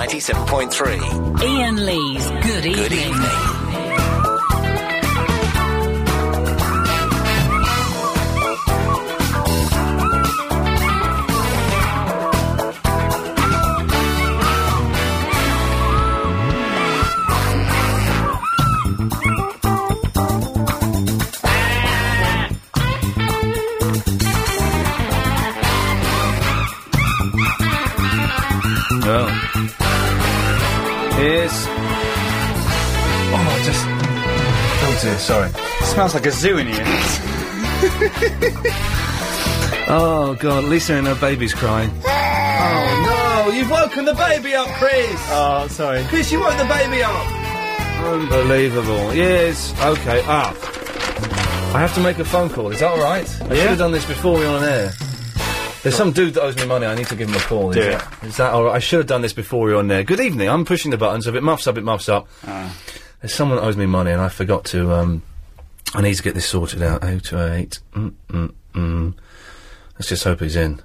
97.3. Ian Lee's Good Evening. Good evening. Oh. It's. Oh, I just. Oh dear, sorry. smells like a zoo in here. oh god, Lisa and her baby's crying. oh no, you've woken the baby up, Chris! Oh, sorry. Chris, you woke the baby up! Unbelievable. Yes, okay, ah. I have to make a phone call, is that alright? I should have done this before we went on air. There's some dude that owes me money. I need to give him a call. Do is it. that- Is that all right? Oh, I should have done this before we were on there. Good evening. I'm pushing the buttons. If it muffs up, it muffs up. Ah. There's someone that owes me money, and I forgot to. Um, I need to get this sorted out. Oh two oh eight. Mm mm mm. Let's just hope he's in.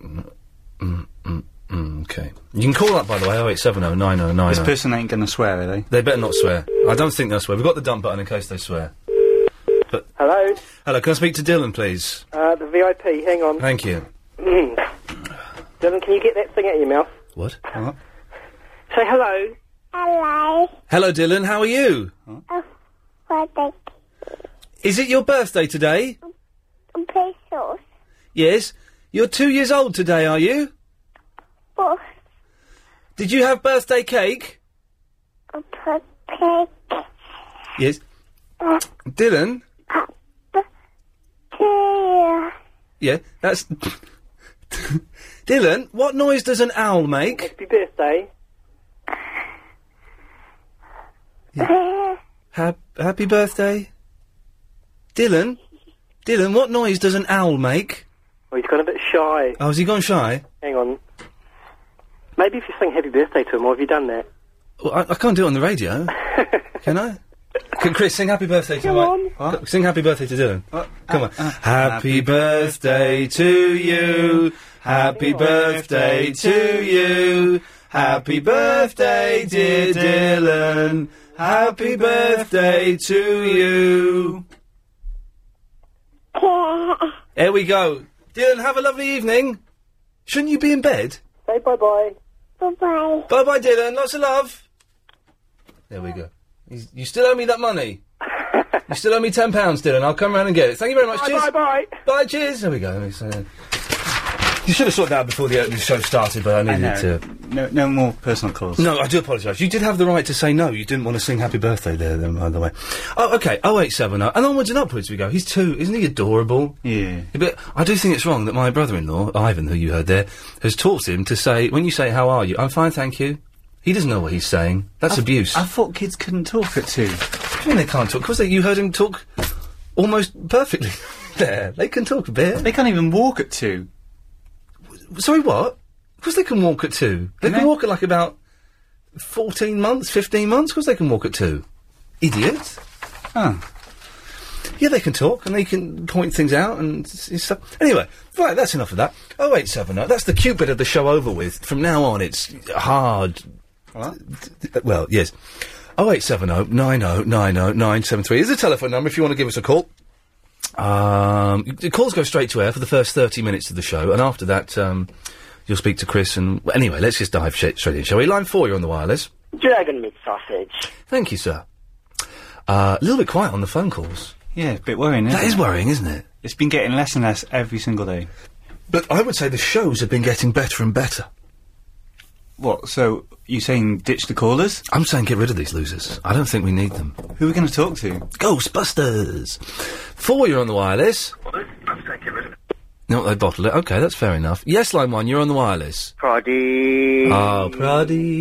Mm mm mm. Okay. You can call up by the way. Oh eight seven oh nine oh nine. This person ain't gonna swear, are they? They better not swear. I don't think they'll swear. We've got the dump button in case they swear. But Hello, hello, can I speak to Dylan, please? uh, the VIP. Hang on. Thank you. Dylan, can you get that thing out of your mouth? What? Say hello. Hello. Hello, Dylan. How are you? What the Is it your birthday today? pesos? Yes. You're two years old today, are you? What Did you have birthday cake? the cake? Yes. Dylan? Yeah, that's. Dylan, what noise does an owl make? Happy birthday. Ha- happy birthday. Dylan? Dylan, what noise does an owl make? Oh, he's gone a bit shy. Oh, has he gone shy? Hang on. Maybe if you sing happy birthday to him, or have you done that? Well, I, I can't do it on the radio. Can I? Can Chris sing happy birthday to Come on. Sing happy birthday to Dylan. Come on. Uh, happy birthday to you. Happy birthday to you. Happy birthday, dear Dylan. Happy birthday to you. There we go. Dylan, have a lovely evening. Shouldn't you be in bed? Say bye bye. Bye bye. Bye bye, Dylan. Lots of love. There we go. You- You still owe me that money. you still owe me ten pounds, Dylan. I'll come round and get it. Thank you very much. Bye, cheers. bye, bye. Bye. Cheers. There we go. Let me say that. You should have sorted that out before the, uh, the show started, but I I needed know. to. No, no more personal calls. No, I do apologise. You did have the right to say no. You didn't want to sing Happy Birthday there, then, by the way. Oh, okay. 0870. And onwards and upwards we go. He's two. Isn't he adorable? Yeah. But I do think it's wrong that my brother in law, Ivan, who you heard there, has taught him to say, when you say, How are you? I'm fine, thank you. He doesn't know what he's saying. That's abuse. I thought kids couldn't talk at two. What do you mean they can't talk? Because you heard him talk almost perfectly there. They can talk a bit. They can't even walk at two. Sorry, what? Because they can walk at two. They can walk at like about 14 months, 15 months, because they can walk at two. Idiot. Huh. Yeah, they can talk and they can point things out and s- s- stuff. Anyway, right, that's enough of that. 0870, that's the cute bit of the show over with. From now on, it's hard. Uh, Well, yes. Oh, 0870 90 90 973 is the telephone number if you want to give us a call. Um, the calls go straight to air for the first 30 minutes of the show, and after that, um, you'll speak to Chris. And well, anyway, let's just dive sh- straight in, shall we? Line 4, you're on the wireless. Dragon meat sausage. Thank you, sir. Uh, A little bit quiet on the phone calls. Yeah, a bit worrying, isn't That it? is worrying, isn't it? It's been getting less and less every single day. But I would say the shows have been getting better and better. What, so you saying ditch the callers? I'm saying get rid of these losers. I don't think we need them. Who are we going to talk to? Ghostbusters! Four, you're on the wireless. No, they bottled it. Okay, that's fair enough. Yes, line one, you're on the wireless. Proddy. Oh, Praddy.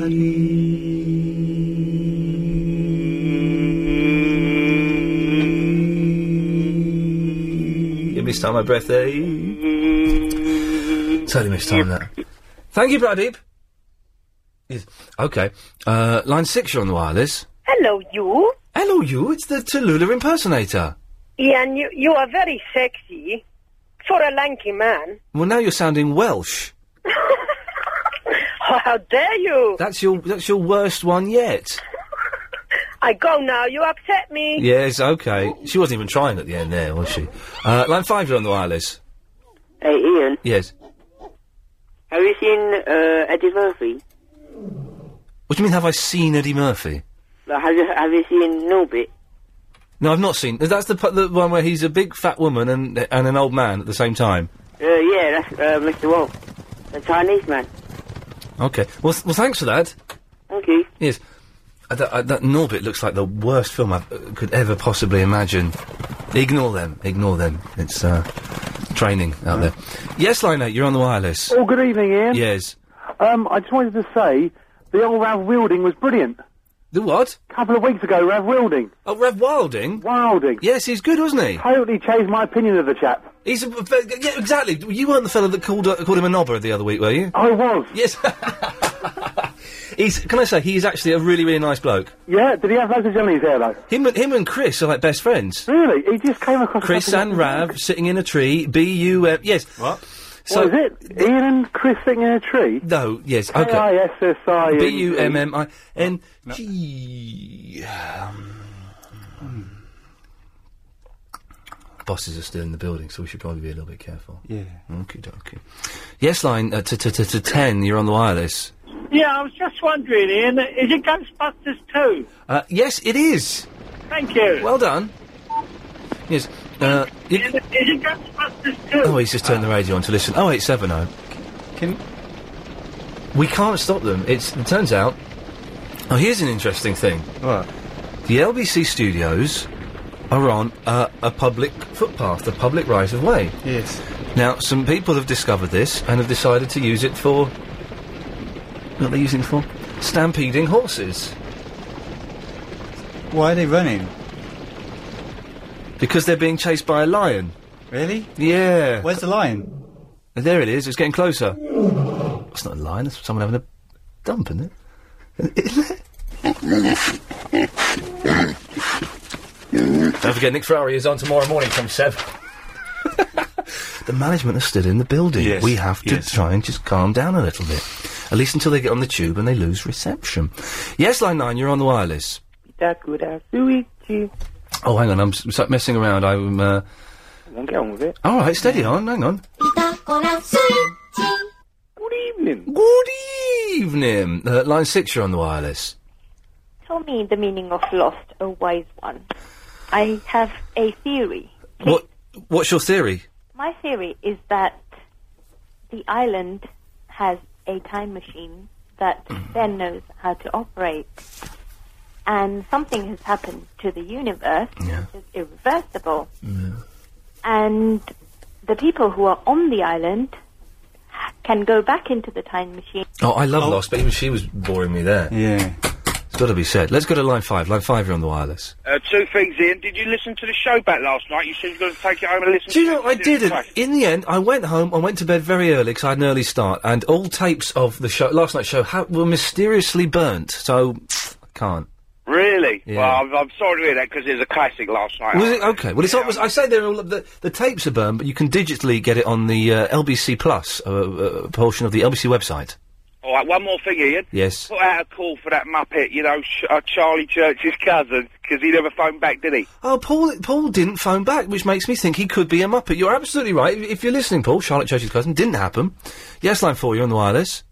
Oh, You missed time my breath there. Totally missed time that. Thank you, Pradeep. Yes. Okay. Uh, line six, you're on the wireless. Hello, you. Hello, you. It's the Tallulah impersonator. Ian, you, you are very sexy for a lanky man. Well, now you're sounding Welsh. How dare you? That's your that's your worst one yet. I go now. You upset me. Yes, okay. She wasn't even trying at the end there, was she? Uh, line five, you're on the wireless. Hey, Ian, Yes. have you seen uh, Eddie Murphy? What do you mean? Have I seen Eddie Murphy? Like, have you have you seen Norbit? No, I've not seen. That's the pu- the one where he's a big fat woman and and an old man at the same time. Uh, yeah, that's uh, Mr. Wong, the Chinese man. Okay. Well, th- well, thanks for that. Thank you. Yes. Uh, that, uh, that Norbit looks like the worst film I uh, could ever possibly imagine. Ignore them. Ignore them. It's uh, training out there. Yes, line eight, you're on the wireless. Oh, good evening, Ian. Yes. Um, I just wanted to say the old Rav Wilding was brilliant. The what? A couple of weeks ago, Rav Wilding. Oh, Rev Wilding? Wilding. Yes, he's good, wasn't he? Totally changed my opinion of the chap. He's a, yeah, exactly. You weren't the fellow that called uh, called him a knobber the other week, were you? I was. Yes. He's, can I say, he is actually a really, really nice bloke. Yeah, did he have loads of gel in his hair, though? Him and, him and Chris are like best friends. Really? He just came across... Chris and Rav sitting in a tree, B-U-M, yes. What? So, What is it? Ian and Chris sitting in a tree? No, yes, okay. K-I-S-S-I... B-U-M-M-I-N-G. Um, Bosses are still in the building, so we should probably be a little bit careful. Yeah. Okay, dokie. Yes, line uh, to, to, to, to 10, you're on the wireless. Yeah, I was just wondering, Ian, is it Ghostbusters 2? Uh, yes, it is. Thank you. Well done. Yes. Uh, you- Is it- is it Ghostbusters 2? oh, he's just turned the radio on to listen. Oh, eight seven oh. Can We can't stop them. It's, it turns out. Oh, here's an interesting thing. what? The LBC studios are on uh, a public footpath, a public right of way. Yes. Now, some people have discovered this and have decided to use it for. What are they using it for? Stampeding horses. Why are they running? Because they're being chased by a lion. Really? Yeah. Oh, Where's the lion? There it is. It's getting closer. It's not a lion. It's someone having a dump, isn't it? Isn't it? Don't forget, Nick Ferrari is on tomorrow morning from seven. the management are still in the building. Yes, we have to yes. try and just calm down a little bit, at least until they get on the tube and they lose reception. Yes, line nine. You're on the wireless. Oh, hang on. I'm s- s- messing around. I'm. Uh... Get on with it. All right, steady on. Hang on. Good evening. Good evening. Uh, line six. You're on the wireless. Tell me the meaning of lost, a wise one. I have a theory. What? What's your theory? My theory is that the island has a time machine that then knows how to operate. And something has happened to the universe, Yeah. which is irreversible. And the people who are on the island can go back into the time machine. Oh, I love Lost, but even she was boring me there. Yeah. It's got to be said. Let's go to line five. Line five, you're on the wireless. Uh, two things, Ian. Did you listen to the show back last night? You said you were going to take it home and listen Do you to know, it. I didn't. Right. In the end, I went home, I went to bed very early because I had an early start, and all tapes of the show, last night's show, ha- were mysteriously burnt, so can't. Really? Yeah. Well, I'm, I'm sorry to hear that because it was a classic last night. Was it? Okay. Well, it's Yeah. almost, I say they're all, the, the tapes are burned, but you can digitally get it on the uh, LBC Plus uh, uh, portion of the LBC website. All right, one more thing, Ian. Yes. Put out a call for that Muppet, you know, Sh- uh, Charlie Church's cousin, because he never phoned back, did he? Oh, Paul! Paul didn't phone back, which makes me think he could be a muppet. You're absolutely right. If, if you're listening, Paul, Charlotte Church's cousin didn't happen. Yes, line four. You're on the wireless.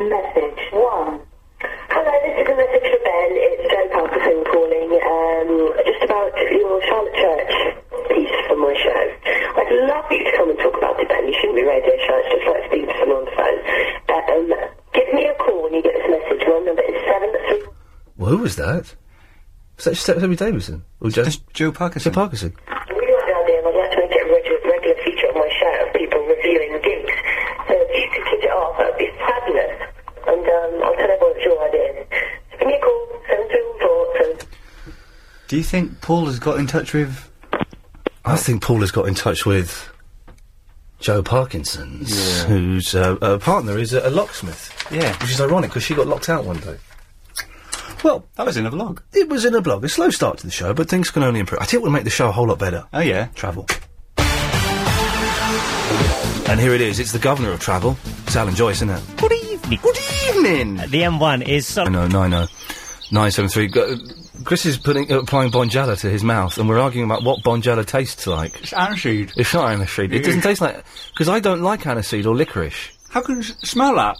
Message one. Hello, this is a message for Ben. It's Joe Parkinson calling. Um, just about your Charlotte Church piece for my show. I'd love you to come and talk about it, Ben. You shouldn't be radio shy. It's just like speaking to someone on the phone. Um, give me a call when you get this message. My number is seven three. Well, who was that? Was that Stephanie Davidson or That's just Joe Sir Parkinson. Parkinson? I really like the idea, and I'd like to make it a regular, regular feature of my show of people reviewing gigs. So if you could kick it off, that would be fabulous. And um, I'll tell everyone it's your idea. So give me a call. Seven three one four seven. Do you think Paul has got in touch with? Oh. I think Paul has got in touch with Joe Parkinson's, whose uh, uh, partner is a, a locksmith. Yeah. which is ironic because she got locked out one day. Well, that was in a vlog. It was in a blog. A slow start to the show, but things can only improve. I think it would make the show a whole lot better. Oh yeah. Travel. And here it is. It's the governor of travel. It's Alan Joyce, isn't it? Good evening. Good evening. Uh, the M1 is. So- I know. No, I know. Nine seven three. Go- Chris is putting, uh, applying Bonjala to his mouth, and we're arguing about what Bonjala tastes like. It's aniseed. It's not aniseed. It doesn't taste like because I don't like aniseed or licorice. How can you s- smell that?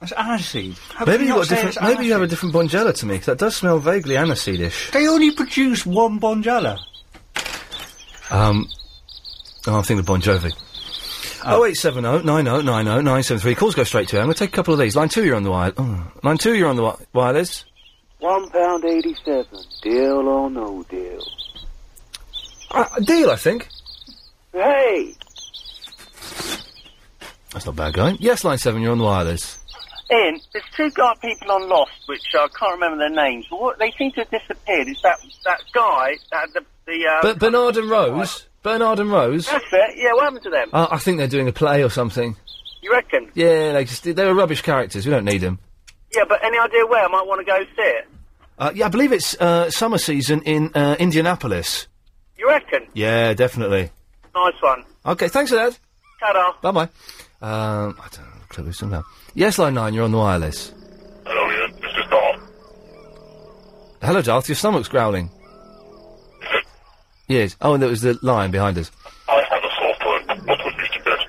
That's aniseed. How maybe you you not got say different. it's Maybe you have a different Bonjala to me 'cause that does smell vaguely aniseedish. They only produce one Bonjala. Um, oh, I'm thinking of Bon Jovi. Oh eight seven oh nine oh nine oh nine seven three. Calls go straight to. you. I'm going to take a couple of these. Line two, you're on the wire. Oh, line two, you're on the wi- wireless. One pound eighty-seven. Deal or no deal? Uh, deal, I think. Hey, That's not bad going. Yes, line seven, you're on the wireless. Ian, there's two guy people on Lost, which I can't remember their names. But what, they seem to have disappeared. Is that that guy that had the the? Uh, but Bernard and Rose. Bernard and Rose. that's it. Yeah, what happened to them? Uh, I think they're doing a play or something. You reckon? Yeah, they just they were rubbish characters. We don't need them. Yeah, but any idea where I might want to go see it? Uh, yeah, I believe it's uh, summer season in uh, Indianapolis. You reckon? Yeah, definitely. Nice one. Okay, thanks for that. Ta-da. Bye bye. Um, I don't know. Clue who's on now. Yes, line nine. You're on the wireless. Hello, Ian. This is Darth. Hello, Darth. Your stomach's growling. yes. Oh, and there was the lion behind us. I have a soft one. What would you suggest?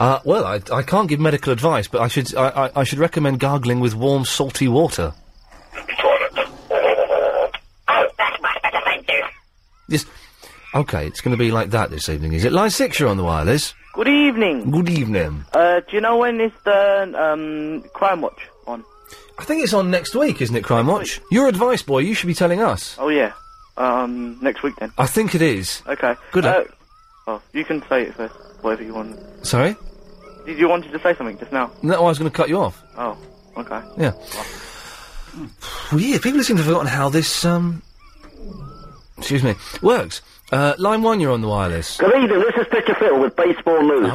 Uh, well, I, I can't give medical advice, but I should I, I, I should recommend gargling with warm, salty water. Yes. Okay, it's going to be like that this evening, is it? Line six, you're on the wireless. Good evening. Good evening. Uh, do you know when is the um, Crime Watch on? I think it's on next week, isn't it, Crime Watch? Your advice, boy. You should be telling us. Oh yeah, um, next week then. I think it is. Okay. Good. Uh, luck. oh, you can say it first, whatever you want. Sorry. Did you wanted to say something just now? No, I was going to cut you off. Oh, okay. Yeah. Weird. People seem to have forgotten how this, um. Excuse me. Works. Uh, line one, you're on the wireless. Good evening, this is Pitcher Phil with Baseball News.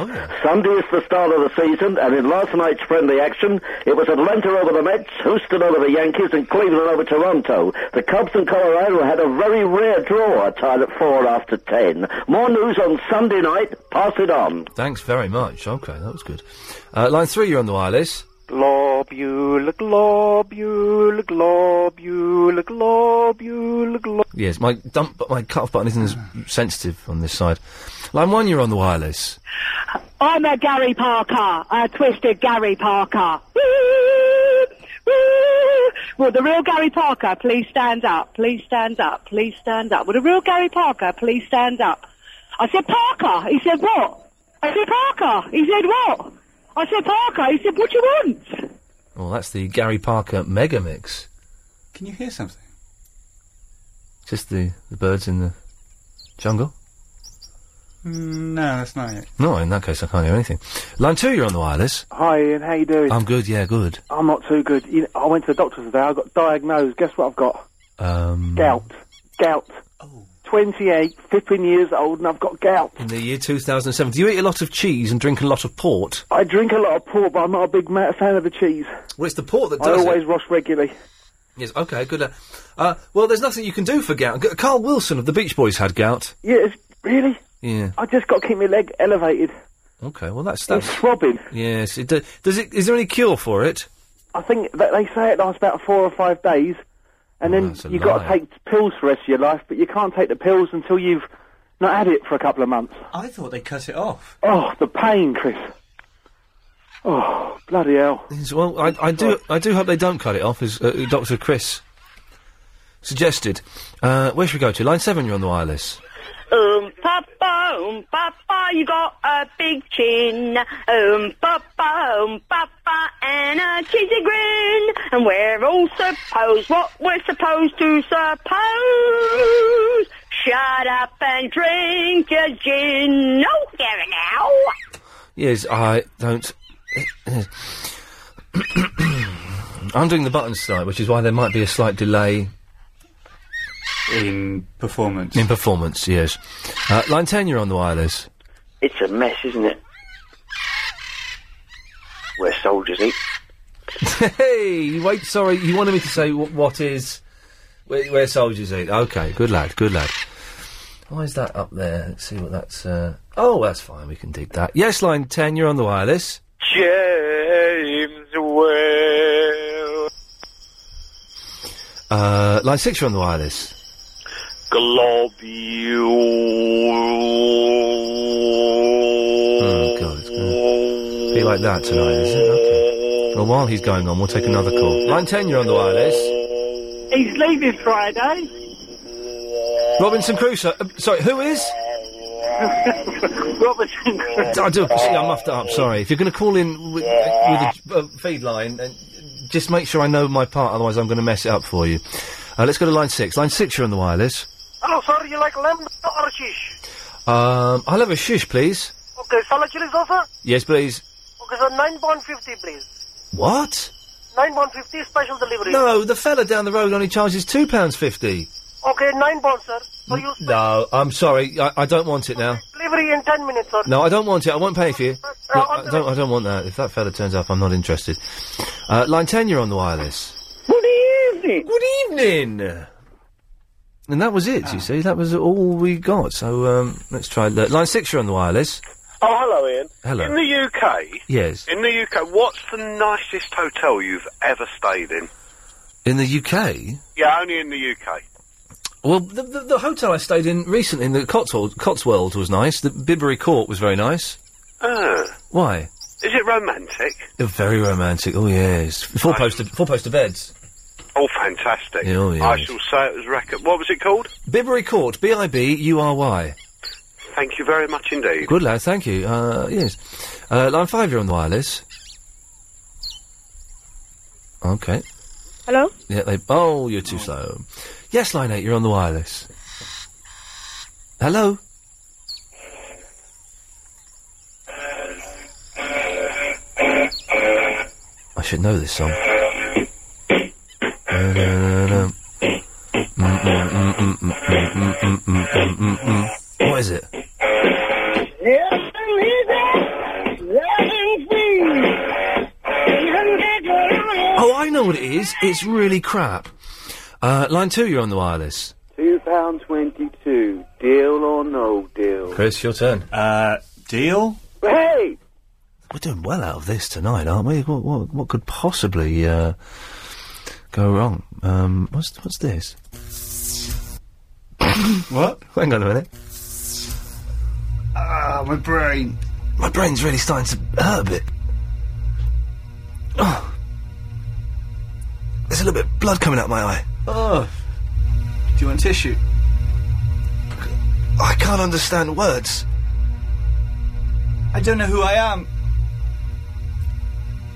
Sunday is the start of the season, and in last night's friendly action, it was Atlanta over the Mets, Houston over the Yankees, and Cleveland over Toronto. The Cubs and Colorado had a very rare draw, a tied at four after ten. More news on Sunday night. Pass it on. Thanks very much. Okay, that was good. Uh, line three, you're on the wireless. Globule, globule, globule, globule, globule. Yes, my dump, but my cut off button isn't as sensitive on this side. Line one, you're on the wireless. I'm a Gary Parker, a twisted Gary Parker. Will the real Gary Parker please stand up? Please stand up. Please stand up. Will the real Gary Parker please stand up? I said Parker. He said what? I said Parker. He said what? I said Parker. He said what you want? Well, that's the Gary Parker mega mix. Can you hear something? Just the, the birds in the jungle. Mm, no, that's not it. No, in that case, I can't hear anything. Line two, you're on the wireless. Hi Ian, how you doing? I'm good. Yeah, good. I'm not too good. You know, I went to the doctor today. I got diagnosed. Guess what I've got? Um, Gout. Gout. Oh. 28, flipping years old, and I've got gout. in the year 2007, do you eat a lot of cheese and drink a lot of port? I drink a lot of port, but I'm not a big ma- fan of the cheese. Well, it's the port that I does it. always wash regularly. Yes, okay, good. luck. Uh, well, there's nothing you can do for gout. G- Carl Wilson of the Beach Boys had gout. Yeah, it's, really? Yeah. I just got to keep my leg elevated. Okay, well, that's... that's It's throbbing. Yes, it do- does it... Is there any cure for it? I think that they say it lasts about four or five days, and then Oh, a you've got to lie. take pills for the rest of your life, but you can't take the pills until you've not had it for a couple of months. I thought they cut it off. Oh, the pain, Chris. Oh, bloody hell. Yes, Well, uh, I, I do I do hope they don't cut it off, as uh, Dr Chris suggested. Uh, where should we go to? Line 7, you're on the wireless. Um, papa, um, papa, you got a big chin. Um, papa, um, papa, and a cheesy grin. And we're all supposed what we're supposed to suppose. Shut up and drink your gin. No, there and now. Yes, I don't... I'm doing the buttons tonight, which is why there might be a slight delay... In performance. In performance, yes. Uh, line 10, you're on the wireless. it's a mess, isn't it? Where soldiers eat. hey, wait, sorry, you wanted me to say wh- what is where, where soldiers eat. Okay, good lad, good lad. Why is that up there? Let's see what that's. Uh... Oh, that's fine. We can dig that. Yes, line ten. You're on the wireless. James Whale. Uh, line six. You're on the wireless. Globule. Oh god, it's gonna be like that tonight, is it? Okay. Well, while he's going on, we'll take another call. Line ten. You're on the wireless. He's leaving Friday. Robinson Crusoe. Uh, sorry, who is? Robinson I do. See, I muffed it up. Sorry. If you're going to call in with, with a j- uh, feed line, uh, just make sure I know my part. Otherwise, I'm going to mess it up for you. Uh, let's go to line six. Line six, you're on the wireless. Hello, sir. Oh, You like lamb or shish? Um, I'll have a shish, please. Okay, salad chili salsa. Yes, please. Okay, sir. Nine pound fifty, please. What? Nine pound fifty special delivery. No, the fella down the road only charges two pounds fifty. Okay, nine pound, sir. For Hmm. you, No, I'm sorry. I, I don't want it now. delivery in ten minutes, sir. No, I don't want it. I won't pay for you. Uh, No, on I don't. I don't want that. If that fella turns up, I'm not interested. Uh, line ten, you're on the wireless. Good evening. Good evening. And that was it. You see, that was all we got. So um, let's try li- line six. You're on the wireless. Oh, hello, Ian. Hello. In the UK, Yes, in the UK, what's the nicest hotel you've ever stayed in? in the UK. Yeah, only in the UK. Well, the, the, the hotel I stayed in recently in the Cotswold, Cotswolds was nice. The Bibbury Court was very nice. Ah, Why? is it romantic? They're very romantic. Oh yes, four poster four poster beds. Oh, fantastic. Yeah, oh, yes. I shall say it was record. What was it called? Bibbury Court, B I B U R Y. Thank you very much indeed. Good lad, thank you. Uh, yes. Uh, line five, you're on the wireless. Okay. Hello? Yeah, they. Oh, you're too slow. Yes, line eight, you're on the wireless. Hello? I should know this song. What is it? Yes, Oh, I know what it is. It's really crap. Uh, line two, you're on the wireless. Two pound twenty-two. Deal or no deal? Chris, your turn. Uh, deal? Hey, We're doing well out of this tonight, aren't we? What, what, what could possibly uh, go wrong? Um, what's what's this? what? Hang on a minute. Ah, my brain. My brain's really starting to hurt a bit. Oh. There's a little bit of blood coming out my eye. Oh. Do you want tissue? I can't understand words. I don't know who I am.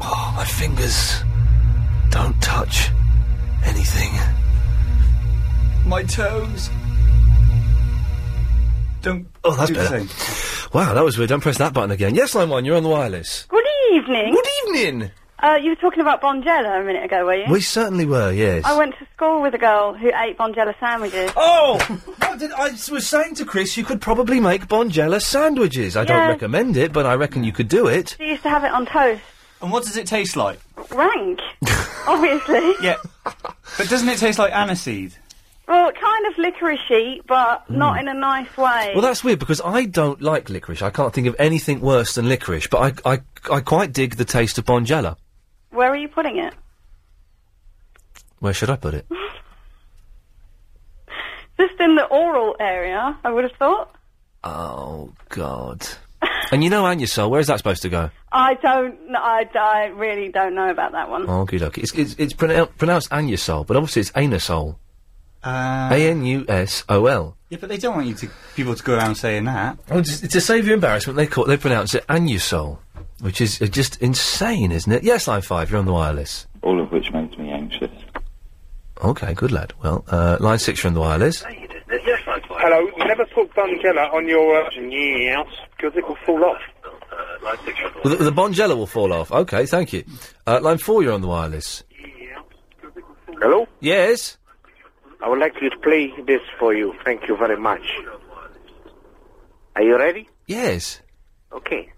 Oh, my fingers don't touch anything. My toes. Don't. Oh, that's do the better. same. Wow, that was weird. Don't press that button again. Yes, line one, you're on the wireless. Good evening. Good evening. Uh, you were talking about Bonjela a minute ago, were you? We certainly were, yes. I went to school with a girl who ate Bonjela sandwiches. Oh! What did- I s- was saying to Chris you could probably make Bonjela sandwiches. I don't Yeah. recommend it, but I reckon you could do it. She used to have it on toast. And what does it taste like? Rank, obviously. Yeah. but doesn't it taste like aniseed? Well, kind of licoricey, but not in a nice way. Hmm. Well, that's weird because I don't like licorice. I can't think of anything worse than licorice, but I, I, I quite dig the taste of Bonjela. Where are you putting it? Where should I put it? Just in the oral area, I would have thought. Oh, God. and you know, and your soul, where is that supposed to go? I don't. kn- I, I really don't know about that one. Okie dokie. It's, it's, it's pronou- pronounced anusol, but obviously it's anusol. Uh, A N U S O L. yeah, but they don't want you to people to go around saying that. Oh, to, to save you embarrassment, they call, they pronounce it anusol, which is uh, just insane, isn't it? Yes, line five, you're on the wireless. All of which makes me anxious. Okay, good lad. Well, uh, line six, you're on the wireless. Hello, never put Bungella on your uh, yes, because it will fall off. Well, the, the Bonjela will fall off. Okay, thank you. Uh, line four, you're on the wireless. Hello? Yes? I would like you to play this for you. Thank you very much. Are you ready? Yes. Okay.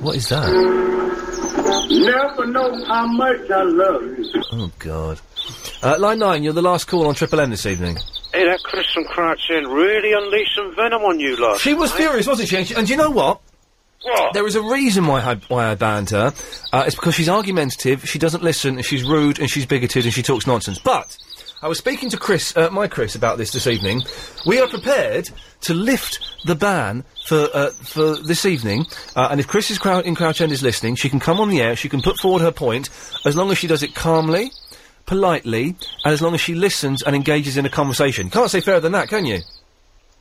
What is that? Never know how much I love you. Oh, God. Uh, line 9, you're the last call on Triple M this evening. Hey, that Kristen Crouchin really unleashed some venom on you last She was night. furious, wasn't she? And, she? and do you know what? What? There is a reason why I, why I banned her. Uh, it's because she's argumentative, she doesn't listen, and she's rude, and she's bigoted, and she talks nonsense. But I was speaking to Chris, uh, my Chris, about this this evening. We are prepared to lift the ban for uh, for this evening, uh, and if Chris is crowd- in Crouch End is listening, she can come on the air, she can put forward her point, as long as she does it calmly, politely, and as long as she listens and engages in a conversation. Can't say fairer than that, can you?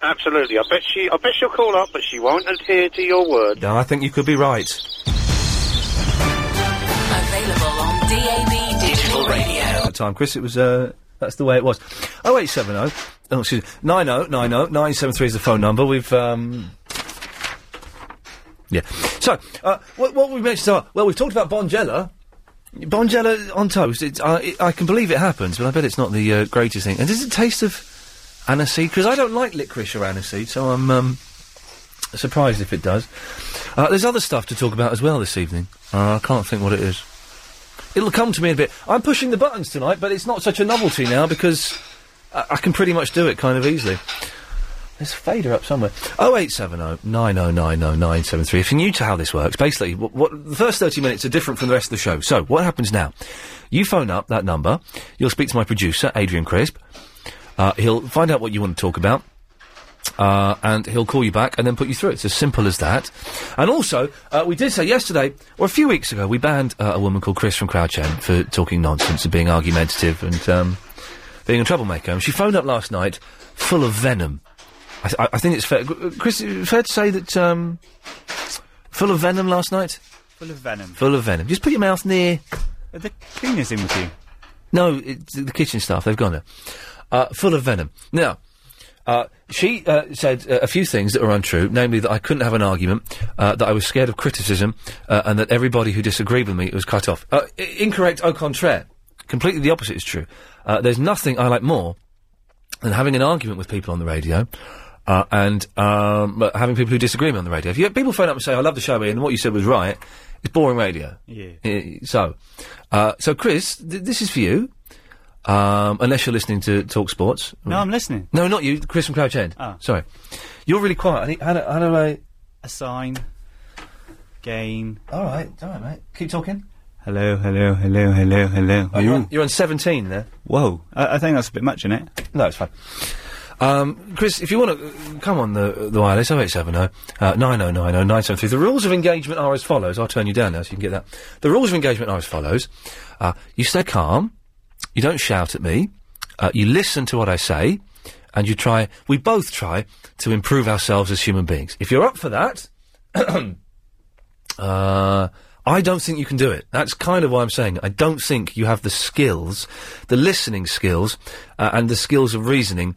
Absolutely. I bet she. I bet she'll call up, but she won't adhere to your word. No, I think you could be right. Available on DAB Digital Radio. At the time, Chris, it was, uh, that's the way it was. 0870, oh, excuse me, 9090, 973 is the phone number. We've, um, yeah. So, uh, what, what we mentioned, so, well, we've talked about Bonjella. Bonjella on toast. It's, I it, I can believe it happens, but I bet it's not the uh, greatest thing. And does it taste of aniseed? Because I don't like licorice or aniseed, so I'm um, surprised if it does. Uh, there's other stuff to talk about as well this evening. Uh, I can't think what it is. It'll come to me in a bit. I'm pushing the buttons tonight, but it's not such a novelty now because I, I can pretty much do it kind of easily. There's a fader up somewhere. Oh, 0870 oh, 9090973. If you're new to how this works, basically, what, what, the first 30 minutes are different from the rest of the show. So, what happens now? You phone up that number, you'll speak to my producer, Adrian Crisp. Uh, he'll find out what you want to talk about uh, and he'll call you back and then put you through. It's as simple as that. And also, uh, we did say yesterday, or a few weeks ago, we banned uh, a woman called Chris from Crouch End for talking nonsense and being argumentative and um, being a troublemaker. And she phoned up last night, full of venom. I, th- I- I think it's fair, Gr- Chris. Fair to say that um, full of venom last night. Full of venom. Full of venom. Just put your mouth near. Are the cleaners in with you? No, it's the kitchen staff. They've gone there. Uh, full of venom. Now, uh, she uh, said uh, a few things that were untrue, namely that I couldn't have an argument, uh, that I was scared of criticism, uh, and that everybody who disagreed with me was cut off. Uh, i- incorrect, au contraire. Completely the opposite is true. Uh, there's nothing I like more than having an argument with people on the radio. Uh, and um, but having people who disagree with me on the radio. If you people phone up and say, "I love the show," Ian, and what you said was right, it's boring radio. Yeah. I- so, uh, so Chris, th- this is for you. Um, unless you're listening to Talk Sports. No, I'm listening. No, not you, Chris from Crouch End. Oh. Sorry. You're really quiet. I need, how, do, how do I. Assign. Gain. All right, all right, mate. Keep talking. Hello, hello, hello, hello, hello. Right, you're, on, you're on 17 there. Whoa. I, I think that's a bit much, innit? No, it's fine. Um, Chris, if you want to come on the the wireless, 0870 uh, 9090 973. The rules of engagement are as follows. I'll turn you down now so you can get that. The rules of engagement are as follows. Uh, you stay calm. You don't shout at me. Uh, you listen to what I say. And you try, we both try to improve ourselves as human beings. If you're up for that, Uh, I don't think you can do it. That's kind of why I'm saying it. I don't think you have the skills, the listening skills, uh, and the skills of reasoning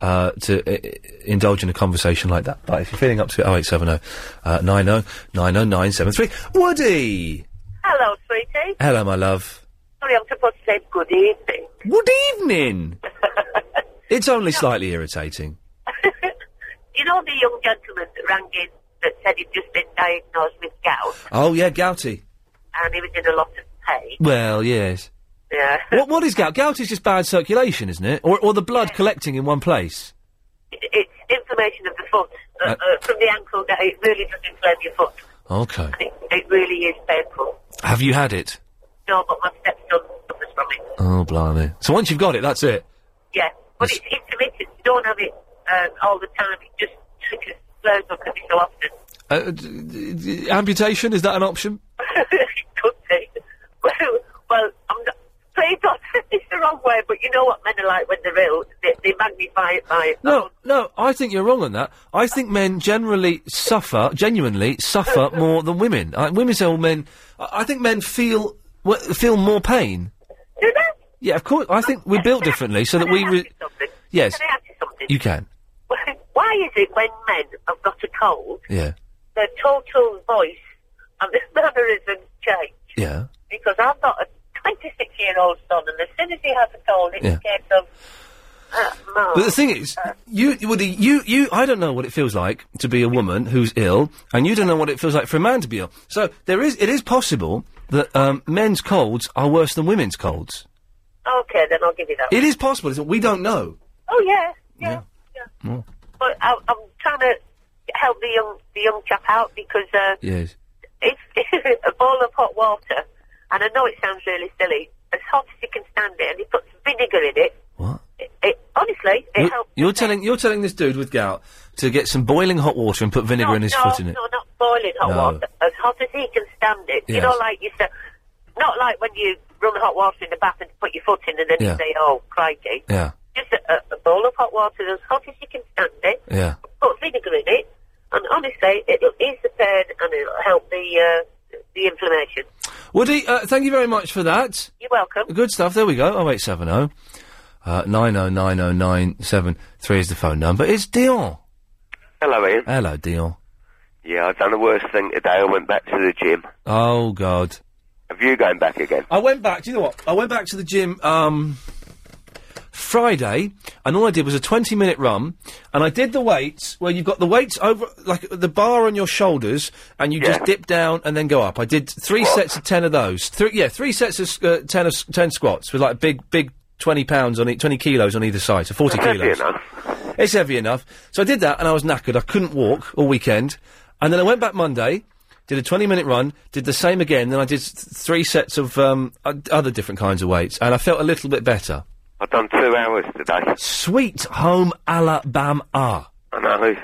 uh, to uh, indulge in a conversation like that. But if you're feeling up to it, 0870 uh, 90 90 973. Woody! Hello, sweetie. Hello, my love. Sorry, I'm supposed to say good evening. Good evening! it's only slightly irritating. You know the young gentleman that rang in that said he'd just been diagnosed with gout Oh, yeah, gouty. and he was in a lot of pain. Well, yes. Yeah. What, what is gout? Gout is just bad circulation, isn't it? Or, or the blood collecting in one place. It, it's inflammation of the foot uh, Uh, uh, from the ankle. That it really does inflame your foot. Okay. It, it really is painful. Have you had it? No, but my stepson suffers from it. Oh, blimey. So once you've got it, that's it. Yeah, but it's intermittent. You don't have it um, all the time. It just trickles flares up every so often. Uh, d- d- d- amputation, is that an option? well, well, I'm not. Please don't take this the wrong way, but you know what men are like when they're ill. They, they magnify it by No, no, I think you're wrong on that. I think men generally suffer, genuinely suffer more than women. I, women say, "Oh, men." I, I think men feel w- feel more pain. Do they? Yeah, of course. I think we're built differently, so that we. Re- yes, Can I ask you something? you can. Why is it when men have got a cold, Yeah, their total voice and their mannerisms change? yeah. Because I've got a 26 year old son, and as soon as he has a cold, it's Yeah. a case of, uh, But the thing is, you, Woody, you, you, I don't know what it feels like to be a woman who's ill, and you don't know what it feels like for a man to be ill. So there is, it is possible that um, men's colds are worse than women's colds. Uh, Okay, then I'll give you that. It is possible. Isn't it? We don't know. Oh yeah, yeah, yeah. Mm. But I, I'm trying to help the young the young chap out because uh, Yes. it's a bowl of hot water, and I know it sounds really silly, as hot as you can stand it, and he puts vinegar in it. What? It, it honestly, it You're, helps. you're telling, you're telling this dude with gout to get some boiling hot water and put vinegar in his no, foot in it. no, not boiling hot No. water. As hot as he can stand it. You Yes. know, like you said, not like when you run hot water in the bath and put your foot in, and then Yeah. you say, "Oh, crikey." Yeah. Just a, a- a bowl of hot water as hot as you can stand it. Yeah. put vinegar in it, and honestly, it'll ease the pain and it'll help the uh, the inflammation. Woody, uh, thank you very much for that. You're welcome. Good stuff. There we go. Oh, 0870 uh, 9090973 is the phone number. It's Dion. Hello, Ian. Hello, Dion. Yeah, I've done the worst thing today. I went back to the gym. Oh, God. Have you going back again? I went back. Do you know what? I went back to the gym um, Friday, and all I did was a twenty-minute run, and I did the weights where you've got the weights over, like the bar on your shoulders, and you just dip down and then go up. I did three sets of ten of those. Three, yeah, three sets of uh, ten of s- ten squats with like big, big twenty pounds on e- twenty kilos on either side, so forty That's heavy kilos. It's heavy enough. So I did that, and I was knackered. I couldn't walk all weekend, and then I went back Monday, did a twenty-minute run, did the same again. Then I did th- three sets of um, o- other different kinds of weights, and I felt a little bit better. I've done two hours today. Sweet home Alabama. I I know.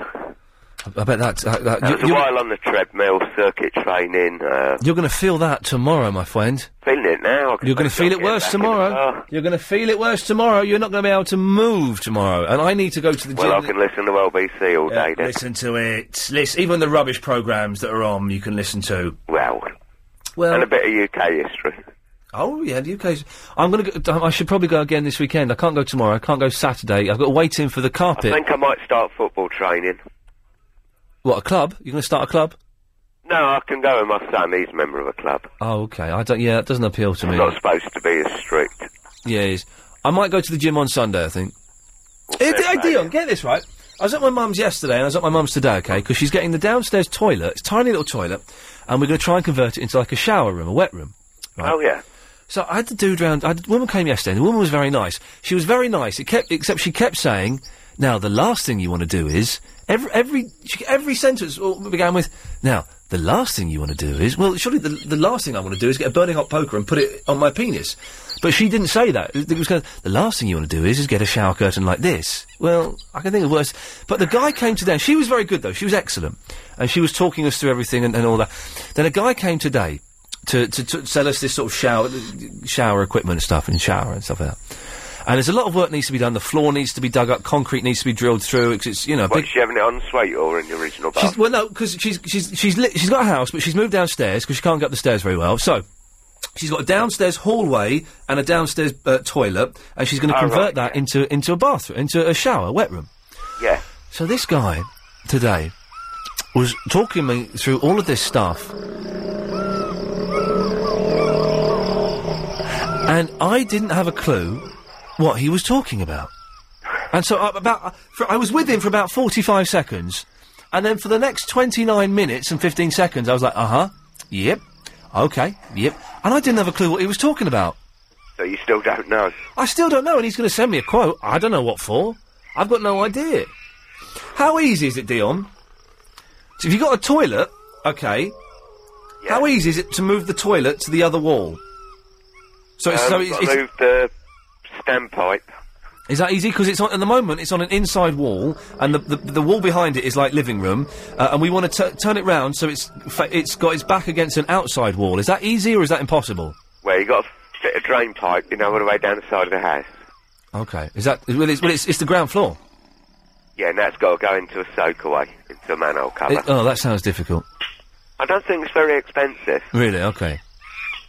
I bet that's that, that, That you, was a you're, while on the treadmill, circuit training. Uh, you're going to feel that tomorrow, my friend. feeling it now. I can You're going to feel feel it getting worse back in the tomorrow. car. You're going to feel it worse tomorrow. You're not going to be able to move tomorrow, and I need to go to the gym. Well, I can listen to LBC all Yeah, day then. listen to it. Listen, even the rubbish programs that are on, you can listen to. Well, well, and a bit of UK history. Oh yeah, the UK's. I'm gonna. Go, I should probably go again this weekend. I can't go tomorrow. I can't go Saturday. I've got to wait in for the I carpet. think I might start football training. What a club? You're gonna start a club? No, I can go with my son. He's a member of a club. Oh okay. I don't. Yeah, it doesn't appeal to me. I'm not supposed to be as strict. Yeah, it is. I might go to the gym on Sunday. I think. Hey, D- hey, Dion, get this right. I was at my mum's yesterday, and I was at my mum's today. Okay, because she's getting the downstairs toilet. It's a tiny little toilet, and we're gonna try and convert it into like a shower room, a wet room. Right? Oh yeah. So I had the dude round. I had, the woman came yesterday, and the woman was very nice. She was very nice. It kept, except she kept saying, "Now the last thing you want to do is every every she, every sentence all began with now." The last thing you want to do is well, surely the, the last thing I want to do is get a burning hot poker and put it on my penis. But she didn't say that. It was kind of, the last thing you want to do is is get a shower curtain like this. Well, I can think of worse. But the guy came today. And she was very good though. She was excellent, and she was talking us through everything and, and all that. Then a guy came today to, to, to sell us this sort of shower shower equipment and stuff and shower and stuff like that. And there's a lot of work needs to be done. The floor needs to be dug up. Concrete needs to be drilled through. 'cause it's you know a What, big is she having it on suite or in the original bath? She's, well, no, because she's she's she's li- she's got a house, but she's moved downstairs because she can't get up the stairs very well. So she's got a downstairs hallway and a downstairs uh, toilet, and she's going to Oh, convert right, that into into a bathroom, into a shower, wet room. Yeah. So this guy today was talking me through all of this stuff. And I didn't have a clue what he was talking about. And so I, about, uh, for, I was with him for about 45 seconds. And then for the next 29 minutes and 15 seconds, I was like, uh huh, yep, okay, yep. And I didn't have a clue what he was talking about. So you still don't know. I still don't know, and he's going to send me a quote. I don't know what for. I've got no idea. How easy is it, Dion? So if you've got a toilet, okay, how easy is it to move the toilet to the other wall? So, it's, so Um, it's, I it's, moved the standpipe. is that easy? Because it's on, at the moment it's on an inside wall, and the, the, the wall behind it is like living room, uh, and we want to t- turn it round so it's fa- it's got its back against an outside wall. Is that easy or is that impossible? Well, you got to fit a drain pipe, you know, all the way down the side of the house. Okay, is that well? It's, well, it's, it's the ground floor. Yeah, and that's got to go into a soakaway, into a manhole cover. It- oh, that sounds difficult. I don't think it's very expensive. Really? Okay.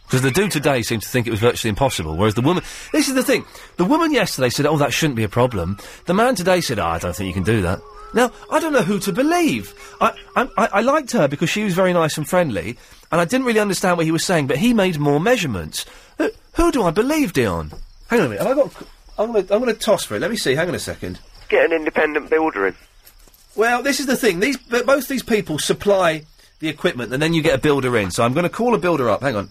Because the dude today seemed to think it was virtually impossible, whereas the woman. This is the thing. The woman yesterday said, oh, that shouldn't be a problem. The man today said, oh, I don't think you can do that. Now, I don't know who to believe. I, I, I I liked her because she was very nice and friendly, and I didn't really understand what he was saying, but he made more measurements. Who, who do I believe, Dion? Hang on a minute. Have I got. I'm gonna, I'm gonna toss for it. Let me see. Hang on a second. Get an independent builder in. Well, this is the thing. These but both these people supply the equipment, and then you get a builder in. So I'm going to call a builder up. Hang on.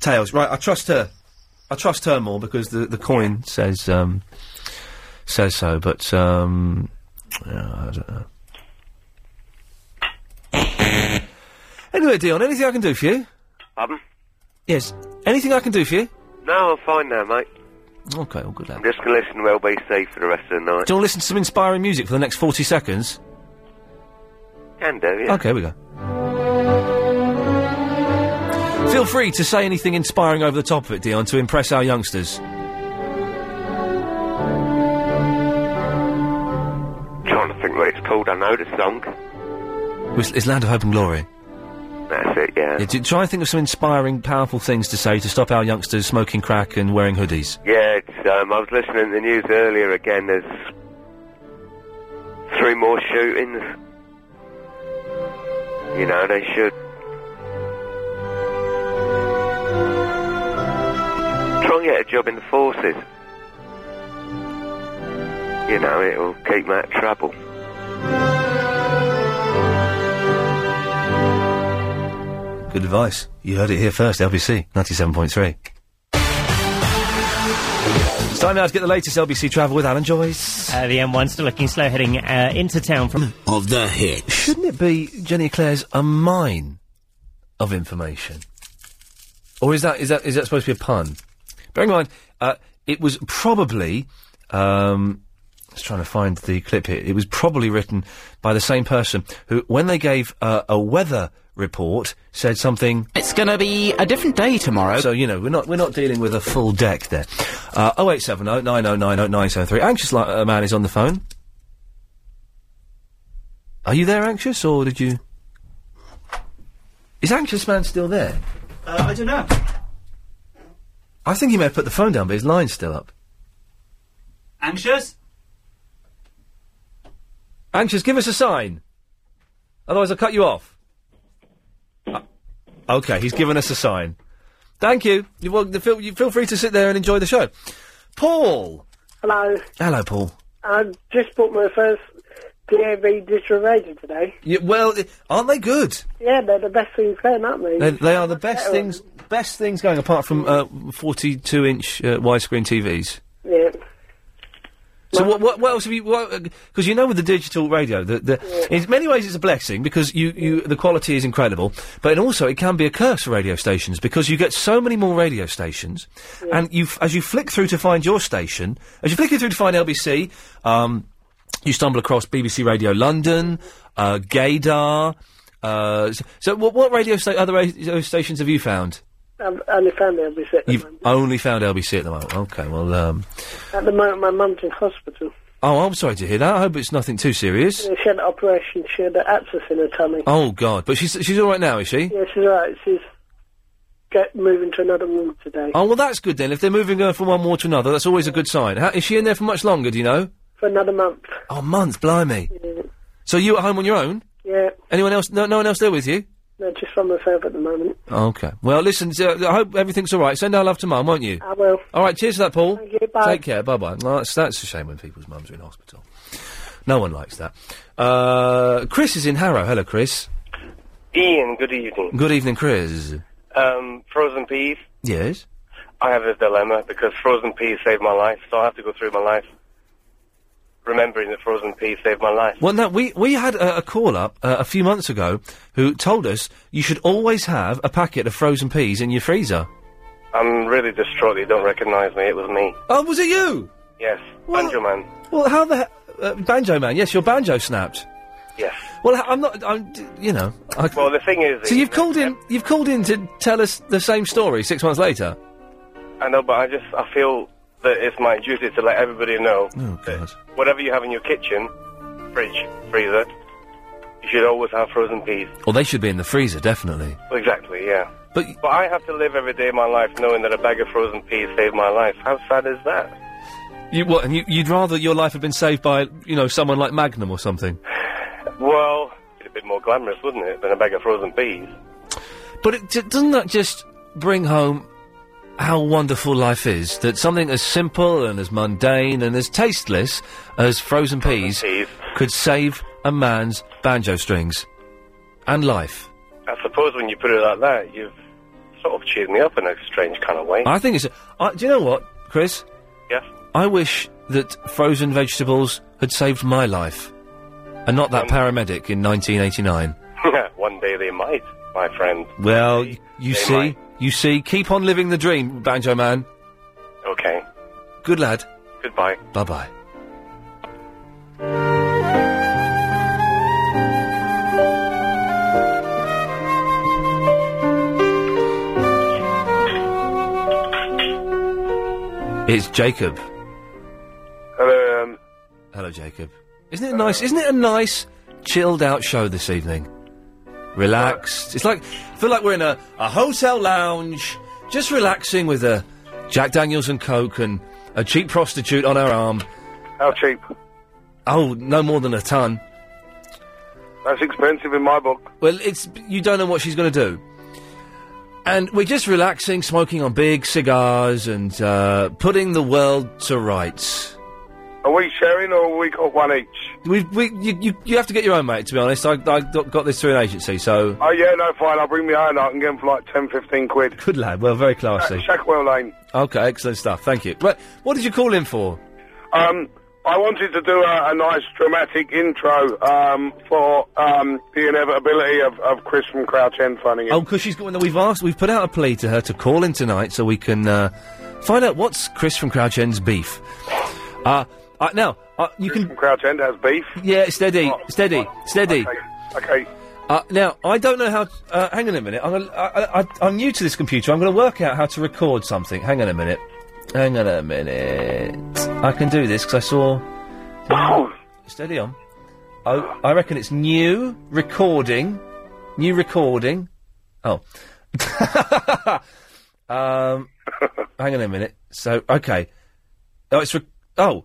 Tails, right? I trust her. I trust her more because the the coin says um, says so. But um, uh, I don't know. anyway, Dion, anything I can do for you? Pardon? Yes. Anything I can do for you? No, I'm fine now, mate. Okay, all good. Lad. I'm just going to listen to LBC for the rest of the night. Do you want to listen to some inspiring music for the next forty seconds? Can do, yeah. Okay, here we go. Feel free to say anything inspiring over the top of it, Dion, to impress our youngsters. trying to think where it's called. I know the song. It's, it's Land of Hope and Glory. That's it, yeah. Yeah, do- try and think of some inspiring, powerful things to say to stop our youngsters smoking crack and wearing hoodies. Yeah, it's, um, I was listening to the news earlier again. There's three more shootings. You know, they should. Try and get a job in the forces. You know, it'll keep them out of trouble. Good advice. You heard it here first, LBC 97.3. It's time now to get the latest LBC travel with Alan Joyce. Uh, the M1 still looking slow, heading uh, into town from Of the hit. Shouldn't it be Jenny Clare's a mine of information? Or is that is that is that supposed to be a pun? Bearing in mind, uh, it was probably um, I was trying to find the clip here. It was probably written by the same person who, when they gave uh, a weather report, said something. It's going to be a different day tomorrow. So you know we're not we're not dealing with a full deck there. Oh eight seven oh nine oh nine oh nine seven three. Anxious li- uh, man is on the phone. Are you there, anxious, or did you? Is anxious man still there? Uh, I don't know. I think he may have put the phone down, but his line's still up. Anxious? Anxious, give us a sign. Otherwise, I'll cut you off. Uh, okay, he's given us a sign. Thank you. You, well, the, feel, you feel free to sit there and enjoy the show. Paul. Hello. Hello, Paul. I just bought my first DAB digital radio today. You, well, i- aren't they good? Yeah, they're the best things playing, aren't they? They, they are the best things, best things going apart from uh, 42-inch uh, widescreen TVs. Yeah. So what, what, what else have you? Because you know, with the digital radio, the, the, in many ways it's a blessing because you, you the quality is incredible, but it also it can be a curse for radio stations because you get so many more radio stations, and you f- as you flick through to find your station, as you flick through to find LBC, um, you stumble across BBC Radio London, uh, Gaydar. Uh, s- so, what, what radio sta- other radio stations have you found? I've only found it every set. You've only found LBC at the moment. Okay, well, um, At the moment, my mum's in hospital. oh, I'm sorry to hear that. I hope it's nothing too serious. Yeah, She had an operation. She had an abscess in her tummy. Oh God! But she's she's all right now, is she? Yeah, she's alright. She's get, moving to another room today Oh well, that's good then. If they're moving her from one ward to another, that's always a good sign. How, is she in there for much longer? Do you know? for another month. Oh, month, blimey. So you at home on your own? Yeah, Anyone else? No, no one else there with you? no, just from myself at the moment. Okay. Well, listen. Uh, I hope everything's all right. Send our love to mum, won't you? I will. All right. Cheers for that, Paul. Thank you, bye. Take care. Bye bye. Well, that's that's a shame when people's mums are in hospital. No one likes that. Uh, Chris is in Harrow. Hello, Chris. Ian, good evening. Good evening, Chris. Um, frozen peas. Yes. I have a dilemma because frozen peas saved my life, so I have to go through my life remembering that frozen peas saved my life. Well, no, we, we had a, a call up uh, a few months ago who told us you should always have a packet of frozen peas in your freezer. I'm really distraught that you don't recognise me. It was me. Oh, was it you? Yes, Banjo Man. Well, how the he- uh, banjo man? Yes, your banjo snapped. Yes. Well, h- I'm not. I'm. d- You know. I, Well, the thing is, so you've called in. You've called in to tell us the same story six months later. I know, but I just I feel that it's my duty to let everybody know Oh God. whatever you have in your kitchen, fridge, freezer, you should always have frozen peas. Well, they should be in the freezer definitely. Well, exactly, yeah. But, but I have to live every day of my life knowing that a bag of frozen peas saved my life. How sad is that? You what? And you, you'd rather your life had been saved by you know someone like Magnum or something. Well, it'd be more glamorous, wouldn't it, than a bag of frozen peas? But it, d- doesn't that just bring home how wonderful life is that something as simple and as mundane and as tasteless as frozen peas could save a man's banjo strings and life. I suppose when you put it like that, you've sort of cheered me up in a strange kind of way. I think it's. I, do you know what, Chris? Yes. I wish that frozen vegetables had saved my life and not that paramedic in 1989. One day they might, my friend. Well, y- you see, you see, keep on living the dream, Banjo Man. Okay. Good lad. Goodbye. Bye bye. It's Jacob. Hello, um, Hello, Jacob. Isn't it nice? Isn't it a nice, chilled out show this evening? Relaxed. It's like I feel like we're in a, a hotel lounge, just relaxing with a Jack Daniels and Coke and a cheap prostitute on our arm. How cheap? Oh, no more than a ton. That's expensive in my book. Well, it's you don't know what she's going to do. And we're just relaxing, smoking on big cigars, and uh, putting the world to rights. Are we sharing or we got one each? We, we, you, you, you have to get your own, mate. To be honest, I, I got got this through an agency, so Oh, yeah, no, fine. I'll bring me own. I can get them for like 10, 15 quid. good lad. Well, very classy. Shackwell Lane. Okay, excellent stuff. Thank you. Right, what did you call in for? Um, I wanted to do a, a nice dramatic intro um, for um, the inevitability of, of Chris from Crouch End funding it. Oh, because she's got. We've asked. We've put out a plea to her to call in tonight so we can uh, find out what's Chris from Crouch End's beef. Uh, uh, now uh, you can. Crouch End has beef. Yeah, steady, steady, steady. Oh, Okay. Uh, now I don't know how. Uh, hang on a minute. I'm, gonna, I, I, I'm new to this computer. I'm going to work out how to record something. Hang on a minute. Hang on a minute. I can do this because I saw. steady on. Oh, I reckon it's new recording. New recording. Oh. um, hang on a minute. So, okay. Oh, it's. Re- oh.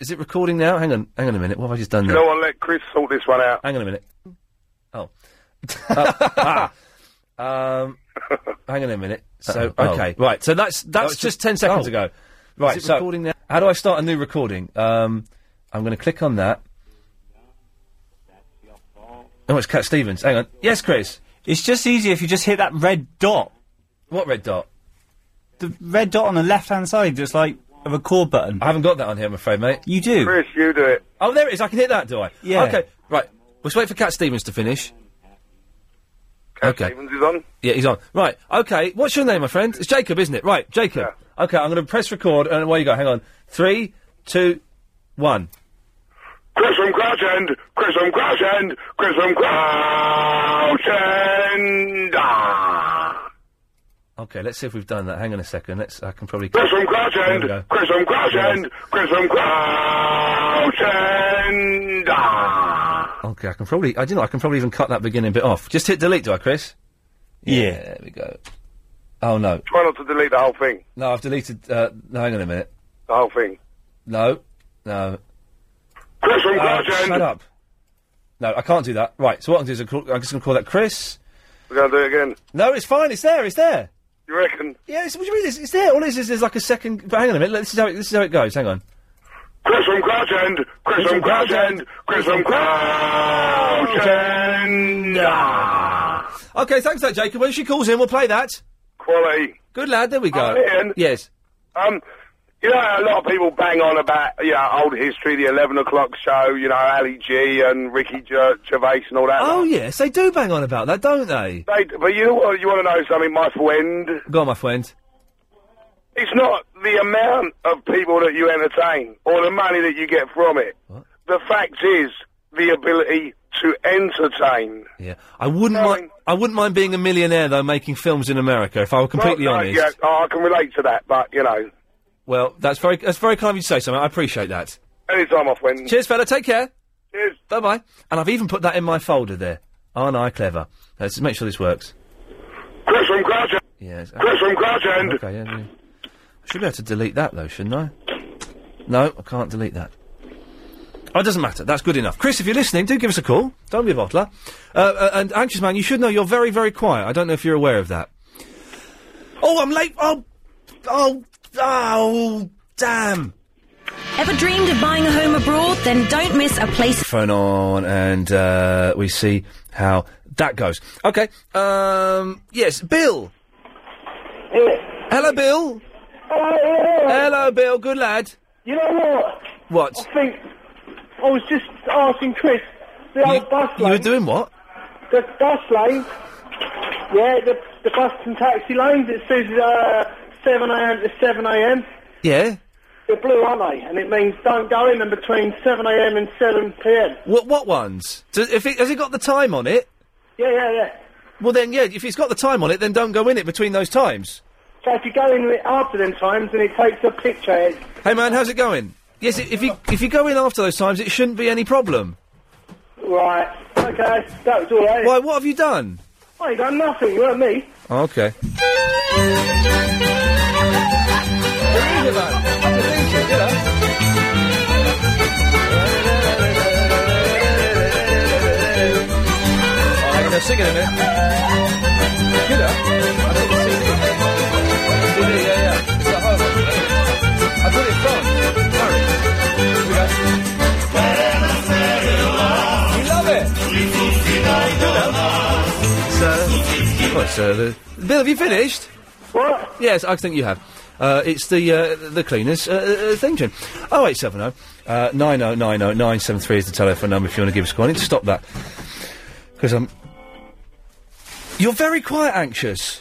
Is it recording now? Hang on. Hang on a minute. What have I just done You there? know what? Let Chris sort this one out. Hang on a minute. Oh. Uh, ah. Um, hang on a minute. So Uh-oh. Oh. okay, Oh. right. So that's that's it's just just- ten seconds oh. ago. Right. Is it so recording now? how do I start a new recording? Um, I'm going to click on that. Oh, it's Cat Stevens. Hang on. Yes, Chris. It's just easier if you just hit that red dot. What red dot? The red dot on the left hand side. It's like a record button. I haven't got that on here, I'm afraid, mate. You do. Chris, you do it. Oh, there it is. I can hit that, do I? Yeah. Okay. Right. Let's wait for Cat Stevens to finish. okay. Stevens is on. Yeah, he's on. Right. Okay. What's your name, my friend? It's Jacob, isn't it? Right, Jacob. Okay. I'm going to press record, and away you go. Hang on. Three, two, one. Chris from Crouch End. Chris from Crouch End. Chris from Crouch End. Ah. Okay. Let's see if we've done that. Hang on a second. Let's. I can probably. Chris from Crouch There End. we go. Chris from Crouch End. Chris from Crouch End. Ah. Okay. I can probably. I do know. I can probably even cut that beginning bit off. Just hit delete, do I, Chris? Yeah. there we go. Oh no. Try not to delete the whole thing. No, I've deleted. Uh, no, hang on a minute. The whole thing. No. No. Chris from Uh, Crouch End. shut up. No, I can't do that. Right. So what I'm doing is I'm call- I'm just going to call that Chris. We're going to do it again. No, it's fine. It's there. It's there. You reckon? Yeah, it's, what do you mean? It's, it's there. All it is is there's like a second. But hang on a minute. let- This is how it, this is how it goes. Hang on. Chris from Crouch End. Chris from Crouch End. Chris from Crouch End. Ah. Okay, thanks, for that Jacob. When she calls in, we'll play that. Quality. Good lad. There we go. Oh, Ian. Yes. Um, you know, a lot of people bang on about you know old history, the eleven o'clock show, you know, Ali G and Ricky Ger- Gervais and all that. Oh yes, they do bang on about that, don't they? They, but you know what? You want to know something, my friend? Go on, my friend. It's not the amount of people that you entertain or the money that you get from it. The fact is the ability to entertain. Yeah, I wouldn't mind. I wouldn't mind being a millionaire though, making films in America. If I were completely Well, no, honest. yeah, oh, I can relate to that, but you know, Well, that's very that's very kind of you to say, something. I appreciate that. anytime, my friend. Cheers, fella. Take care. Cheers. Bye bye. And I've even put that in my folder there. Aren't I clever? Let's make sure this works. Chris from Crouch End. Yes. Chris from Crouch End. Okay, yeah, yeah. I should be able to delete that though, shouldn't I? No, I can't delete that. Oh, it doesn't matter. That's good enough. Chris, if you're listening, do give us a call. Don't be a bottler. Uh, uh, and anxious man, you should know you're very, very quiet. I don't know if you're aware of that. Oh, I'm late. Oh, Oh, oh, damn. Ever dreamed of buying a home abroad? Then don't miss a place. Phone on, and uh, we see how that goes. Okay. Um, yes, Bill. Hello, Bill. Hello, Bill. Good lad. You know what? What? I think I was just asking Chris the old bus You lane, were doing what? the bus lane. Yeah, the the bus and taxi lanes. It says uh, seven a.m. to seven a.m. Yeah. They're blue, aren't they? And it means don't go in them between seven a.m. and seven p.m. What? What ones? Does, if it, has it got the time on it? Yeah, yeah, yeah. Well, then, yeah. If it's got the time on it, then don't go in it between those times. So if you go in uh, after them times, then it takes a picture. It's Hey, man, how's it going? Yes. i- If you if you go in after those times, it shouldn't be any problem. Right. Okay. That was all right. Why? What have you done? Oh, I ain't done nothing. You weren't me. Okay. I'm gonna sing it a minute. Get up. I put the CD. CD, yeah, yeah. It's at home. I put it on. Hurry. Here we go. We love it. So, what, so the, Bill, have you finished? What? Yes, I think you have. Uh, it's the uh, the cleaners uh, uh, thing, Jim. Oh eight seven oh uh, nine oh nine oh nine seven three is the telephone number if you want to give us a call. I need to stop that because I'm. You're very quiet, anxious,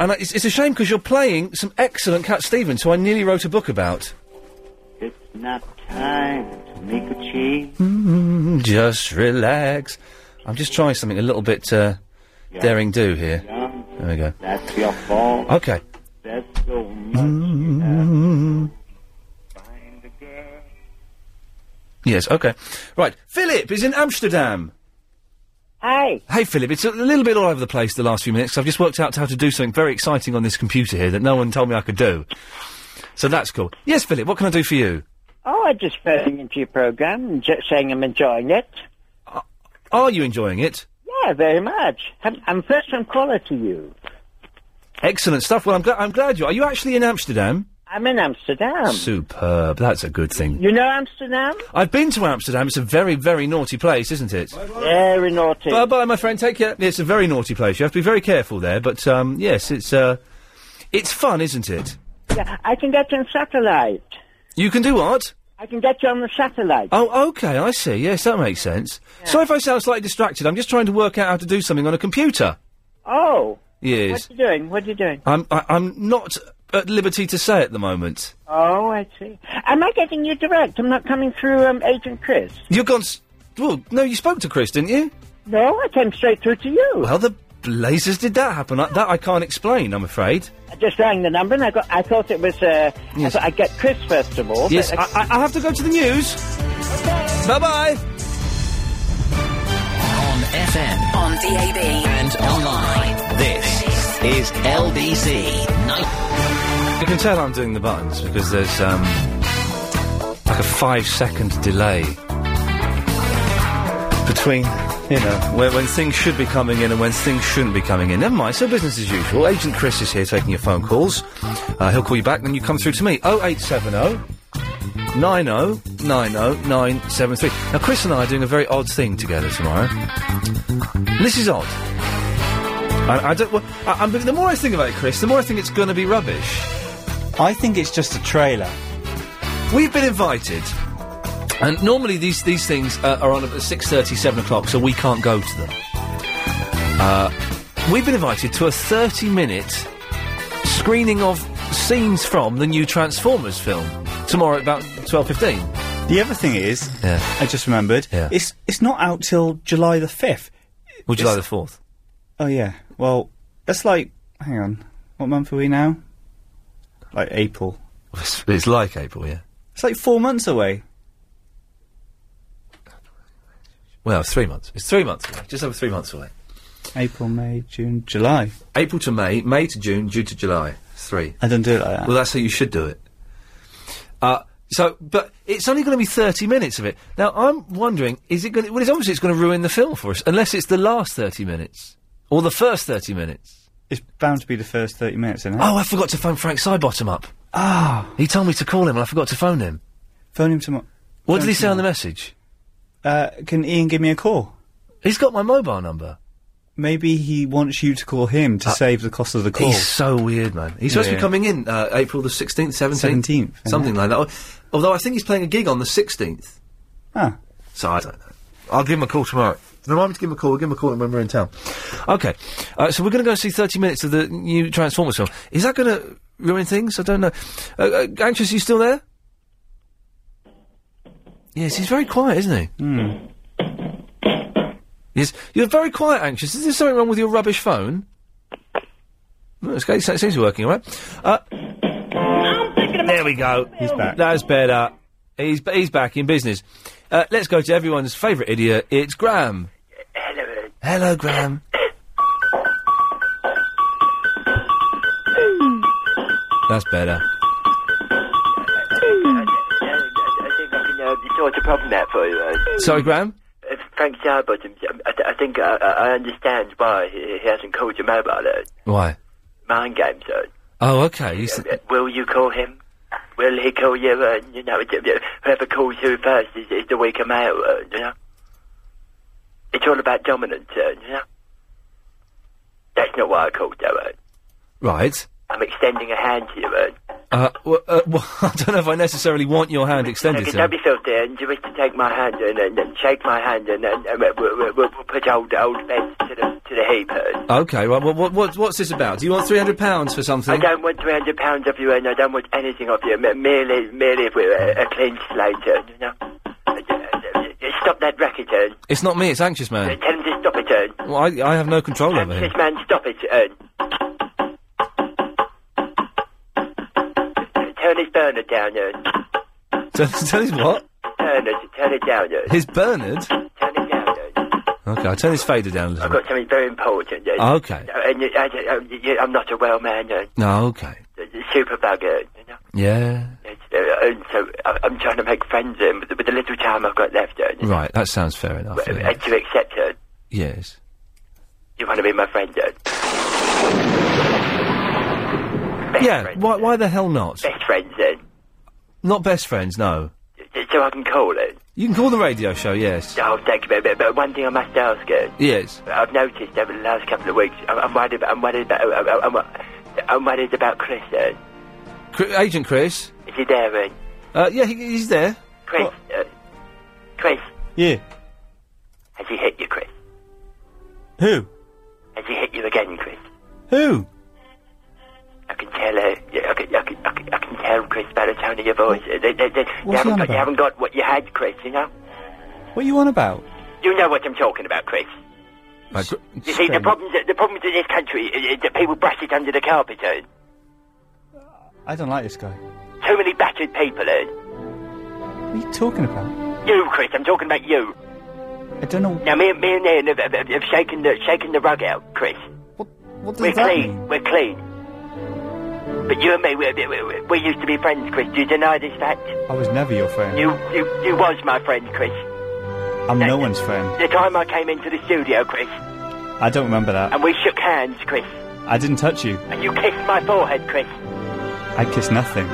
and I- it's, it's a shame because you're playing some excellent Cat Stevens, who I nearly wrote a book about. It's not time to make a change. Mm, just relax. I'm just trying something a little bit uh, daring do here. There we go. That's your fault. Okay. That's so much. Yes, okay. Right, Philip is in Amsterdam. Hey. Hey, Philip, it's a little bit all over the place the last few minutes 'cause I've just worked out how to do something very exciting on this computer here that no one told me I could do. So that's cool. Yes, Philip, what can I do for you? Oh, I just phoning into your program and just saying I'm enjoying it. Are you enjoying it? Yeah, very much. I'm, I'm first on caller to you. Excellent stuff. Well, I'm, gl- I'm glad you are. Are you actually in Amsterdam? I'm in Amsterdam. Superb. That's a good thing. You know Amsterdam? I've been to Amsterdam. It's a very, very naughty place, isn't it? Very naughty. Bye bye, my friend. Take care. It's a very naughty place. You have to be very careful there. But um, yes, it's uh, it's fun, isn't it? Yeah, I can get you on satellite. You can do what? I can get you on the satellite. Oh, okay. I see. Yes, that makes sense. Sorry if I sound slightly distracted. I'm just trying to work out how to do something on a computer. Oh. Yes, What are you doing? What are you doing? I'm. I, I'm not at liberty to say at the moment. Oh, I see. Am I getting you direct? I'm not coming through um, Agent Chris. You've gone. S- well, no, you spoke to Chris, didn't you? No, I came straight through to you. Well, the blazes did that happen? I, that I can't explain. I'm afraid. I just rang the number and I got. I thought it was. Uh, I thought I'd get Chris first of all. Yes, but I, I, I have to go to the news. Bye bye. On FM. On DAB. And online. This is LBC. You can tell I'm doing the buttons because there's um, like a five second delay between, you know, when, when things should be coming in and when things shouldn't be coming in. Never mind, so business as usual. Agent Chris is here taking your phone calls. Uh, he'll call you back, then you come through to me. 0870 90 90 973. Now, Chris and I are doing a very odd thing together tomorrow. This is odd. I, I don't. Well, I, I'm, the more I think about it, Chris, the more I think it's going to be rubbish. I think it's just a trailer. We've been invited, and normally these these things uh, are on at six thirty, seven o'clock, so we can't go to them. Uh, we've been invited to a thirty-minute screening of scenes from the new Transformers film tomorrow at about twelve fifteen. The other thing is, Yeah. I just remembered, it's it's not out till July the fifth. Or July the fourth. Oh yeah. Well, that's like, hang on, what month are we now? Like April. It's, it's like April, yeah. It's like four months away. Well, it's three months. It's three months away. Just over three months away. April, May, June, July. April to May, May to June, June to July. Three. I don't do it like that. Well, that's how you should do it. Uh, so, but it's only going to be thirty minutes of it. Now, I'm wondering, is it going? Well, it's obviously it's going to ruin the film for us, unless it's the last thirty minutes or the first thirty minutes. It's bound to be the first 30 minutes, isn't it? Oh, I forgot to phone Frank Sidebottom up. Ah. He told me to call him and I forgot to phone him. Phone him tomorrow. What did he say on the message? Uh, can Ian give me a call? He's got my mobile number. Uh, Maybe he wants you to call him to save the cost of the call. He's so weird, man. He's supposed to be Yeah. coming in uh, April the 16th, 17th? 17th, Something like that. Although I think he's playing a gig on the 16th. Ah. So I don't know. I'll give him a call tomorrow. Remind me to give him a call. We'll give him a call when we're in town. Okay. Uh, so we're going to go see 30 minutes of the new Transformers film. Is that going to ruin things? I don't know. Uh, uh, Anxious, you still there? Yes, he's very quiet, isn't he? Yes, you're very quiet, anxious. Is there something wrong with your rubbish phone? No, it's okay. It seems working, all right? Uh, there we go. He's back. That's better. He's he's back in business. Uh, let's go to everyone's favourite idiot. It's Graham. uh, Hello. Hello, Graham. uh, That's better. uh, I think I can uh, sort a problem out for you. Uh, Sorry, Graham. uh, Frank Zarbottom, I, th- I think uh, I, I I understand why he, he hasn't called your mobile. Uh, Why? mind games. Uh, Oh, okay. You s- uh, will you call him? Will he call you? Uh, you know, it- it- whoever calls who first is, is the weaker male. Uh, you know, it's all about dominance. Uh, you know, that's not why I called though. Uh, right. I'm extending a hand to you. Uh, Uh, well, uh, well, I don't know if I necessarily want your hand extended. Okay, to don't me. be filthy. And you wish to take my hand and, and, and shake my hand and, and, and we'll, we'll, we'll we'll put old old bed to the to the heap. uh. Okay. Right. Well, what, what what's this about? Do you want three hundred pounds for I something? don't want three hundred pounds of you, and I don't want anything of you. M- merely, merely if we're a, a clean slate. uh, You know. Uh, uh, uh, Stop that racket, uh. It's not me. It's anxious man. Tell him to stop it, uh. Well, I, I have no control over him. This man, stop it, uh. Turn his burner down, uh. Tell tell his what? Turn it, turn it down, uh. His Bernard. Turn it down, uh. Okay. I'll turn his fader down a little I've bit. got something very important. Uh, Oh, okay. Uh, and you, I, I, you, I'm not a well man. Uh, No. Oh, Okay. super bugger. You know? Yeah. It's, uh, and so I, I'm trying to make friends um, with, with the little time I've got left. Uh, Right. That sounds fair enough. uh, yeah. And to accept her, Yes. you want to be my friend. Uh, Yeah. Why? Why the hell not? best friends, uh, Not best friends. No. so I can call it. You can call the radio show. Yes. Oh, thank you, but- but, but one thing I must ask uh, Yes. I've noticed over the last couple of weeks, I'm, I'm worried about, I'm worried about, I'm, I'm, I'm worried about Chris. Uh, Cr- Agent Chris. is he there? Uh, Uh, yeah, he, he's there. Chris, uh, Chris, Yeah. has he hit you, Chris? Who? Has he hit you again, Chris? Who? I can tell. Uh, yeah, I, can, I, can, I, can, I can tell, Chris, by the tone of your voice. Uh, they, they, they, you, What's he haven't on got, you about? haven't got what you had, Chris. You know. What are you on about? You know what I'm talking about, Chris. You see, the Strange. problems, the problems in this country is that people brush it under the carpet. Uh, I don't like this guy. too many battered people. Uh, What are you talking about? you, Chris. I'm talking about you. I don't know. Now, me, and- me and Ian have, have, have- have shaken the shaken the rug out, Chris. What does we're that clean. mean? We're clean. But you and me, we, we, we, we used to be friends, Chris. Do you deny this fact? I was never your friend. You, you, you was my friend, Chris. I'm no one's friend. The time I came into the studio, Chris, I don't remember that. and we shook hands, Chris, I didn't touch you. and you kissed my forehead, Chris. I kissed nothing.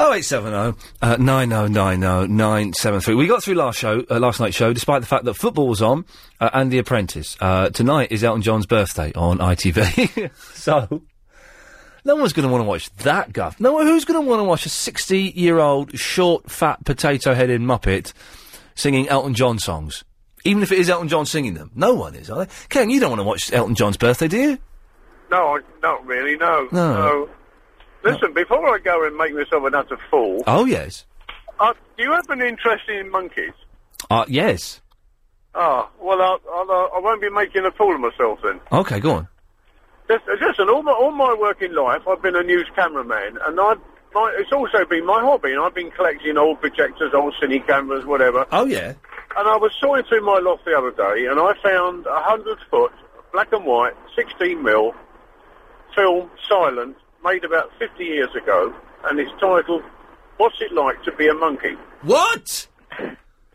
Oh eight seven oh nine oh nine oh nine seven three. We got through last show, uh, last night's show, despite the fact that football was on uh, and The Apprentice. Uh, tonight is Elton John's birthday on ITV, so no one's going to want to watch that guff. No, who's going to want to watch a sixty-year-old short, fat, potato-headed muppet singing Elton John songs? Even if it is Elton John singing them, no one is, are they? Ken, you don't want to watch Elton John's birthday, do you? No, I, not really, no. No. No. Listen, before I go and make myself an utter fool, Oh yes, uh, do you have an interest in monkeys? uh, yes. Ah, well, I'll, I'll, uh, I won't be making a fool of myself then. Okay, go on. Just, listen, all my, all my working life, I've been a news cameraman, and I've, my, it's also been my hobby, and I've been collecting old projectors, old cine cameras, whatever. Oh, yeah. And I was sawing through my loft the other day, and I found a 100 foot, black and white, 16 mil, film, silent, made about 50 years ago, and it's titled, What's It Like to Be a Monkey? What?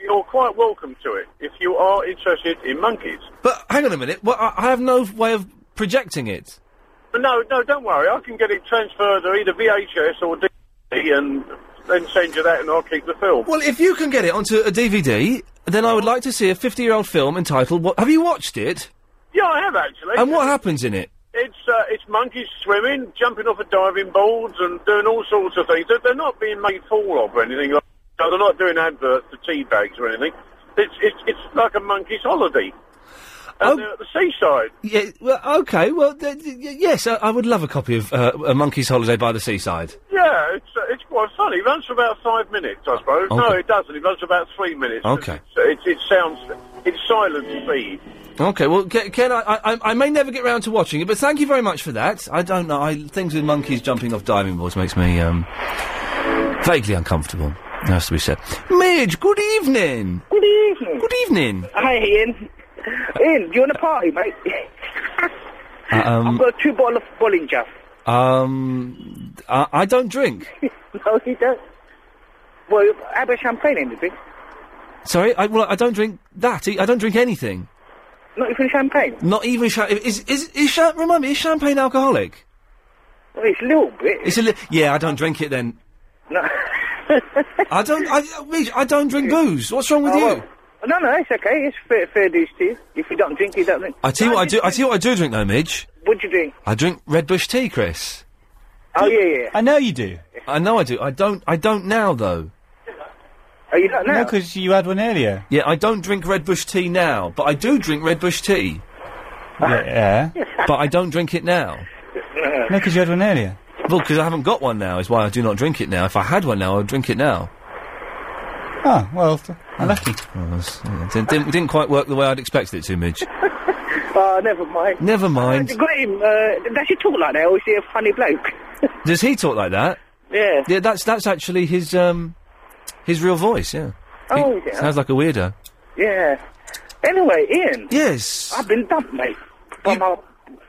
you're quite welcome to it if you are interested in monkeys. But hang on a minute. Well, I, I have no way of projecting it. But no, no, don't worry. I can get it transferred to either VHS or DVD and then send you that and I'll keep the film. Well, if you can get it onto a DVD, then I would like to see a 50 year old film entitled. What, have you watched it? Yeah, I have actually. And what happens in it? It's uh, it's monkeys swimming, jumping off of diving boards, and doing all sorts of things. They're- They're not being made fool of or anything. Like that. They're not doing adverts for tea bags or anything. It's it's it's like a monkey's holiday, and Oh. they're at the seaside. Yeah, well, okay, well, th- th- y- yes, I, I would love a copy of uh, A Monkey's Holiday by the Seaside. Yeah, it's uh, it's quite funny. It runs for about five minutes, I suppose. No, Okay. it doesn't. It runs for about three minutes. Okay. So it it sounds it's silent speed. Okay, well, Ken, Ken I, I, I may never get round to watching it, but thank you very much for that. I don't know. I, things with monkeys jumping off diving boards makes me um, vaguely uncomfortable. That has to be said. Midge, good evening. Good evening. Good evening. Mm-hmm. Hi, Ian. Ian, do you want a party, mate? I've Um, got two bottle of Bollinger. um, I, I don't drink. no, he does. Well, have a champagne in the drink. Sorry, I, well, I don't drink that. I don't drink anything. Not even champagne. Not even champagne. Is, is, is, cha- remind me, is champagne alcoholic? Well, it's a little bit. It's a li- yeah, I don't drink it then. No. I don't, I, Midge, I don't drink booze. What's wrong with Oh, you? well. No, no, it's okay. It's fair, fair dues to you. If you don't drink, you don't drink. I tell you what I do, I tell you what I do drink though, Midge. What'd you drink? I drink Red Bush tea, Chris. Oh, yeah, yeah. I know you do. I know I do. I don't. I don't now though. Are you not now? because you had one earlier. Yeah, I don't drink Red Bush tea now, but I do drink Red Bush tea. Yeah. but I don't drink it now. No. because you had one earlier. Well, because I haven't got one now is why I do not drink it now. If I had one now, I would drink it now. Ah, well, th- Lucky. didn't, didn't, didn't quite work the way I'd expected it to, Midge. Oh, never mind. Never mind. Graham, uh, does he talk like that, or is he a funny bloke? Does he talk like that? Yeah. Yeah, that's that's actually his um his real voice. Yeah. Oh, yeah. Sounds like a weirdo. Yeah. Anyway, Ian. Yes. I've been dumped, mate. By my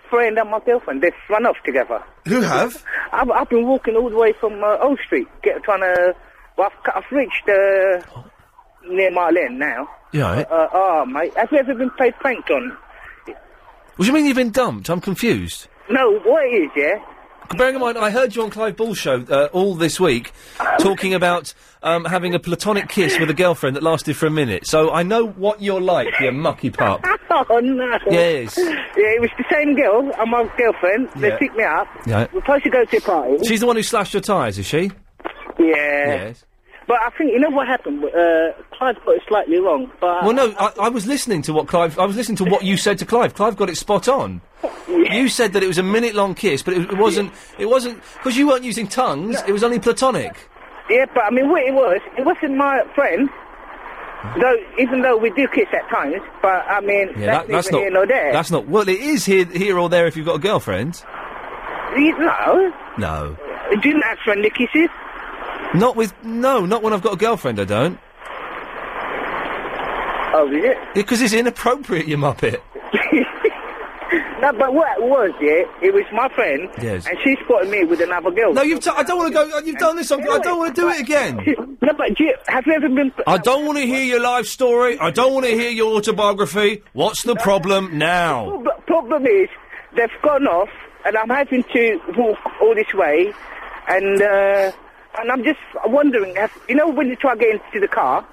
friend and my girlfriend. They've run off together. Who have? I've, I've been walking all the way from uh, Old Street, get, trying to. Well, I've, cut- I've reached uh, near Mile End now. Yeah. all right. Uh, oh, mate. Have you ever been played prank on? What do you mean you've been dumped? I'm confused. No, what it is, yeah? Bearing in mind, I heard you on Clive Bull show uh, all this week Uh, talking about um, having a platonic kiss with a girlfriend that lasted for a minute. So I know what you're like, you mucky pup. Oh, no. Yes. Yeah, it was the same girl and my girlfriend. Yeah. They picked me up. Yeah. We're supposed to go to a party. She's the one who slashed your tyres, is she? Yeah. Yes. But I think, you know what happened? Uh, Clive got it slightly wrong, but... Well, no, I, I was listening to what Clive. I was listening to what you said to Clive. Clive got it spot on. You said that it was a minute-long kiss, but it, it wasn't. It wasn't because you weren't using tongues. It was only platonic. Yeah, but I mean, what it was, it wasn't my friend. Though, even though we do kiss at times, but I mean, that- that's, neither here nor there. That's not. Well, it is here, here or there if you've got a girlfriend. You- no. No, Do you not have friendly kisses? not with. No, not when I've got a girlfriend. I don't. Oh, is it? Because it's inappropriate, you muppet. No, but what it was, yeah, it was my friend, Yes. and she spotted me with another girl. No, you've. T- I don't want to go. uh, You've done this. On, I don't want to do it again. No, but do you, have you ever been? I don't want to hear your life story. I don't want to hear your autobiography. What's the problem now? Prob- problem is, they've gone off, and I'm having to walk all this way, and uh, and I'm just wondering, if, you know, when you try to get into the car,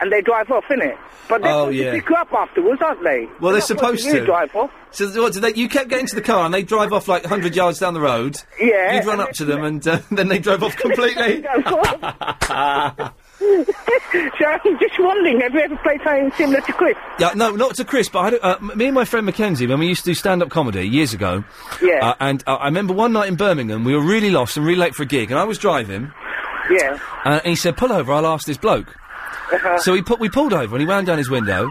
and they drive off, innit? But they're Oh, supposed yeah. to pick you up afterwards, aren't they? Well, they're not supposed You to. drive off. So what? Did they, you kept getting to the car and they drive off like hundred yards down the road. Yeah. You'd run up to them and uh, then they drove off completely. yeah, so I'm just wondering, have you ever played something similar to Chris? no, not to Chris, but I don't, uh, m- me and my friend Mackenzie when we used to do stand-up comedy years ago. Yeah. Uh, and uh, I remember one night in Birmingham, we were really lost and really late for a gig, and I was driving. Yeah. Uh, and he said, "Pull over, I'll ask this bloke." Uh-huh. So we put we pulled over, and he wound down his window.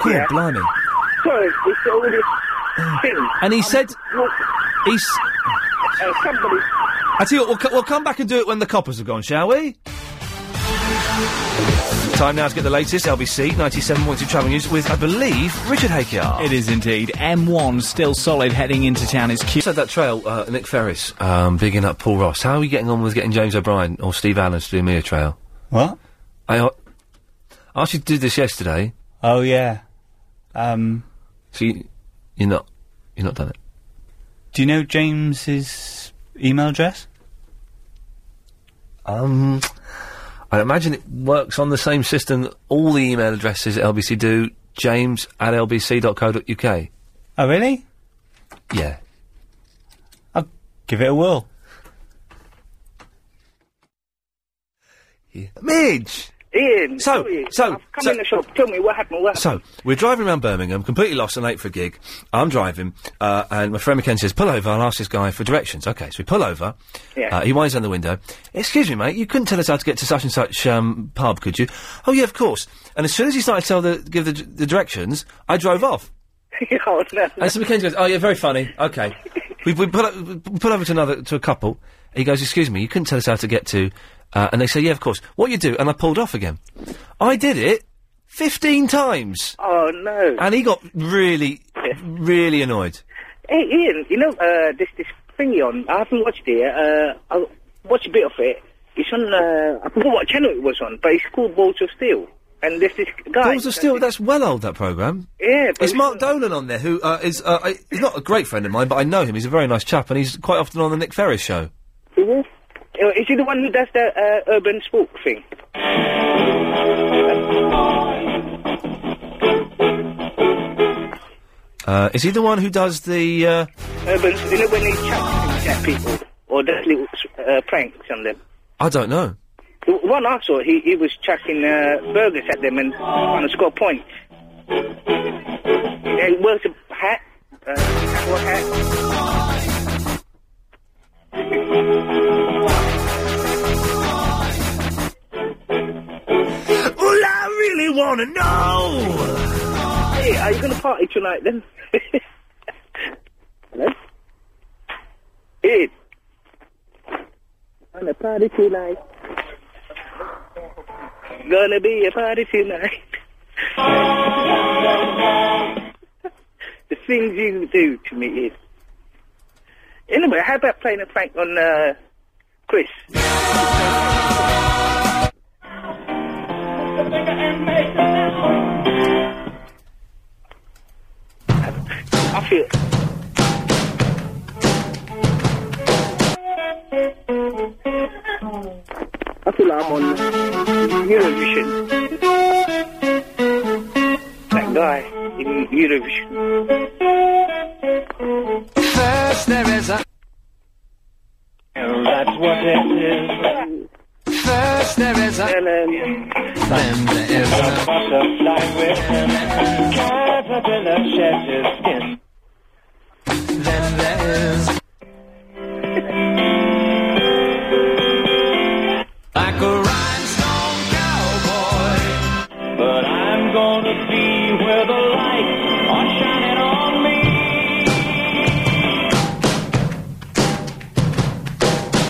Cool, Yeah. blimey! Sorry, it's all this thing. And he said, "He's." Uh, somebody. I tell you what, we'll, co- we'll come back and do it when the coppers have gone, shall we? Time now to get the latest LBC 97.2 travel news with, I believe, Richard Hakeyar. It is indeed. M1 still solid heading into town. It's Q. So that trail, uh, Nick Ferris, um, bigging up Paul Ross. How are you getting on with getting James O'Brien or Steve Allen to do me a trail? What? I, uh, I actually did this yesterday. Oh yeah. Um. So you, you're not, you're not done it. Do you know James's email address? Um, I imagine it works on the same system that all the email addresses at LBC do. James at lbc.co.uk. Oh really? Yeah. Give it a whirl. Midge. Ian, So, sorry. so, I've come so- in the shop. Tell me what happened. What happened? So we're driving around Birmingham, completely lost and late for a gig. I'm driving, uh, and my friend Mackenzie says, "Pull over." I'll ask this guy for directions. Okay, so we pull over. Yeah. Uh, he winds down the window. Excuse me, mate. You couldn't tell us how to get to such and such um, pub, could you? Oh yeah, of course. And as soon as he started to tell the give the, the directions, I drove off. oh, no. And so Mackenzie goes, "Oh yeah, very funny." Okay, we we put o- we put over to another to a couple. He goes, "Excuse me, you couldn't tell us how to get to," uh, and they say, "Yeah, of course." What you do? And I pulled off again. I did it fifteen times. Oh no! And he got really, really annoyed. Hey, Ian, you know uh, this this thingy on? I haven't watched it. yet. Uh, I watched a bit of it. It's on. Uh, I forgot what channel it was on, but it's called Balls of Steel. And there's this guy. Balls of Steel. That's well old that program. Yeah, but It's Mark Dolan on there, who uh, is uh, I- he's not a great friend of mine, but I know him. He's a very nice chap, and he's quite often on the Nick Ferris show. Is it? Uh, Is he the one who does the uh, urban spook thing? Uh, is he the one who does the? Uh, Urban, you know when they chat at people or does little uh, pranks on them. I don't know. The one I saw, he, he was chucking uh, burgers at them and trying to score points. And he wears a hat, uh, cowboy hat. Well, I really want to know. Hey, are you going to party tonight then? Hello? Hey. Gonna party tonight. Gonna be a party tonight. the things you do to me is. Anyway, how about playing a prank on uh, Chris? I feel. I feel I'm on Eurovision. That guy in Eurovision. First there is a. Oh, That's what it is. First there is a. Then there is a butterfly with caterpillar shed his skin. Then there is. like a rhinestone cowboy, but I'm gonna be where the lights are shining on me. How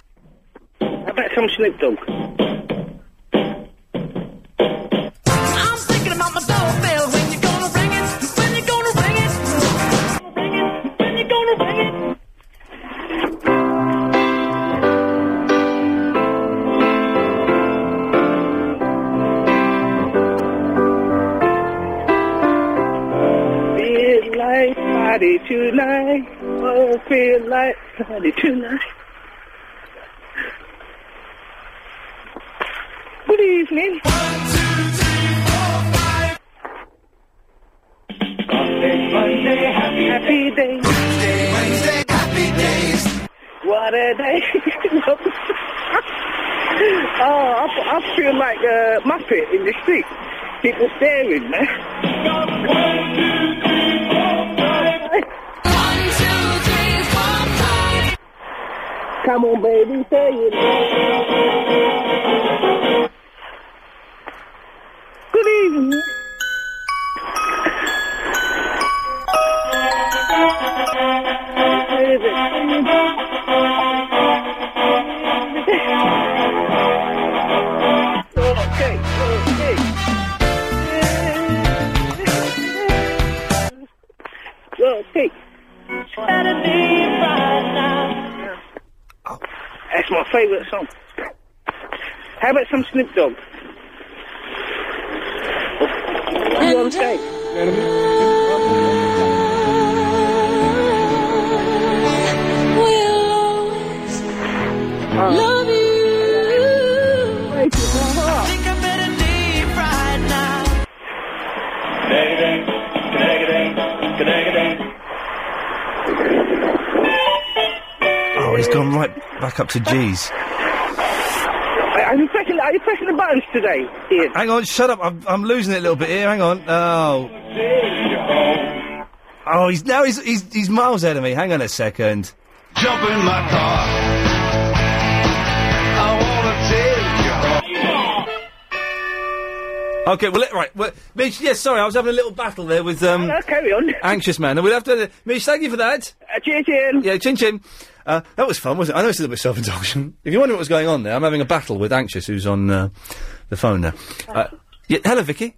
about some Snoop Dogg? I'm thinking about my doorbell. When you gonna ring it? When you gonna ring it? When you gonna ring it? Feel like party tonight. Oh, feel like party tonight. Good evening. Monday, happy, happy day. Wednesday, Wednesday, happy days. What a day. oh, I, f- I feel like a Muppet in the street. People staring, man. Come on, baby, say it. Good evening. Well, take. Oh, That's my favourite song. How about some Snoop Dogg? you on tape. Love you. I think I better leave right now. Oh, he's gone right back up to G's. Are you pressing, are you pressing the buttons today, Ian? Hang on, shut up. I'm, I'm losing it a little bit here. Hang on. Oh. Oh, he's now he's, he's he's miles ahead of me. Hang on a second. Jump in my car. I wanna take you home. Okay, well, let- right. Well, Mish, yes, sorry, I was having a little battle there with um. carry on. Anxious man, and we'll have to. Mish, thank you for that. Uh, chin chin. Yeah, chin chin. Uh, that was fun, wasn't it? I know it's a little bit self-indulgent. If you wonder what was going on there, I'm having a battle with Anxious, who's on uh, the phone now. Uh, yeah, hello, Vicky.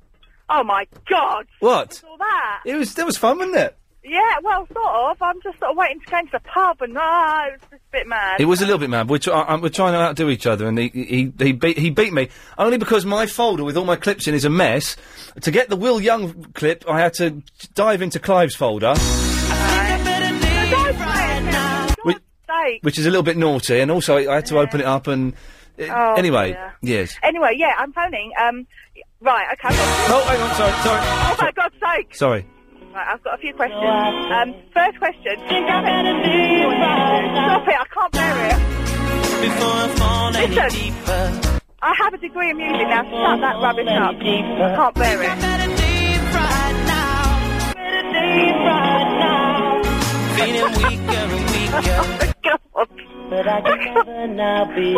Oh my God! What? All that. It was that was fun, wasn't it? Yeah, well, sort of. I'm just sort of waiting to go into the pub, and ah, it was just a bit mad. Uh, It was a little bit mad. We're, try- I- I'm- we're trying to outdo each other, and he, he, he, beat, he beat me only because my folder with all my clips in is a mess. To get the Will Young clip, I had to dive into Clive's folder, which, Mistake. which is a little bit naughty, and also I had to open it up and. Oh, anyway, dear. yes. Anyway, yeah, I'm phoning. Um, y- right, okay. I've got- Oh, hang on, sorry, sorry. Oh my God's sake! Sorry. Right, I've got a few questions. Um, first question. Damn it. Stop it! I can't bear it. Listen, I have a degree in music now. Shut that rubbish up. I can't bear it. I can't be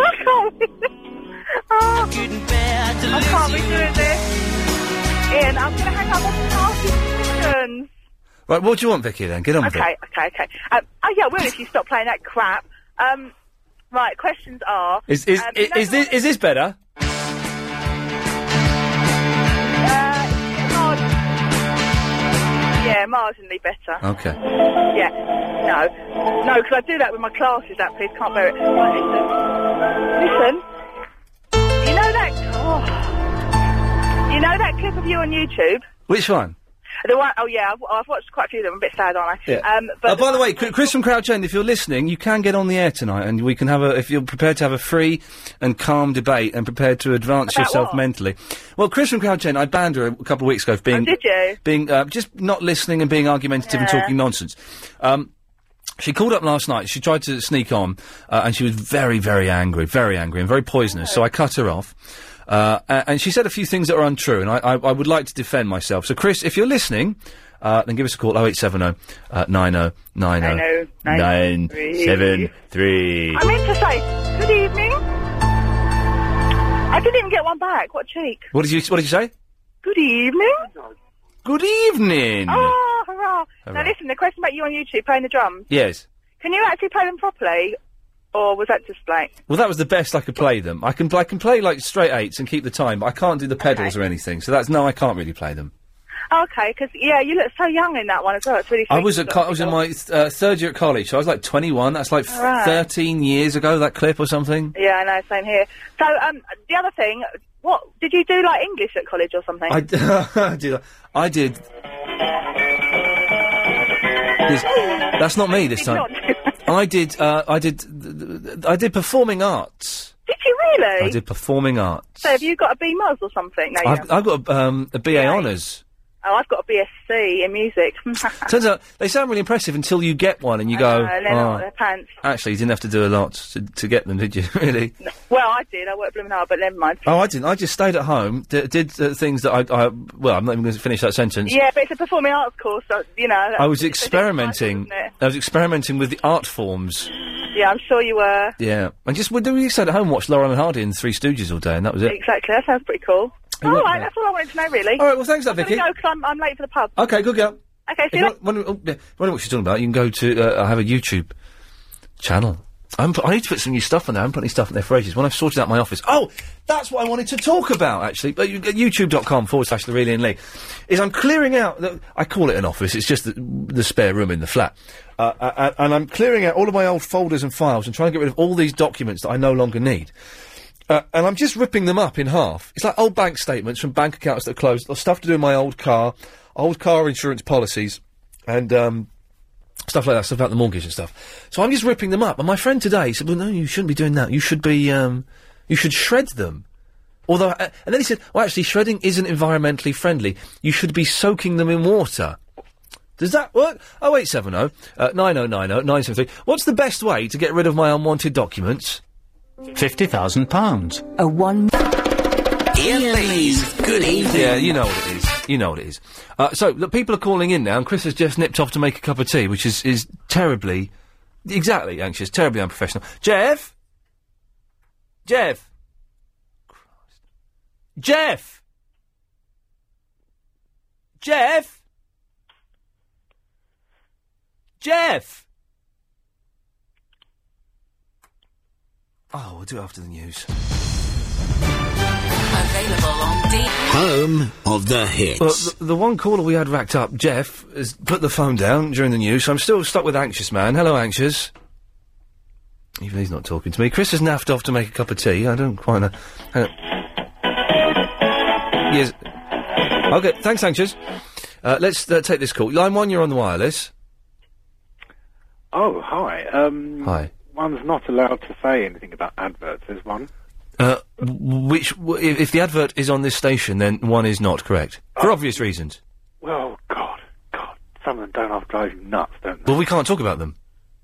I can't be doing this. Ian, I'm going to hang up on party questions. Right, what do you want, Vicky? Then get on with Okay, it. okay, okay. Um, oh, yeah, well, if you stop playing that crap. Um, right, questions are... Is is um, is, number is this is this better? Marg- Yeah, marginally better. Oh, Okay. Yeah. No. No, because I do that with my classes, that please can't bear it. Right, listen. Listen. You know that... Oh. You know that clip of you on YouTube? Which one? The one... Oh, yeah, I've, I've watched quite a few of them. I'm a bit sad, aren't I? Yeah. Um, but oh, by the way, Chri- Chris from Crouch End, if you're listening, you can get on the air tonight, and we can have a. If you're prepared to have a free and calm debate, and prepared to advance About yourself what? mentally. Well, Chris from Crouch End, I banned her a couple of weeks ago for being Oh, did you? being uh, just not listening and being argumentative and Yeah. talking nonsense. Um, she called up last night. She tried to sneak on, uh, and she was very, very angry, very angry, and very poisonous. So I cut her off. Uh, a- and she said a few things that are untrue, and I, I, I would like to defend myself. So, Chris, if you're listening, uh, then give us a call 0870 uh, 90 oh, 90 973. I meant to say, good evening. I didn't even get one back. What a cheek. What did you What did you say? Good evening. Good evening. Oh, hurrah. Hurrah. Now, listen, the question about you on YouTube playing the drums. Yes. Can you actually play them properly? Or was that just like. Well, that was the best I could play them. I can I can play like straight eights and keep the time, but I can't do the pedals or anything. So that's no, I can't really play them. Oh, Okay, because, yeah, you look so young in that one as well. It's really I was at sweet. co- I was in my uh, third year at college, so I was like 21. That's like All right. 13 years ago. That clip or something. Yeah, I know, same here. So, um, the other thing, what. Did you do, like, English at college or something? I, d- I did. I did. This- that's not me this time. I did. Uh, I did. th- th- th- I did performing arts. Did you really? I did performing art. So, have you got a B Mos or something? No, you I've, haven't. I've got a, um, a BA honours. Oh, I've got a BSc in music. Turns out they sound really impressive until you get one and you go. Uh, they're not "Oh." their pants. Actually, you didn't have to do a lot to, to get them, did you? really? Well, I did. I worked Blooming Hard, but never mind. Oh, I didn't. I just stayed at home, d- did uh, things that I, I. Well, I'm not even going to finish that sentence. Yeah, but it's a performing arts course, so, you know. I was it's- it's different, experimenting. isn't it? I was experimenting with the art forms. Yeah, I'm sure you were. Yeah, and just we we just sat at home, watched Laurel and Hardy and Three Stooges all day, and that was it. Exactly. That sounds pretty cool. Who all wrote right, that? that's all I wanted to know, really. All right, well, thanks, for that, I'm gonna Vicky. go 'cause I'm, I'm late for the pub. Okay, good girl. Okay, If see you you. want- wonder, oh, yeah, wonder what she's talking about, you can go to uh, I have a YouTube channel. I'm, pu- I need to put some new stuff on there. I haven't put any stuff on there for ages. When I've sorted out my office, oh, that's what I wanted to talk about actually. But you, YouTube.com forward slash the Really and Lee is I'm clearing out. The, I call it an office. It's just the, the spare room in the flat, uh, a- a- and I'm clearing out all of my old folders and files and trying to get rid of all these documents that I no longer need. Uh, and I'm just ripping them up in half. It's like old bank statements from bank accounts that are closed, or stuff to do with my old car, old car insurance policies, and um, stuff like that, stuff about the mortgage and stuff. So I'm just ripping them up. And my friend today said, "Well, no, you shouldn't be doing that. You should be, um, you should shred them." Although, uh, and then he said, "Well, actually, shredding isn't environmentally friendly. You should be soaking them in water." Does that work? Oh eight seven oh nine oh nine oh nine seven three. What's the best way to get rid of my unwanted documents? Fifty thousand pounds. A one. Ian Lee's good evening. Yeah, you know what it is. You know what it is. Uh, so look, people are calling in now, and Chris has just nipped off to make a cup of tea, which is is terribly, exactly anxious, terribly unprofessional. Jeff, Jeff, Jeff, Jeff. Jeff! Oh, we'll do it after the news. Available on D. Home of the hits. Well, the, the one caller we had racked up, Jeff, has put the phone down during the news, so I'm still stuck with Anxious Man. Hello, Anxious. Even he's not talking to me. Chris has naffed off to make a cup of tea. I don't quite know. Hang on. Yes. Okay, thanks, Anxious. Uh, let's uh, take this call. Line one, you're on the wireless. Oh, hi. Um, Hi. One's not allowed to say anything about adverts, is one? Uh, w- which, w- if if the advert is on this station, then one is not correct. For obvious reasons. Well, God, God, some of them don't half drive you nuts, don't they? Well, we can't talk about them.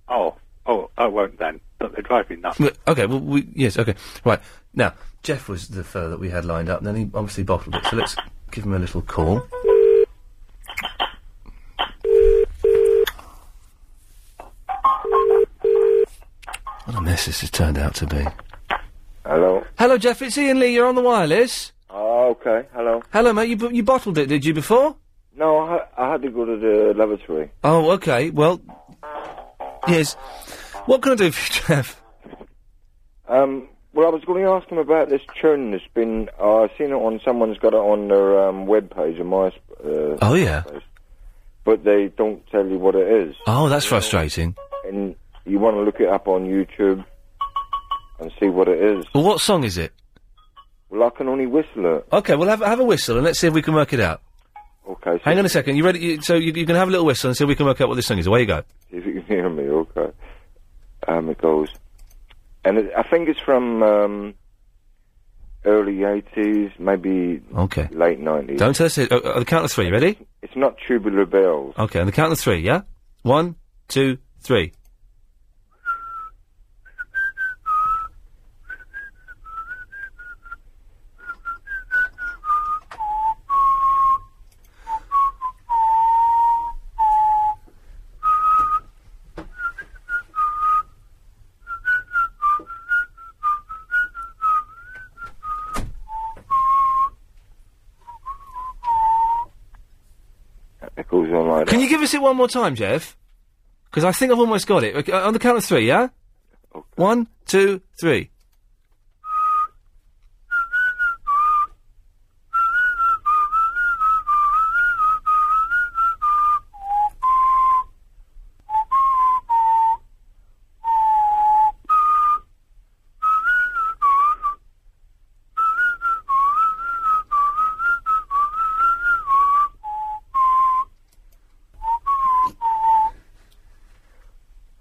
Oh, oh, I won't then, but they drive me nuts. Well, Okay, well, we, yes, okay. Right. Now, Jeff was the fellow that we had lined up, and then he obviously bottled it, so let's give him a little call. What a mess this has turned out to be. Hello. Hello, Jeff, it's Ian Lee, you're on the wireless. Oh, okay. Hello. Hello, mate, you, bu- you bottled it, did you, before? No, I, ha- I had to go to the laboratory. Oh, okay, well, yes. What can I do for you, Jeff? Um, well, I was going to ask him about this churn that's been. Uh, I've seen it on someone's got it on their um, web page, on my. sp- Uh, Oh, yeah. page. But they don't tell you what it is, Oh, that's frustrating. and you want to look it up on YouTube and see what it is. Well, what song is it? Well, I can only whistle it. Okay, well, have, have a whistle and let's see if we can work it out. Okay. So Hang on a second. You ready? You, so you, you can have a little whistle and see if we can work out what this song is. Away you go. If you can hear me, okay. Um, it goes, and it, I think it's from um, early eighties, maybe Okay. late nineties. Don't tell us it. Uh, uh, the count of three. Ready? It's not Tubular Bells. Okay, on the count of three, yeah? One, two, three. It goes on like Can you give us it one more time, Jeff? Because I think I've almost got it. Okay, uh, on the count of three, yeah? One, two, three.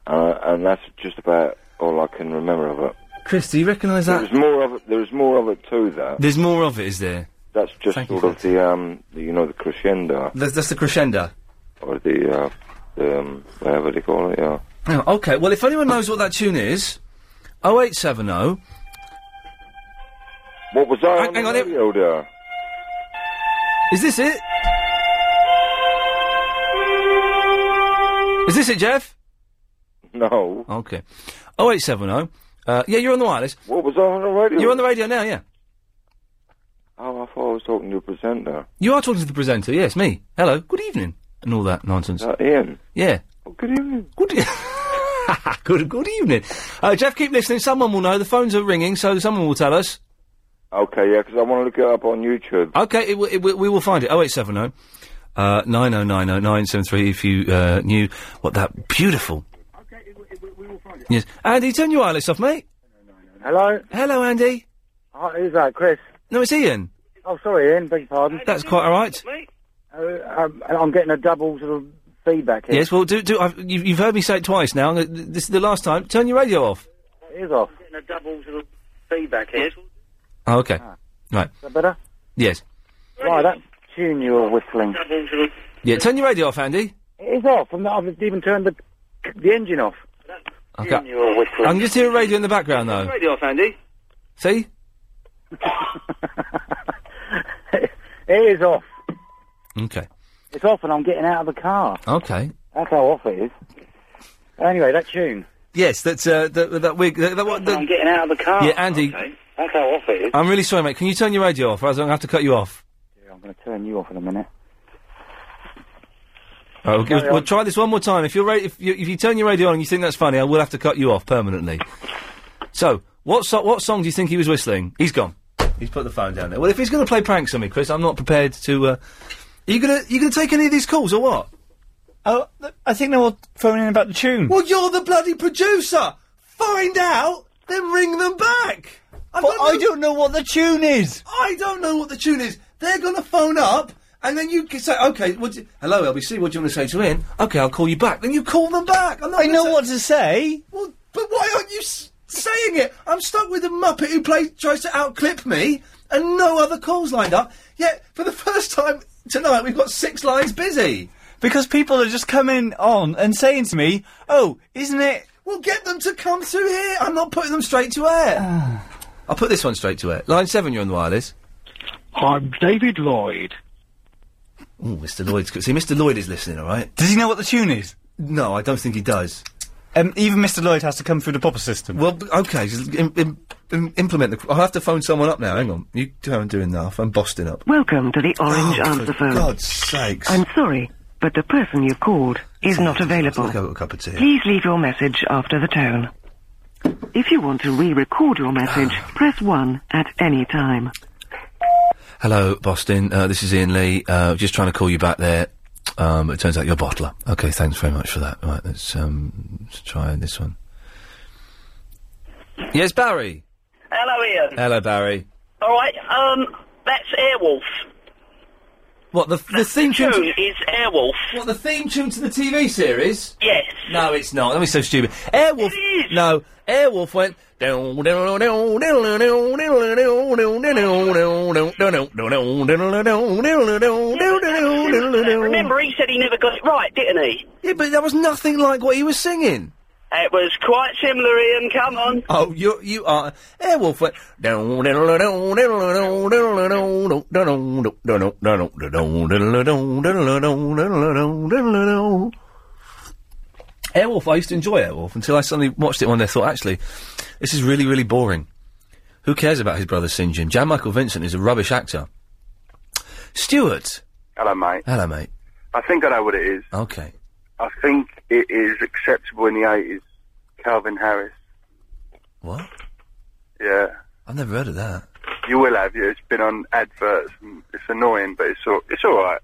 that, uh, and that's just about all I can remember of it. Chris, do you recognise that? There's more of it. There's more of it to that. There's more of it, is there? Uh, That's just sort of the um, the, you know, the crescendo That's, that's the crescendo. or the, uh, the um, whatever they call it. Yeah. Oh, okay, well, if anyone knows what that tune is, 0870. What was I on hang the on radio there? Is this it? Is this it, Jeff? No. Okay. 0870. Uh, yeah, you're on the wireless. What was I on the radio? You're on the radio now, yeah. Oh, I thought I was talking to a presenter. You are talking to the presenter, yes, me. Hello, good evening, and all that nonsense. Uh, Ian. Yeah. good evening. Good. E- good. Good evening, uh, Jeff. Keep listening. Someone will know. The phones are ringing, so someone will tell us. Okay, yeah, because I want to look it up on YouTube. Okay, it, w- it, w- we will find it. Oh, 0870 uh, 9090973 if you uh, knew what that beautiful. Yes. Andy, turn your wireless off, mate. Hello. Hello, Andy. Hi, who's that, Chris? No, it's Ian. Oh, sorry, Ian. Beg your pardon. That's quite all right. Uh, um, and I'm getting a double sort of feedback here. Yes, well, do do I've, you've, you've heard me say it twice now. and th- This is the last time. Turn your radio off. It is off. Getting a double sort of feedback here. Oh, okay. Right. Is that better? Yes. Right, that tune you were whistling. Yeah. Turn your radio off, Andy. It is off. I'm not, I've even turned the the engine off. Okay. I'm just hearing radio in the background though. Radio off, Andy. See? It is off. Okay. It's off, and I'm getting out of the car. Okay. That's how off it is. Anyway, that tune. Yes, that's uh, that that wig. That, that, what- that- I'm getting out of the car. Yeah, Andy. That's how off it is. I'm really sorry, mate. Can you turn your radio off? Otherwise, I'm gonna have to cut you off. I'm going to turn you off in a minute. All right, we'll, Carry give- Oh, we'll on. try this one more time. If you're ra- if you if you turn your radio on and you think that's funny, I will have to cut you off permanently. So, what so- what song do you think he was whistling? He's gone. He's put the phone down there. Well, if he's going to play pranks on me, Chris, I'm not prepared to. Uh... Are you gonna you gonna take any of these calls or what? Oh, I think they were phoning in about the tune. Well, you're the bloody producer. Find out, then ring them back. I But I don't know what the tune is. I don't know what the tune is. They're going to phone up, and then you can say, "Okay, what do you, hello, LBC. What do you want to say to Ian? Okay, I'll call you back." Then you call them back. I'm not I know what to say. Well, but why aren't you s- saying it? I'm stuck with a muppet who plays tries to outclip me, and no other calls lined up. Yet, for the first time tonight, we've got six lines busy. Because people are just coming on and saying to me, "Oh, isn't it?" Well, get them to come through here. I'm not putting them straight to Ah. air. I'll put this one straight to air. Line seven, you're on the wireless. I'm David Lloyd. Oh, Mr. Lloyd's good. See, Mr. Lloyd is listening, all right? Does he know what the tune is? No, I don't think he does. Um, even Mr. Lloyd has to come through the popper system. Well, b- okay, just im- im- im- implement the. I'll have to phone someone up now. Hang on. You haven't doing that. I'll phone Boston up. Welcome to the Orange Oh, for Answer Phone. God's sakes. I'm sorry, but the person you called is not available. Go a cup of tea. Please leave your message after the tone. If you want to re-record your message, press 1 at any time. Hello, Boston. Uh, this is Ian Lee. Uh, just trying to call you back there. Um, it turns out you're a bottler. Okay, thanks very much for that. Right, let's, um, let's try this one. Yes, Barry. Hello, Ian. Hello, Barry. All right, um, that's Airwolf. What, the, the theme tune? Tune is Airwolf. What, the theme tune to the TV series? Yes. No, it's not. That was so stupid. Airwolf. No, Airwolf went. Remember, he said he never got it right, didn't he? Yeah, but that was nothing like what he was singing. It was quite similar, Ian. Come on. Oh, you you are Airwolf went. Airwolf, I used to enjoy Airwolf until I suddenly watched it one day. and Thought actually, this is really really boring. Who cares about his brother Sinjin? Jan Michael Vincent is a rubbish actor. Stuart, Hello, mate. hello mate. I think I know what it is. Okay, I think it is acceptable in the 80s. Calvin Harris. what? Yeah. I've never heard of that. You will have. Yeah, it's been on adverts. And it's annoying, but it's all, it's all right.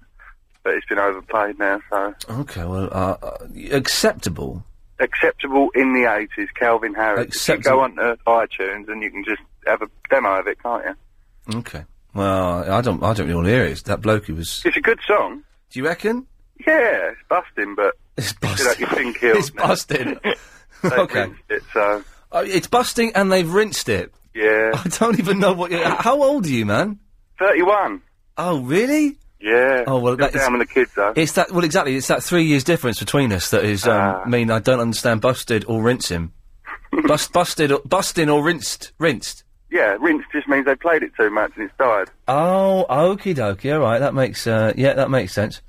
But it's been overplayed now, so Okay, well, uh, uh, acceptable. acceptable in the 80s. Calvin Harris. If You Acceptable. go on to iTunes and you can just have a demo of it, can't you? Okay. Well, I don't. I don't really want to hear it. It's that bloke who was. It's a good song. Do you reckon? Yeah, it's busting, but it's busting. Like you think it's busting. Okay. It, so Uh, it's busting, and they've rinsed it. yeah, I don't even know what. you How old are you, man? thirty-one. Oh, really? Yeah. Oh well, Just that is. down with the kids though. It's that. Well, exactly. It's that three years difference between us that is. Um, Ah. mean, I don't understand busted or rinse him. Bust, busted, or, busting or rinsed, rinsed. Yeah, rinse just means they played it too much and it's died. Oh, okie dokie. All right, that makes. Uh, yeah, that makes sense.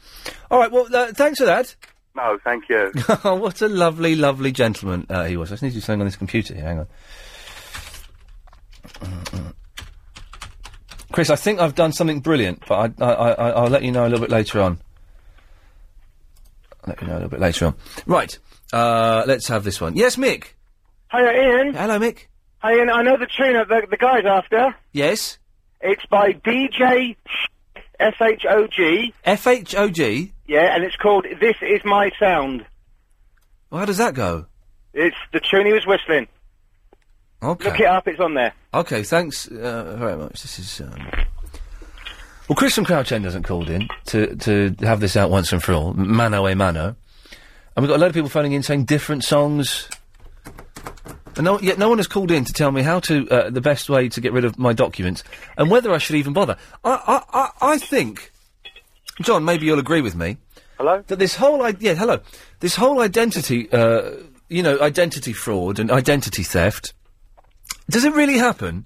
All right. Well, uh, thanks for that. No, thank you. oh, what a lovely, lovely gentleman uh, he was. I just need to do something on this computer here. Hang on. Chris, I think I've done something brilliant, but I, I, I, I'll let you know a little bit later on. I'll let you know a little bit later on. Right, uh, let's have this one. Yes, Mick. Hiya, Ian. Hello, Mick. Hi, Ian. I know the tune that the, the guy's after. Yes. It's by DJ SHOG. FHOG. Yeah, and it's called This Is My Sound. Well, how does that go? It's the tune he was whistling. Okay. Look it up, it's on there. Okay, thanks uh, very much. This is. Um... Well, Chris from Crouch End hasn't called in to, to have this out once and for all. Mano a mano. And we've got a lot of people phoning in saying different songs. And no, yet no one has called in to tell me how to, uh, the best way to get rid of my documents and whether I should even bother. I, I, I, I think, John, maybe you'll agree with me. Hello? That this whole, I- yeah, hello. This whole identity, uh, you know, identity fraud and identity theft, does it really happen?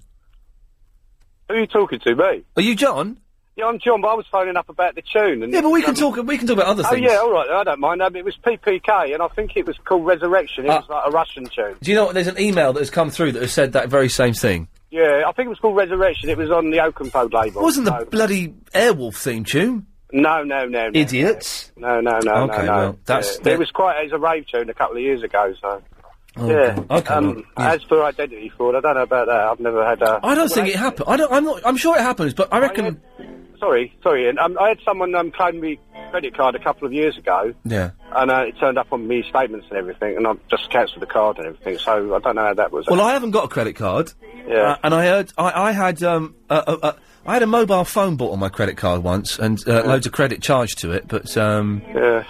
Who are you talking to, me? Are you John? Yeah, I'm John, but I was phoning up about the tune. And Yeah, but we can um, talk. We can talk about other Oh things. yeah, all right. I don't mind. Um, it was PPK, and I think it was called Resurrection. Ah. It was like a Russian tune. Do you know what? There's an email that has come through that has said that very same thing. Yeah, I think it was called Resurrection. It was on the Oakenfold label. Wasn't the so- bloody Airwolf theme tune? No, no, no, no. Idiots. No, no, no, Okay, no, no. well, that's- Yeah, It was quite. It was a rave tune a couple of years ago. So. Oh, yeah. God. Okay, Um, As for identity fraud, I don't know about that. I've never had. Uh, I don't think it happened. I don't. I'm not. I'm sure it happens, but I reckon. Sorry, sorry. Ian. Um, I had someone um, claim me credit card a couple of years ago. yeah. And uh, it turned up on me statements and everything, and I just cancelled the card and everything. So I don't know how that was. Well, I haven't got a credit card. Yeah. Uh, and I heard. I, I had. Um. Uh, uh, uh, I had a mobile phone bought on my credit card once, and uh, loads of credit charged to it. But um. Yeah.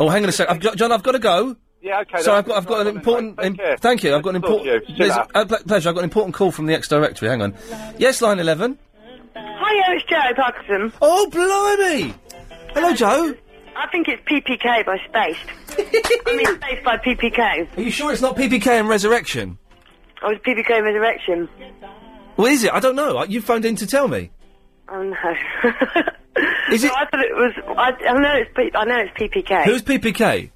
Oh, hang on a sec, I've, Jo- John. I've got to go. Yeah, okay. So that's- I've got, I've got an important. im- thank you. I've got an talk to important. you. See there's- ya. uh, ple- pleasure. I've got an important call from the ex directory. Hang on. Yes, line eleven. Hi, it's Joe Parkinson. Uh, Oh, blimey! Hello, Joe. I think it's PPK by Spaced. I mean, Spaced by PPK. Are you sure it's not PPK and Resurrection? Or was PPK Resurrection? Well, is it? I don't know. Uh, You phoned in to tell me. Oh no. Is it? I thought it was. I, I know it's. P, I know it's PPK. Who's PPK?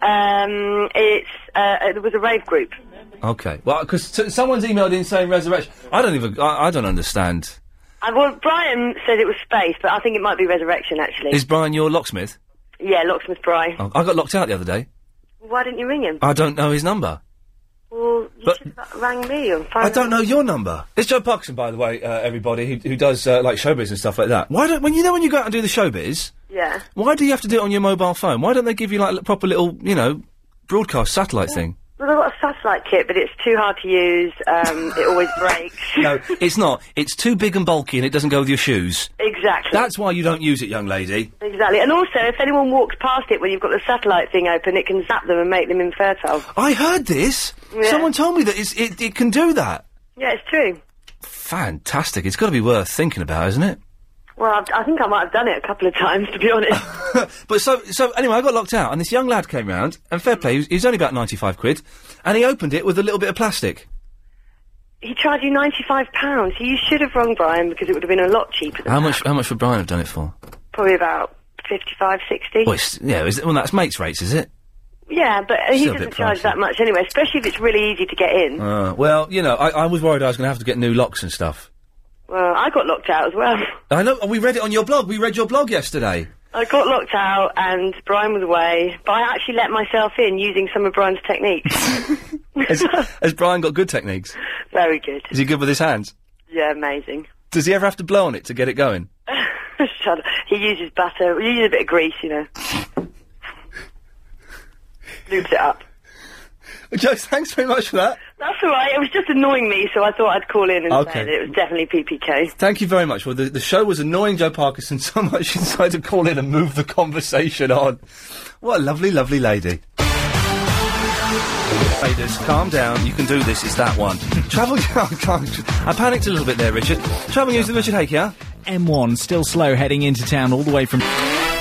Um, it's. Uh, it was a rave group. Okay. Well, because t- someone's emailed in saying Resurrection. I don't even. I, I don't understand. I, Uh, well, Brian said it was Space, but I think it might be Resurrection actually. Is Brian your locksmith? yeah, Locksmith Bry. Oh, I got locked out the other day. Why didn't you ring him? I don't know his number. well, you but- should have rang me and I found don't know your number. It's Joe Parkinson, by the way, uh, everybody who, who does uh, like showbiz and stuff like that. Why don't when you know when you go out and do the showbiz? Yeah. Why do you have to do it on your mobile phone? Why don't they give you like a proper little, you know, broadcast satellite thing? Well, I've got a satellite kit, but it's too hard to use. Um, it always breaks. no, it's not. It's too big and bulky, and it doesn't go with your shoes. Exactly. That's why you don't use it, young lady. Exactly. And also, if anyone walks past it when you've got the satellite thing open, it can zap them and make them infertile. I heard this. Yeah. Someone told me that it's, it it can do that. Yeah, it's true. Fantastic. It's got to be worth thinking about, isn't it? Well, I've, I think I might have done it a couple of times, to be honest. But so so anyway, I got locked out, and this young lad came round, and fair play, he was, he was only about ninety five quid, and he opened it with a little bit of plastic. he charged you £95. You should have rung Brian because it would have been a lot cheaper. How much how much would Brian have done it for? Probably about 55 60 Well, it's, yeah, is it, well that's mates rates, is it? Yeah, but he Still a doesn't bit charge that much anyway, especially if it's really easy to get in. Uh, well, you know, I, I was worried I was going to have to get new locks and stuff. Well, I got locked out as well. I know. We read it on your blog. We read your blog yesterday. I got locked out and Brian was away, but I actually let myself in using some of Brian's techniques. has, has Brian got good techniques? Very good. Is he good with his hands? Yeah, amazing. Does he ever have to blow on it to get it going? Shut up. He uses butter. He uses a bit of grease, you know. Lubes it up. Joe, thanks very much for that. That's all right. It was just annoying me, so I thought I'd call in and Okay. say that it was definitely PPK. Thank you very much. Well, the, the show was annoying Joe Parkinson so much she decided to call in and move the conversation on. What a lovely, lovely lady. Ladies, calm down. You can do this. It's that one. Travel. I panicked a little bit there, Richard. Travel news with Richard Hake, yeah? M1 still slow heading into town all the way from.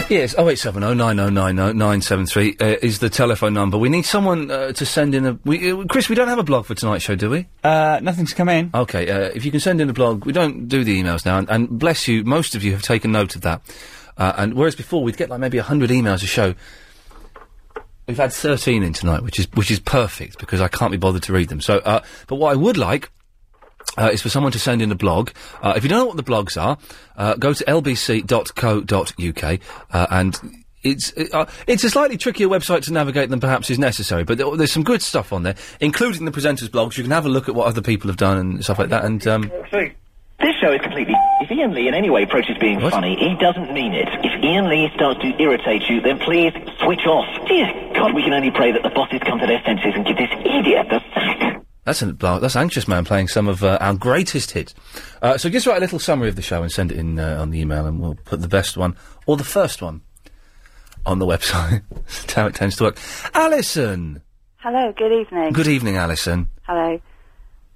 Yes, oh, 0870 9090 973 uh, is the telephone number. We need someone uh, to send in a. We, uh, Chris, we don't have a blog for tonight's show, do we? Uh, nothing's come in. Okay, uh, if you can send in a blog, we don't do the emails now, and, and bless you, most of you have taken note of that. Uh, and whereas before we'd get like maybe hundred emails a show, we've had thirteen in tonight, which is which is perfect because I can't be bothered to read them. So, uh, but what I would like. Uh, is for someone to send in a blog. Uh, if you don't know what the blogs are, uh, go to lbc.co.uk uh, and it's uh, it's a slightly trickier website to navigate than perhaps is necessary, but there, there's some good stuff on there, including the presenters' blogs. You can have a look at what other people have done and stuff like that. And um, This show is completely. If Ian Lee in any way approaches being funny, he doesn't mean it. If Ian Lee starts to irritate you, then please switch off. Dear God, we can only pray that the bosses come to their senses and give this idiot the sack. That's an, blah, that's anxious man playing some of uh, our greatest hits. Uh, so just write a little summary of the show and send it in uh, on the email, and we'll put the best one or the first one on the website. That's how it tends to work. Alison, Hello, good evening. good evening, Alison. Hello.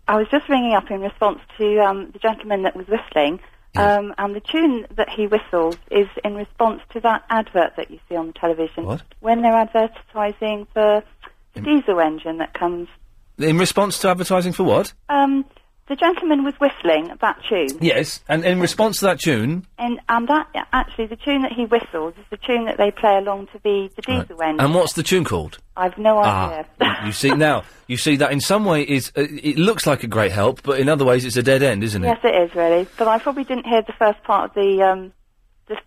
I was just ringing up in response to um, the gentleman that was whistling, um, and the tune that he whistles is in response to that advert that you see on television. What? When they're advertising for the diesel engine that comes. In response to advertising for what? Um, the gentleman was whistling that tune, Yes, and in response to that tune, and, and that actually the tune that he whistles is the tune that they play along to the, the diesel engine. and what's the tune called? I've no Ah, idea. you- you see now, you see that in some way is uh, it looks like a great help, but in other ways it's a dead end, isn't it? Yes, it is really. But I probably didn't hear the first part of the um, the,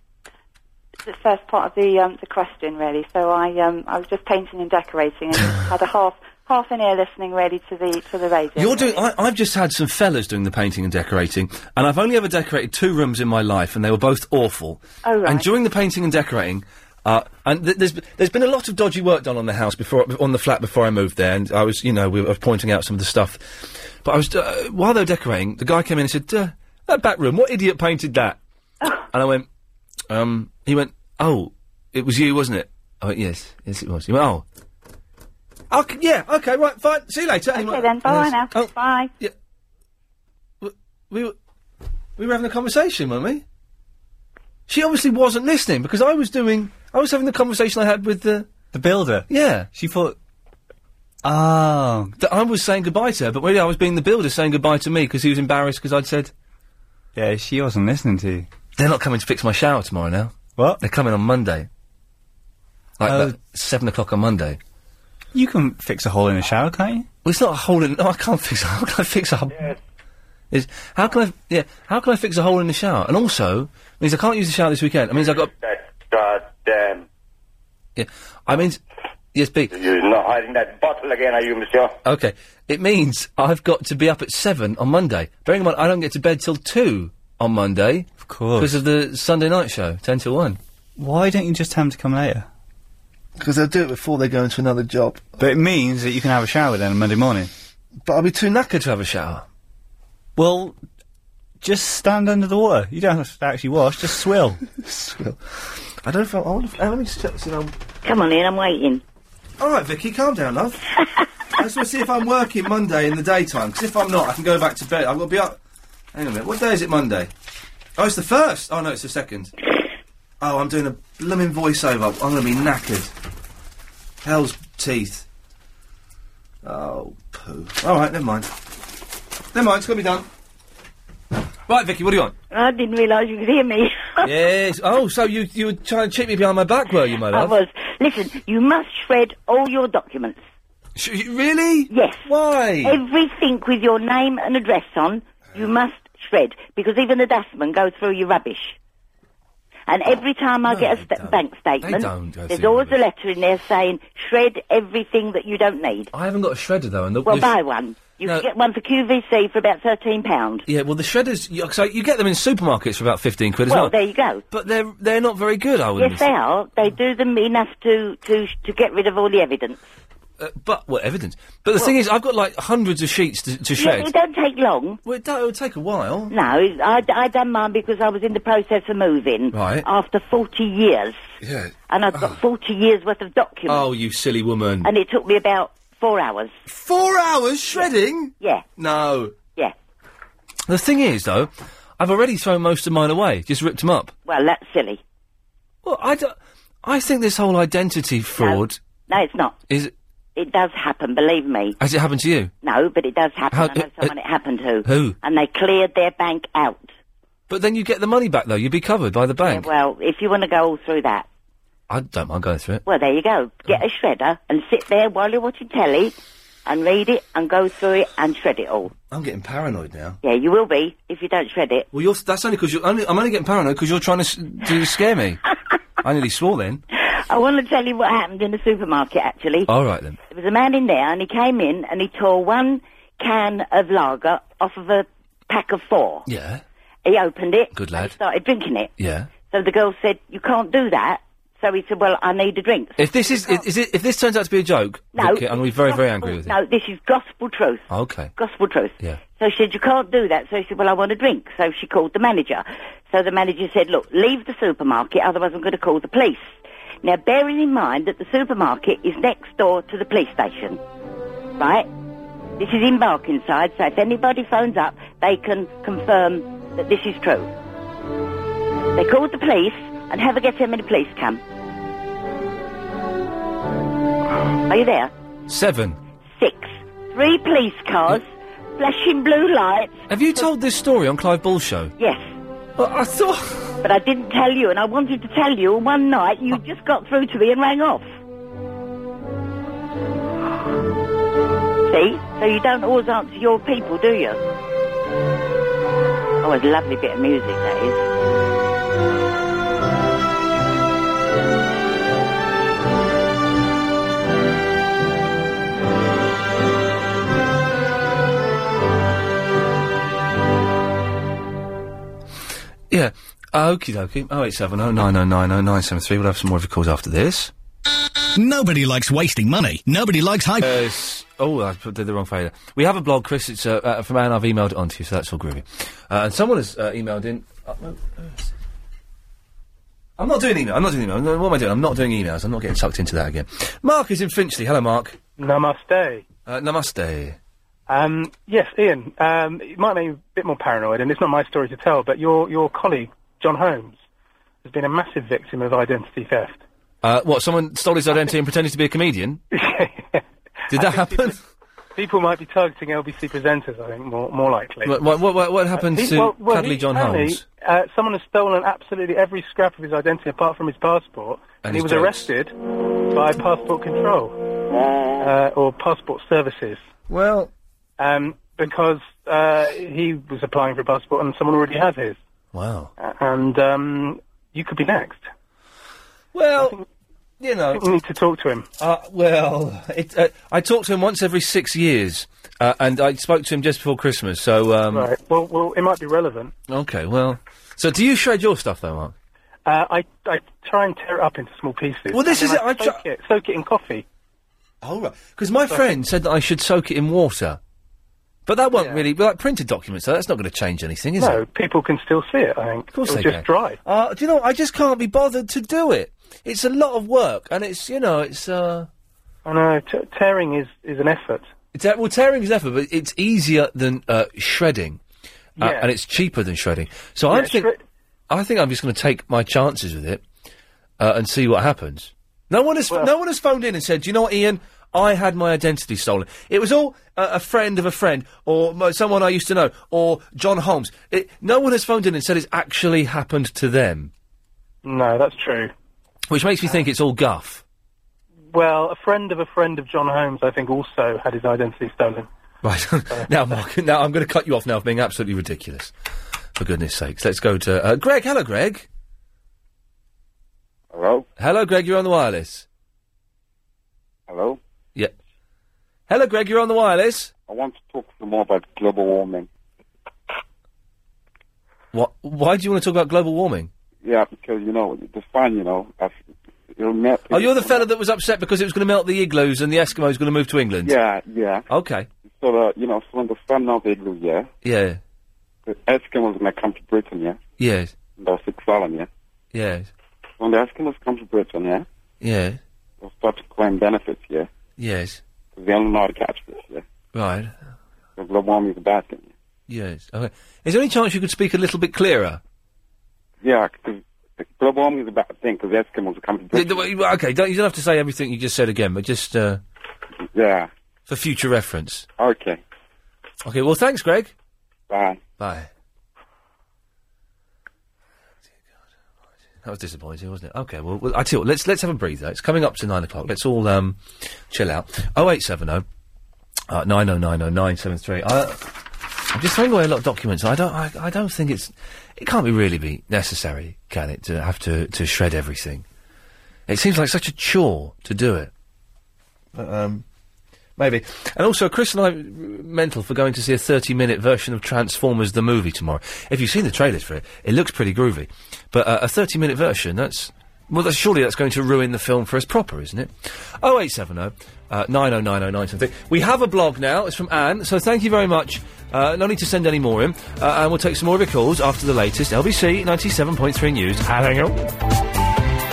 the first part of the um, the question really. So I um, I was just painting and decorating and had a half half an ear listening really to the to the radio. You're doing. I, I've just had some fellas doing the painting and decorating, and I've only ever decorated two rooms in my life, and they were both awful. Oh, right. And during the painting and decorating, uh, and th- there's b- there's been a lot of dodgy work done on the house before on the flat before I moved there, and I was you know we were pointing out some of the stuff, but I was uh, while they were decorating, the guy came in and said, "Duh, "That back room, what idiot painted that?" Oh. and I went, um, he went, "Oh, it was you, wasn't it?" I went, "Yes, yes, it was." He went, "Oh." Okay, yeah, okay, Oh. right, fine. See you later. Okay, then, bye now. Bye. Yeah. we were, we were having a conversation, weren't we? She obviously wasn't listening because I was doing. I was having the conversation I had with the the builder. Yeah, she thought. Oh, that I was saying goodbye to her, but really I was being the builder saying goodbye to me because he was embarrassed because I'd said. Yeah, she wasn't listening to you. They're not coming to fix my shower tomorrow now. What? They're coming on Monday. Like Oh. about seven o'clock on Monday. You can fix a hole in a shower, can't you? Well, it's not a hole in. No, I can't fix. How can I fix a? hole? Is how can I? Yeah, how can I fix a hole in the shower? And also means I can't use the shower this weekend. It means I got. That goddamn. Yeah, I mean, yes, B. You're not hiding that bottle again, are you, monsieur? Okay. It means I've got to be up at seven on Monday. Bearing in mind, I don't get to bed till two on Monday. Of course. Because of the Sunday night show, 10 till 1. Why don't you just tell them to come later? Because they'll do it before they go into another job. But it means that you can have a shower then on Monday morning. But I'll be too knackered to have a shower. Well, just stand under the water. You don't have to actually wash, just swill. swill. I don't know if I, I wonder if, let me just check, see if I'm... Come on in, I'm waiting. All right, Vicky, calm down, love. I just want to see if I'm working Monday in the daytime, because if I'm not, I can go back to bed. I've got to be up... Hang on a minute, what day is it Monday? Oh, it's the first! Oh, no, it's the second. Oh, I'm doing a blooming voiceover. I'm going to be knackered. Hell's teeth. Oh, poo. All right, never mind. Never mind, it's got to be done. Right, Vicky, what do you want? I didn't realise you could hear me. yes. Oh, so you you were trying to cheat me behind my back, were you, my I love? was. Listen, you must shred all your documents. Sh- really? Yes. Why? Everything with your name and address on, you must shred because even the dustman goes through your rubbish. And every time I get a st- bank statement, don't go there's through always a letter in there saying shred everything that you don't need. I haven't got a shredder though, and the, Well, the buy one. You can get one for QVC for about thirteen pound. yeah, well, the shredders. You, so you get them in supermarkets for about fifteen quid as Well, well. there you go. But they're they're not very good. I wouldn't. Yes, they are. They do them enough to to to get rid of all the evidence. Uh, but what evidence? But the thing is, I've got like hundreds of sheets to, to Yeah, shred. it don't take long. Well, it, will take a while. No, I, I done mine because I was in the process of moving. Right. Ah. After 40 years. Yeah. And I've got 40 years worth of documents. Oh, you silly woman! And it took me about four hours. Four hours shredding? Yeah. no. Yeah. The thing is, though, I've already thrown most of mine away. Just ripped them up. Well, that's silly. Well, I don't. I think this whole identity fraud No, it's not. is. It does happen, believe me. Has it happened to you? No, but it does happen. How- I know someone it happened to. Who? And they cleared their bank out. But then you get the money back, though. You'd be covered by the bank. Well, if you want to go all through that, I don't mind going through it. well, there you Oh. go. Get a shredder and sit there while you're watching telly and read it and go through it and shred it all. I'm getting paranoid now. Yeah, you will be if you don't shred it. Well, you're, that's only because you're only, I'm only getting paranoid because you're trying to, s- to scare me. I nearly swore then. I want to tell you what happened in the supermarket, actually. All right then. There was a man in there, and he came in and he tore one can of lager off of a pack of four. Yeah. He opened it, Good lad. started drinking it. Yeah. So the girl said, You can't do that. So he said, well, I need a drink. If this is, is it, if this turns out to be a joke, No. Vicky, I'm going to be very, very angry with you. No, this is gospel truth. Okay. Gospel truth. Yeah. So she said, you can't do that. So she said, well, I want a drink. So she called the manager. So the manager said, look, leave the supermarket, otherwise I'm going to call the police. Now, bearing in mind that the supermarket is next door to the police station, right? This is in Barkingside, so if anybody phones up, they can confirm that this is true. They called the police and have a guess how many police come. Are you there? Seven. Six. Three police cars, flashing blue lights. Have you told this story on Clive Bull show? Yes. Well, I thought. But I didn't tell you, and I wanted to tell you. And one night, you just got through to me and rang off. See? So you don't always answer your people, do you? Oh, it's a lovely bit of music, that is. Yeah. Okie dokie. Oh eight seven oh nine oh nine oh nine seven three. We'll have some more of your calls after this. Nobody likes wasting money. Nobody likes high. Uh, s- oh, I put- did the wrong fader. We have a blog, Chris. It's uh, uh, from Anne. I've emailed it onto you, so that's all groovy. Uh, and someone has uh, emailed in. Uh, no, uh, s- I'm not doing email. I'm not doing email. No, What am I doing? I'm not doing emails. I'm not getting sucked into that again. Mark is in Finchley. Hello, Mark. Namaste. Uh, namaste. Um, yes, Ian. Um, it might make you a bit more paranoid, and it's not my story to tell, but your your colleague John Holmes has been a massive victim of identity theft. Uh, what? Someone stole his identity and pretended to be a comedian. Did that happen? People might be targeting LBC presenters. I think more more likely. Uh, What, what, what, what happened He- to well- well, cuddly he- John apparently, Holmes? Uh, someone has stolen absolutely every scrap of his identity apart from his passport, and, And he his was jokes. arrested by passport control uh, or passport services. Well, um, because uh, he was applying for a passport and someone already had his, Wow. Uh, and um, you could be next. Well, you know, we need to talk to him. Uh, well, it, uh, I talk to him once every six years, uh, and I spoke to him just before Christmas. So, um, right. Well, well, it might be relevant. okay, well, so do you shred your stuff though, Mark? Uh, I I try and tear it up into small pieces. Well, this and is I it, I soak it. Soak it in coffee. Oh, right. Because my friend said that I should soak it in water, but that won't really. Like printed documents, though, that's not going to change anything, is no, it? people can still see it. I think. Of course It'll they just can. dry. Uh, do you know? I just can't be bothered to do it. It's a lot of work, and it's you know, it's. Uh, I know t- tearing is is an effort. It's, uh, well, tearing is effort, but it's easier than uh, shredding, uh, Yeah. and it's cheaper than shredding. So Yeah, I think I think I'm just going to take my chances with it uh, and see what happens. No one has no one has phoned in and said, "Do you know what, Ian? I had my identity stolen. It was all uh, a friend of a friend, or mo- someone I used to know, or John Holmes." It, no one has phoned in and said it's actually happened to them, No, that's true. which makes me think it's all guff. Well, a friend of a friend of John Holmes, I think, also had his identity stolen. Right. now, Mark, now I'm going to cut you off now for being absolutely ridiculous. For goodness sakes. Let's go to uh, Greg. Hello, Greg. Hello? Hello, Greg. You're on the wireless. Hello? Yeah. Hello, Greg. You're on the wireless. I want to talk some more about global warming. What? Why do you want to talk about global warming? Yeah, because, you know, the fun, you know, I've, it'll melt. Oh, you're the fella that was upset because it was going to melt the igloos and the Eskimos going to move to England. Yeah, yeah. Okay. So, uh, you know, from the sun now they do, yeah. Yeah. The Eskimos going to come to Britain, yeah. Yes. That's the problem, yeah. Yes. When the Eskimos come to Britain, yeah, Yeah. they'll start to claim benefits, yeah. Yes. Because they only know how to catch fish, yeah. Right. So global warming is a bad thing. Yes. Okay. Is there any chance you could speak a little bit clearer? Yeah, because global warming is a bad thing because Eskimos are coming to D- Britain. d- w- Okay. Don't, you don't have to say everything you just said again, but just uh, yeah. for future reference. Okay. Okay. Well, thanks, Greg. Bye. Bye. That was disappointing, wasn't it? Okay, well, well I tell you what, let's let's have a breather. It's coming up to nine o'clock. Let's all um, chill out. Oh eight seven oh uh, nine oh nine oh nine seven three. I- I'm just throwing away a lot of documents. I don't I, I don't think it's it can't be really be necessary, can it? To have to to shred everything. It seems like such a chore to do it. But, um, maybe. And also, Chris and I are mental for going to see a 30 minute version of Transformers the movie tomorrow. If you've seen the trailers for it, it looks pretty groovy. But uh, a 30 minute version, that's Well, that's, surely that's going to ruin the film for us proper, isn't it? Oh, 0870 uh, 90909 We have a blog now. It's from Anne. So thank you very much. Uh, no need to send any more in. Uh, and we'll take some more of your calls after the latest LBC 97.3 News. Hang on.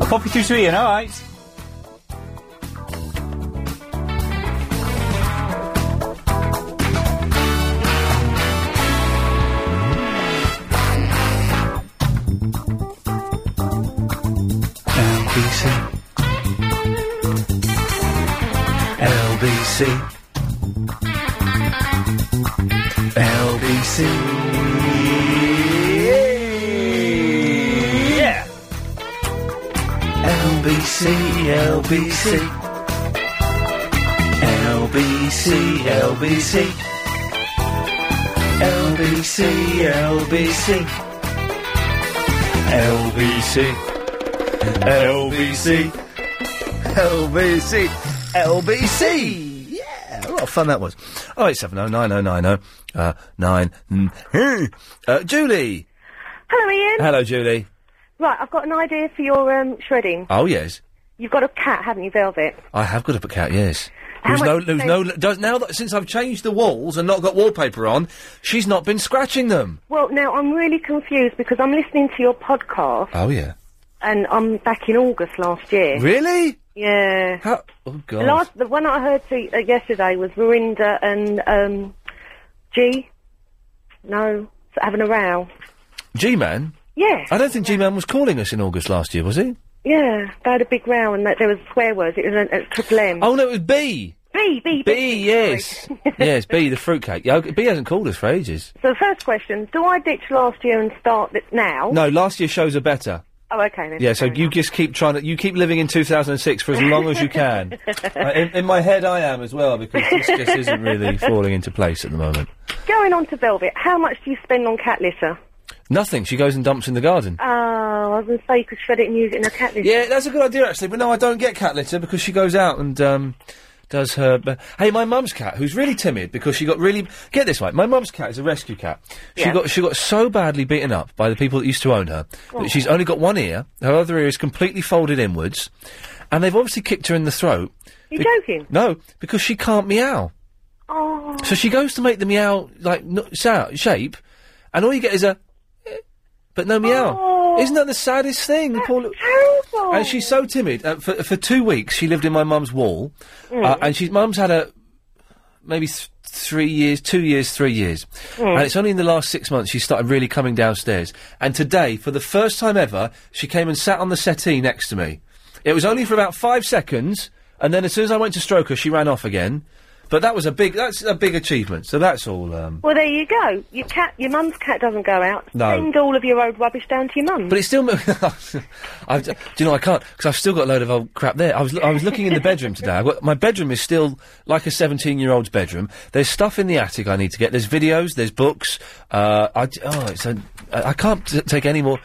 I'll pop you through to Ian, alright. Um, LBC. LBC. LBC. Yeah. LBC, LBC. LBC, LBC. LBC, LBC. LBC. LBC. LBC. LBC. Yeah, a lot of fun that was. Oh eight seven oh nine oh nine oh uh, nine. mm, Uh, Julie. Hello, Ian. Hello, Julie. Right, I've got an idea for your um, shredding. Oh yes, You've got a cat, haven't you, Velvet? I have got a cat. Yes. How Who's much no, do you who's no, does, now that since I've changed the walls and not got wallpaper on, she's not been scratching them. Well, now I'm really confused because I'm listening to your podcast Oh yeah, and I'm back in August last year. really? Yeah. How? Oh The, god. last, the one I heard to, uh, yesterday was Verinda and um, G. No, having a row. G-man. Yeah, I don't think G-man was calling us in August last year, was he? yeah. They had a big row and that, there was swear words. It was an- a triple M. Oh no, it was B. B, B, B. B, yes, yes, B, the fruitcake. Yeah, okay, B hasn't called us for ages. So the first question, do I ditch last year and start it now? No, last year's shows are better. Oh, okay then. Yeah, so you just keep trying to, you keep living in 2006 for as long as you can. Uh, in, in my head, I am as well because this just isn't really falling into place at the moment. Going on to Velvet, how much do you spend on cat litter? Nothing. She goes and dumps in the garden. Oh, I was going to say you could shred it and use it in a cat litter. Yeah, that's a good idea actually. But no, I don't get cat litter because she goes out and um, does her. b- hey, my mum's cat, who's really timid because she got really get this right. My mum's cat is a rescue cat. She Yeah. got she got so badly beaten up by the people that used to own her that she's only got one ear. Her other ear is completely folded inwards, and they've obviously kicked her in the throat. You're joking? No, because she can't meow. Oh. So she goes to make the meow like n- sou- shape, and all you get is a, eh, but no meow. Oh. Isn't that the saddest thing? The poor li- And she's so timid. Uh, for for two weeks, she lived in my mum's wall, uh, Mm. and she's mum's had a maybe th- three years, two years, three years, Mm. and it's only in the last six months she started really coming downstairs. And today, for the first time ever, she came and sat on the settee next to me. It was only for about five seconds, and then as soon as I went to stroke her, she ran off again. But that was a big, that's a big achievement. So that's all. Um, Well, there you go. Your cat, your mum's cat doesn't go out. No. Send all of your old rubbish down to your mum. But it's still. I, do you know I can't because I've still got a load of old crap there. I was I was looking in the bedroom today. I've got, my bedroom is still like a seventeen-year-old's bedroom. There's stuff in the attic I need to get. There's videos. There's books. Uh, I d- oh, it's a, I I can't t- take any more.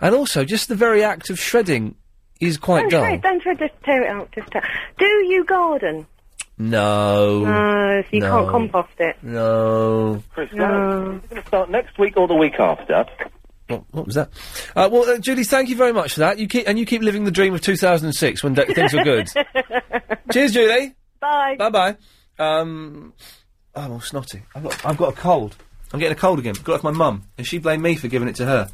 And also, just the very act of shredding is quite Oh, don't dull. try, don't try to tear it out. Just tear. Do you garden? No. No, so you no, can't compost it. No. Chris, We're going to start next week or the week after. What, what was that? Uh, well, uh, Julie, thank you very much for that. You keep and you keep living the dream of 2006 when d- things were good. Cheers, Julie. Bye. Bye bye. Um, I'm all snotty. I've got, I've got a cold. I'm getting a cold again. Got it off my mum, and she blamed me for giving it to her.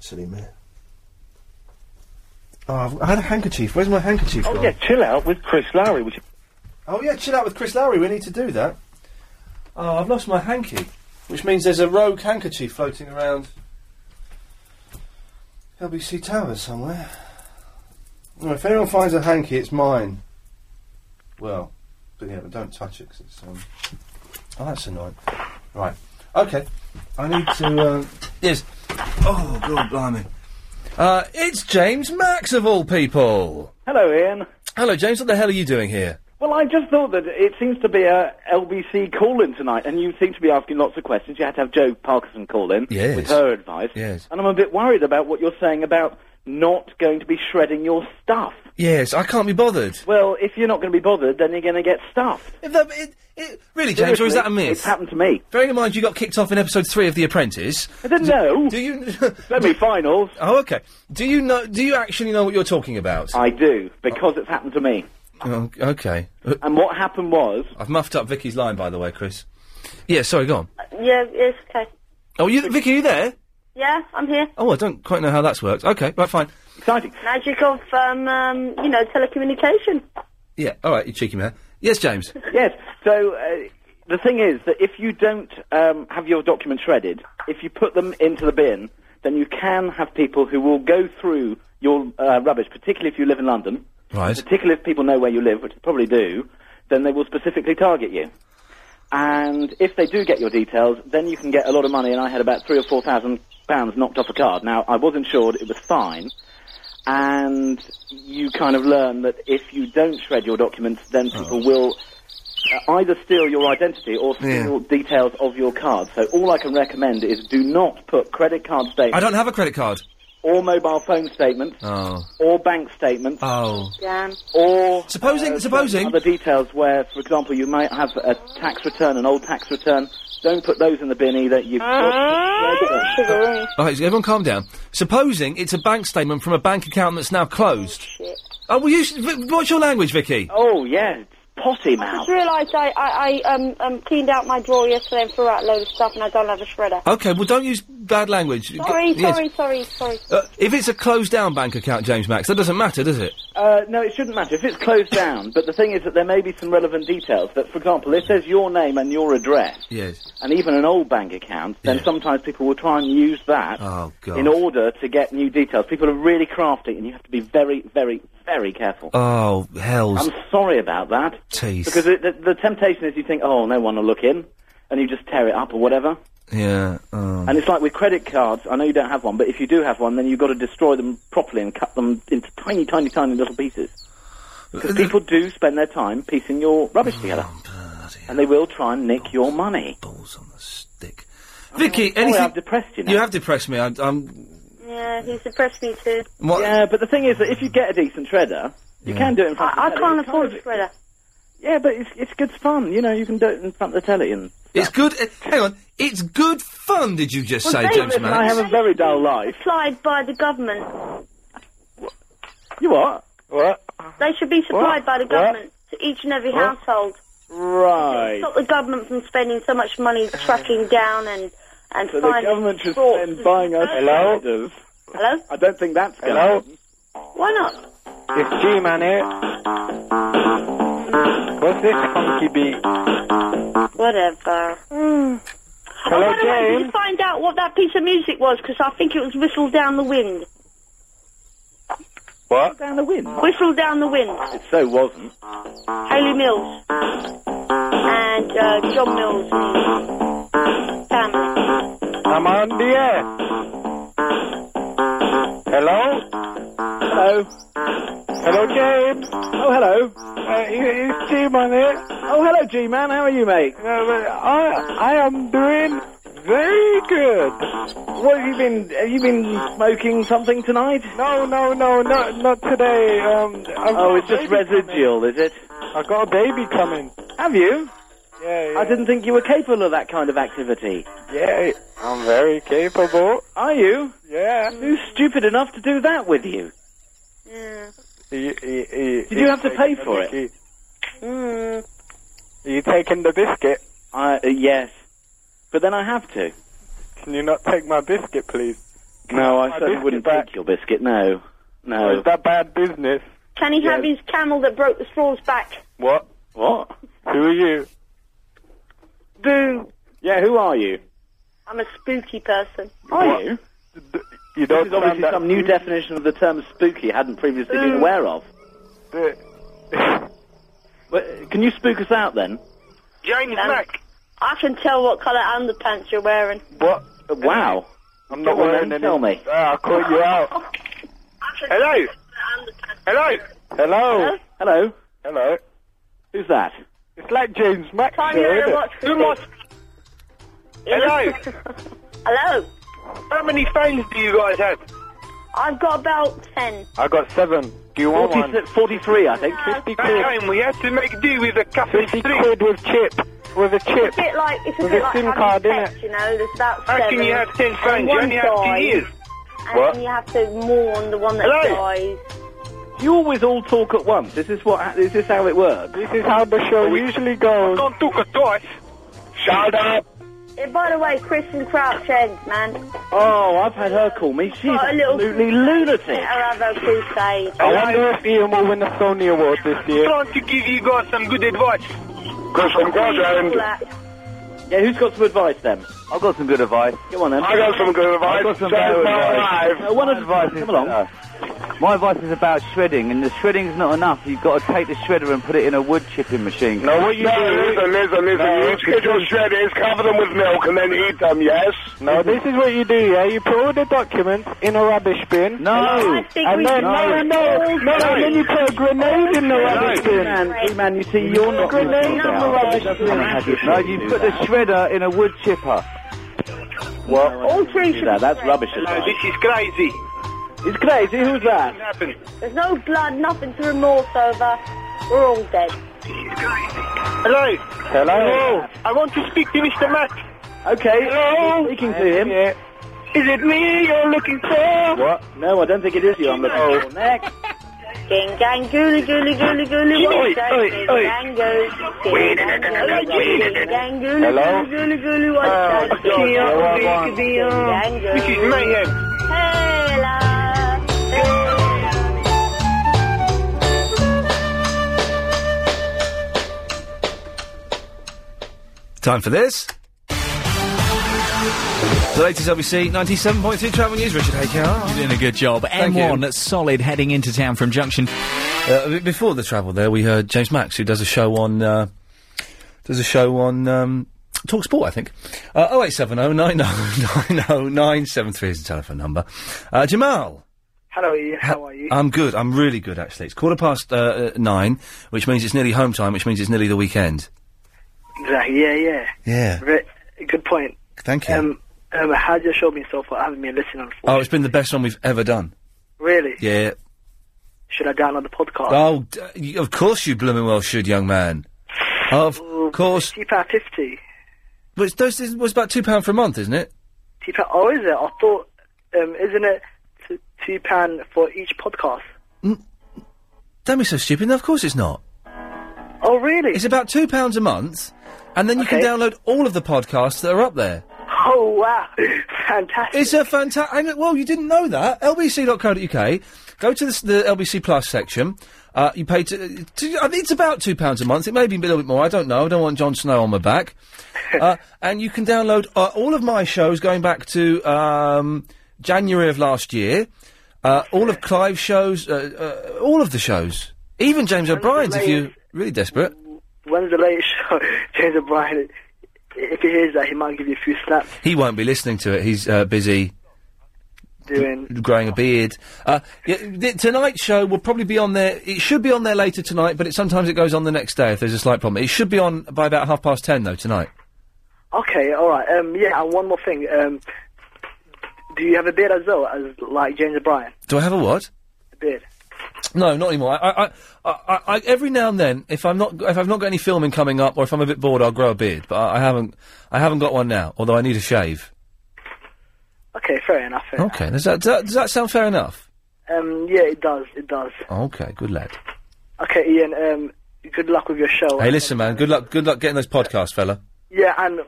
Silly man. Oh, I've, I had a handkerchief. Where's my handkerchief? Oh, gone? yeah, chill out with Chris Lowry. Which Oh yeah, chill out with Chris Lowry. We need to do that. Oh, I've lost my hanky, which means there's a rogue handkerchief floating around LBC Towers somewhere. Well, if anyone finds a hanky, it's mine. Well, but yeah, but don't touch it 'cause it's. Um... Oh, that's annoying. Right. Okay. I need to. Uh... Yes. Oh God, blimey. Uh, it's James Max of all people. Hello, Ian. Hello, James. What the hell are you doing here? Well, I just thought that it seems to be a LBC call-in tonight, and you seem to be asking lots of questions. You had to have Joe Parkinson call in Yes. with her advice, Yes. and I'm a bit worried about what you're saying about not going to be shredding your stuff. Yes, I can't be bothered. Well, if you're not going to be bothered, then you're going to get stuffed. Really, James, or is that a myth? It's happened to me. Bearing in mind you got kicked off in episode three of The Apprentice. I don't know. Do you? Semi-finals. Oh, okay. Do you know? Do you actually know what you're talking about? I do because it's happened to me. Oh, okay. Uh, And what happened was I've muffed up Vicky's line, by the way, Chris. Yeah, sorry, go on. Yeah, it's okay. Oh, you, Vicky, are you there? Yeah, I'm here. Oh, I don't quite know how that's worked. Okay, right, fine. Exciting. Magic of, um, um, you know, telecommunication. Yeah, all right, you cheeky man. Yes, James. yes. So uh, the thing is that if you don't um, have your documents shredded, if you put them into the bin, then you can have people who will go through your uh, rubbish, particularly if you live in London. Right. Particularly if people know where you live, which they probably do, then they will specifically target you. And if they do get your details, then you can get a lot of money. And I had about three or four thousand pounds knocked off a card. Now I was insured; it was fine. And you kind of learn that if you don't shred your documents, then Oh. people will uh, either steal your identity or steal details of your card. So all I can recommend is do not put credit card statements I don't have a credit card. or mobile phone statements Oh. or bank statements Oh. or uh, supposing supposing other details where, for example, you might have a tax return, an old tax return. Don't put those in the bin either. You've got to shred them. All right, so everyone calm down. Supposing it's a bank statement from a bank account that's now closed. Oh, well, you. Sh- Vi- what's your language, Vicky? Oh, yeah. Potty mouth. Just realised I, I, I um, um, cleaned out my drawer yesterday and threw out a load of stuff and I don't have a shredder. Okay, well, don't use bad language. Sorry, G- yes. sorry, sorry, sorry. Uh, if it's a closed down bank account, James Max, that doesn't matter, does it? Uh, no, it shouldn't matter if it's closed down. But the thing is that there may be some relevant details. That, for example, if there's your name and your address, Yes. and even an old bank account, then sometimes people will try and use that Oh, God. in order to get new details. People are really crafty, and you have to be very, very, very careful. Oh, hell's I'm sorry about that. teeth. Because it, the, the temptation is you think, oh, no one will look in, and you just tear it up or whatever. Yeah. Oh. And it's like with credit cards, I know you don't have one, but if you do have one, then you've got to destroy them properly and cut them into tiny, tiny, tiny little pieces. Because people do spend their time piecing your Mm, rubbish together. And they will try and nick your money. Balls on the stick. Vicky, sorry, anything. I've depressed you now. You have depressed me. I, I'm. Yeah, he's depressed me too. Yeah, but the thing is that if you get a decent shredder, you Yeah. can do it in front I, I of the telly. can't afford a shredder. Yeah, but it's, it's good fun. You know, you can do it in front of the telly and... It's good. uh, hang on. It's good fun, did you just Well, say, Dave, James listen, Max? I have a very dull life. Supplied by the government. You what? What? They should be supplied What? by the What? government to each and every What? household. Right. Stop the government from spending so much money tracking down and and So the finding government should frauds spend and- buying us Hello? shredders. Hello? I don't think that's going Hello? to Why not? It's G-Man here. What's this funky beat? Whatever. Hello, and by the way, did James? you find out what that piece of music was? Because I think it was Whistle Down the Wind. What? Down the wind. Whistle Down the Wind. It so wasn't. Haley Mills. And uh, John Mills. Family. I'm on the air. Hello? Hello? Hello, James? Oh, hello. Uh, it- it's G-Man here. Oh, hello, G-Man. How are you, mate? Uh, I, I am doing very good. What have you been... Have you been smoking something tonight? No, no, no, not, not today. Um, I've got oh, it's a just baby residual, is it? coming. I've got a baby coming. Have you? Yeah, yeah. I didn't think you were capable of that kind of activity. Yeah, I'm very capable. Are you? Yeah. Who's stupid enough to do that with you? Did you have to pay for it? Mm. Are you taking the biscuit? I uh, yes, but then I have to. Can you not take my biscuit, please? No, I My certainly biscuit wouldn't back. take your biscuit. No, Or no. Is that bad business? Can he have his camel that broke the straws back? What? What? Who are you? Boo! Yeah, who are you? I'm a spooky person. Are you? You don't this is sound obviously that some new spooky. definition of the term spooky I hadn't previously been Mm. aware of. The- Well, can you spook us out then? James Mac. Um, I can tell what colour underpants you're wearing. What? Uh, Wow. I'm Go not on wearing then, any. tell me. Ah, I'll call you out. Hello? Hello? Hello? Hello. Hello? Who's that? It's like James Max Can't here, you hear isn't what's it? Who am I Hello. Hello. How many phones do you guys have? I've got about ten. I got seven. Do you want 40 one? 43, I think. 50 That time we had to make do with a cup of three. quid with chip. With a It's a bit like it's a With bit a like SIM having card, innit? pets, you know. There's about How seven. can you have ten and phones? You one only have two dies, years. And What? then you have to mourn the one that Hello? dies. You always all talk at once. Is this what? Is this how it works? This is how the show usually goes. I can't talk at twice. Shut up. Eh, by the way, Kristen Crouch End, man. Oh, I've had her call me. She's Got a little Oh, absolutely lunatic. Let her have her crusade. if Ian will win the Sony Award this Oh, Trying to give you guys some good advice. Yeah, who's got some advice then? I've got some good advice. Come on then. I got some good advice. I've got some Save better my advice. life. Uh, one advice. Come along. uh, My advice is about shredding, and the shredding's not enough. You've got to take the shredder and put it in a wood chipping machine. No, what you no, listen, listen, listen. you get your shreddies, cover them with milk, and then eat them. Yes. No, this is what you do, yeah? You put all the documents in a rubbish bin. No. And then, no, no, no, and then you put a grenade in the rubbish bin. Man, man, you see, you're not Grenade in the rubbish bin. No, you put the shredder in a wood chipper. Well, all three should that. That's rubbish No, advice. this is crazy. It's crazy. Who's that? happened? There's no blood, nothing to remorse over. We're all dead. Hello. Hello. I want to speak to Mr. Matt. Okay. Hello. Speaking to him. Yeah. Is it me you're looking for? What? No, I don't think it is you. I'm looking for next. Ging gang gooly gooly gooly gooly. Oi, What's oi, that? oi. Gang goo. Ging gang goo. Ging gang gooly Hello? gooly gooly gooly. What's Uh, that? yeah, Ging yeah, gang yeah. goo. Ging gang goo. Oh. This is mayhem. Time for this. The latest LBC 97.3 Travel News, Richard Haker. You're doing a good job. Thank M1 solid heading into town from Junction. Uh, b- before the travel there, we heard James Max, who does a show on, uh, does a show on, um, Talk Sport, I think. Uh, 0870 oh, 9090973 is the telephone number. Uh, Jamal. Hello, Ian. How are you? I'm good. I'm really good, actually. It's quarter past uh, uh, nine, which means it's nearly home time, which means it's nearly the weekend. Exactly. Yeah, yeah. Yeah. Very, good point. Thank you. Um, um, how's your show been so far? I haven't been listening. on- oh, it's been the best one we've ever done. Really? Yeah. Should I download the podcast? Oh, d- y- of course you blooming well should, young man. Of course. Two pound fifty. But it's, those- it was about £2 for a month, isn't it? Two pound. Oh, is it? I thought. Um, isn't it t- two pound for each podcast? Don't be so stupid. No, of course it's not. Oh, really? It's about £2 a month, and then you can download all of the podcasts that are up there. Oh wow! Fantastic. It's a fantastic. Well, you didn't know that. LBC.co.uk. Go to the, s- the LBC Plus section. Uh, you pay to, to. I think it's about two pounds a month. It may be a little bit more. I don't know. I don't want Jon Snow on my back. uh, and you can download uh, all of my shows going back to um, January of last year. Uh, all of Clive's shows. Uh, uh, all of the shows. Even James O'Brien's. If you're really desperate. When's the latest show? James O'Brien. If he hears that, he might give you a few slaps. He won't be listening to it. He's uh, busy Doing. growing a beard. Uh, yeah, th- tonight's show will probably be on there. It should be on there later tonight, but it sometimes it goes on the next day if there's a slight problem. It should be on by about half past ten though tonight. Okay, all right. Um, yeah, and one more thing. Um, do you have a beard as well as like James O'Brien? Do I have a what? A beard. No, not anymore. I, I, I, I, I, every now and then, if I'm not, if I've not got any filming coming up, or if I'm a bit bored, I'll grow a beard. But I, I haven't, I haven't got one now. Although I need a shave. Okay, fair enough. Fair Okay, does that, does that, does that sound fair enough? Um, yeah, it does. It does. Okay, good lad. Okay, Ian. Um, good luck with your show. Hey, listen, man. Good luck. Good luck getting those podcasts, fella. Yeah, and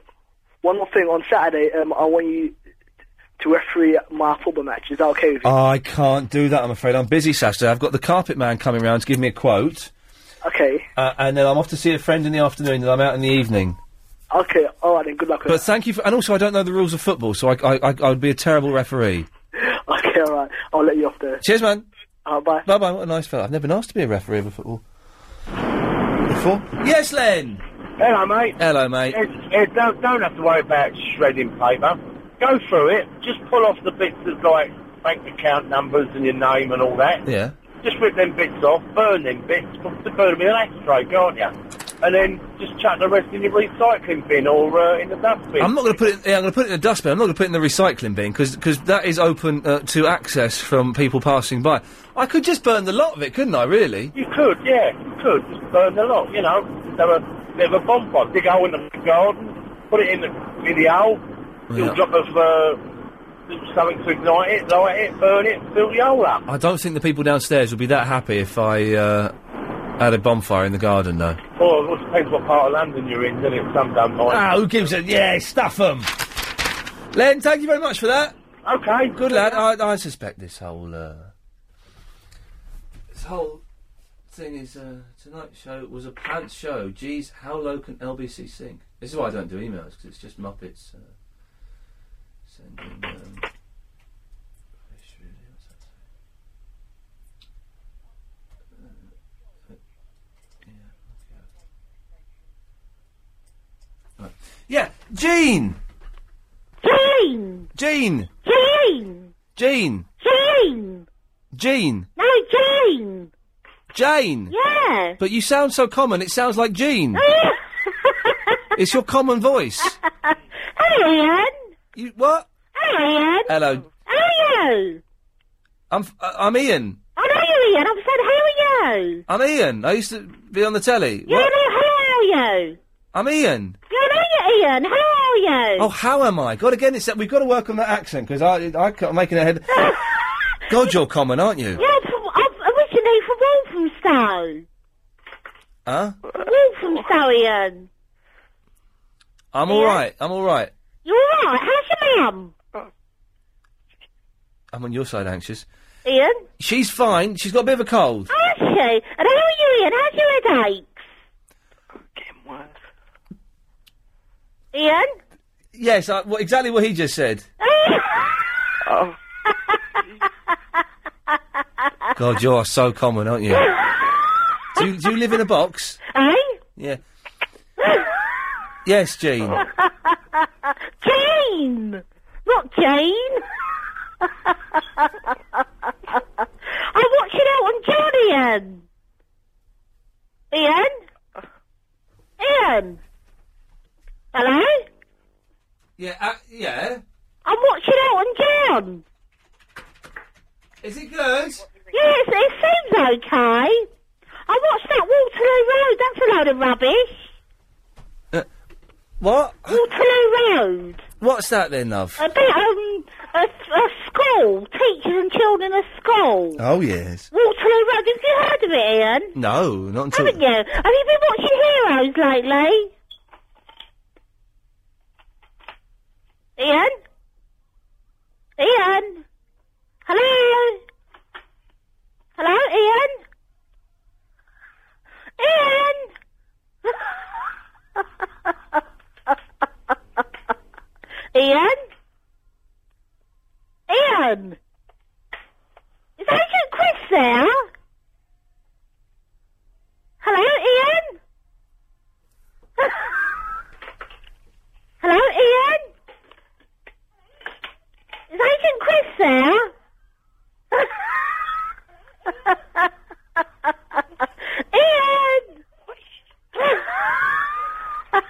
one more thing. On Saturday, um, I want you to referee my football match. Is that okay with you? I can't do that, I'm afraid. I'm busy Saturday. I've got the carpet man coming round to give me a quote, Okay. uh, and then I'm off to see a friend in the afternoon, and I'm out in the evening. Okay. All right then. Good luck with But thank you for. And also, I don't know the rules of football, so I, I, I, I would be a terrible referee. that. Okay. All right. I'll let you off there. Cheers, man. Uh, bye. Bye bye. What a nice fella. I've never been asked to be a referee of a football. Before? Yes, Len. Hello, mate. Hello, mate. It's, it, don't, don't have to worry about shredding paper. Go through it. Just pull off the bits that's like bank account numbers and your name and all that. Yeah. Just rip them bits off, burn them bits, put- burn them in an ashtray, can't you? and then just chuck the rest in your recycling bin or uh, in the dustbin. I'm not going to put it. Yeah, I'm going to put it in the dustbin. I'm not going to put it in the recycling bin because that is open uh, to access from people passing by. I could just burn the lot of it, couldn't I? Really? You could, yeah, you could just burn the lot. You know, just have a bit of a bonfire, dig a hole in the garden, put it in the in the hole, little drop of uh, little something to ignite it, light it, burn it, fill the hole up. I don't think the people downstairs would be that happy if I uh, had a bonfire in the garden, though. Or it depends what part of London you're in, doesn't it? Some don't mind. Ah, who gives a yeah? Stuff them. Len, thank you very much for that. Okay, good lad. I, I suspect this whole uh, this whole thing is uh, tonight's show was a pants show. Geez, how low can LBC sink? This is why I don't do emails because it's just Muppets uh, sending. Um, Yeah, Jean. Jean. Jean. Jean. Jean. Jean. Jean. No, Jean. Jane. Yeah. But you sound so common. It sounds like Jean. it's your common voice. Hello, Ian. You what? Hello, Ian. Hello. How are you? I'm f- uh, I'm Ian. I know you're Ian. I'm saying, how are you? I'm Ian. I used to be on the telly. Yeah, What? no, how are you? I'm Ian. Yeah, I know you're Ian. How are you? Oh, how am I? God, again, it's that we've got to work on that accent because I, I can't- I'm making a head. God, you're common, aren't you? Yeah, I'm, from, I'm originally from Walthamstow. Huh? Walthamstow, Ian. I'm all right. I'm all right. You all right? How's your mum? I'm on your side, anxious. Ian? She's fine. She's got a bit of a cold. How's Oh, she? And how are you, Ian? How's your headache? Ian? Eh? Yes, I, well, exactly what he just said. oh. God, you are so common, aren't you? do you? Do you live in a box? Eh? Yeah. Yes, Jean. Jane! Not Jane! I'm watching Elton John, Ian! Ian? Ian? Hello? Yeah, uh, yeah. I'm watching Elton John! Is it good? Yes, it seems okay. I watched that Waterloo Road, that's a load of rubbish. What? Waterloo Road. What's that then, love? A bit, um, a, a school, teachers and children at school. Oh yes. Waterloo Road, have you heard of it, Ian? No, not until. Haven't you? Have you been watching Heroes lately? Ian? Ian? Hello? Hello, Ian? Ian? Ian? Ian? Is Agent Chris there? Hello, Ian? Hello, Ian? Is Agent Chris there? Ian! Ian,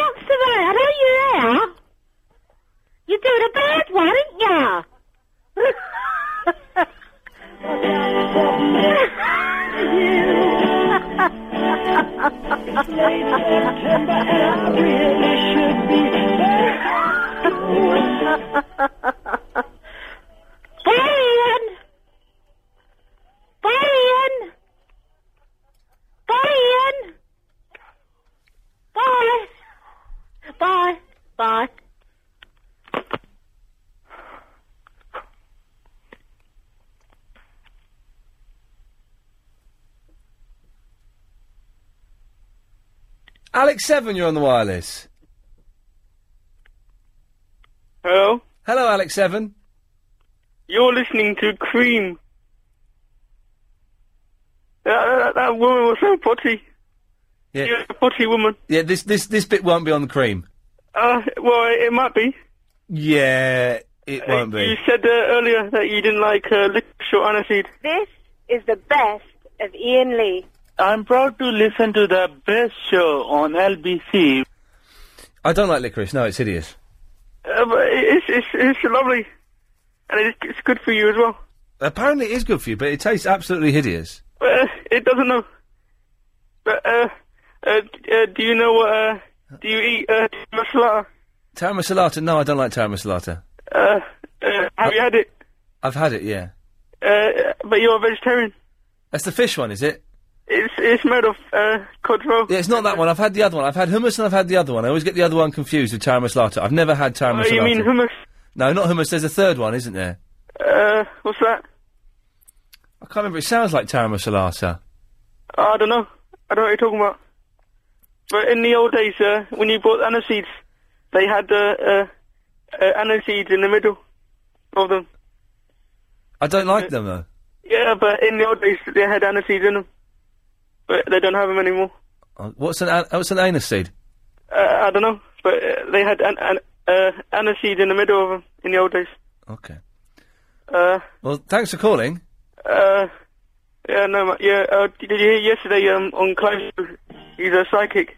answer me. I know you're there. You're doing a bad one, aren't you? Bye, Ian. Bye, Ian. Bye, Ian. Bye. Bye. Bye. Alex Seven, you're on the wireless. Hello? Hello, Alex Seven. You're listening to Cream. That, that, that woman was so potty. Yeah. Potty woman. Yeah. This this this bit won't be on the cream. Uh, well, it, it might be. Yeah, it won't You be. said uh, earlier that you didn't like uh, liquid short aniseed. This is the best of Ian Lee. I'm proud to listen to the best show on LBC. I don't like licorice. No, it's hideous. Uh, but it's, it's, it's lovely. And it's, it's good for you as well. Apparently, it is good for you, but it tastes absolutely hideous. But uh, it doesn't know. But, uh, uh, d- uh, do you know what, uh, do you eat, uh, masala? Taramasalata? No, I don't like taramasalata. Uh, uh, have you had it? I've had it. Yeah, Uh, but you're a vegetarian. that's the fish one, is it? It's, it's made of, uh, cod roe. Yeah, it's not that one. I've had the other one. I've had hummus and I've had the other one. I always get the other one confused with taramasalata. I've never had taramasalata. Oh, you mean hummus? No, not hummus. There's a third one, isn't there? Uh, what's that? I can't remember. It sounds like taramasalata. I don't know. I don't know what you're talking about. But in the old days, uh, when you bought aniseeds, they had uh, uh, uh, aniseeds in the middle of them. I don't Uh, like them though. Yeah, but in the old days, they had aniseeds in them. But they don't have them anymore. Uh, What's an an- what's an anus seed? Uh, I don't know. But uh, they had an, an, uh, aniseeds in the middle of them in the old days. Okay. Uh, Well, thanks for calling. uh, yeah, no, ma- yeah. Uh, did you hear yesterday um, on Clive? He's a psychic.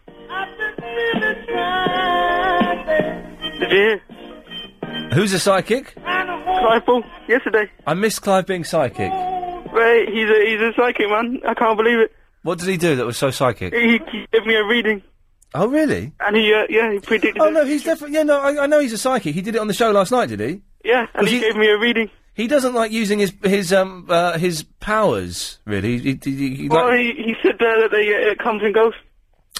Did you hear? Who's a psychic? Clive Bull, yesterday. I miss Clive being psychic. Right, he's a he's a psychic man. I can't believe it. What did he do that was so psychic? He, he gave me a reading, Oh, really? and he uh, yeah he predicted. Oh no, he's definitely yeah. No, I, I know he's a psychic. He did it on the show last night, did he? Yeah, and he, gave me a reading. He doesn't like using his his um uh, his powers really. He, he, he, he Well, like- he, he said uh, that they uh, it comes and goes.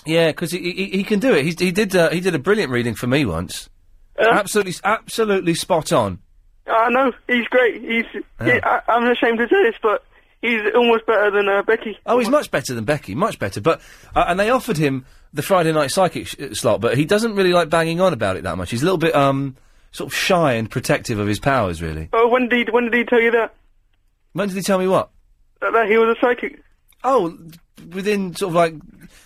yeah, because he, he he can do it. He he did uh, he did a brilliant reading for me once. absolutely absolutely spot on. I know he's great. He's Yeah. he, I, I'm ashamed to say this, but he's almost better than uh, Becky. Oh, he's much better than Becky, much better. But uh, and they offered him the Friday night psychic sh- uh, slot, but he doesn't really like banging on about it that much. He's a little bit um sort of shy and protective of his powers, really. Oh, when did he, when did he tell you that? When did he tell me what? That, that he was a psychic. Oh, within sort of like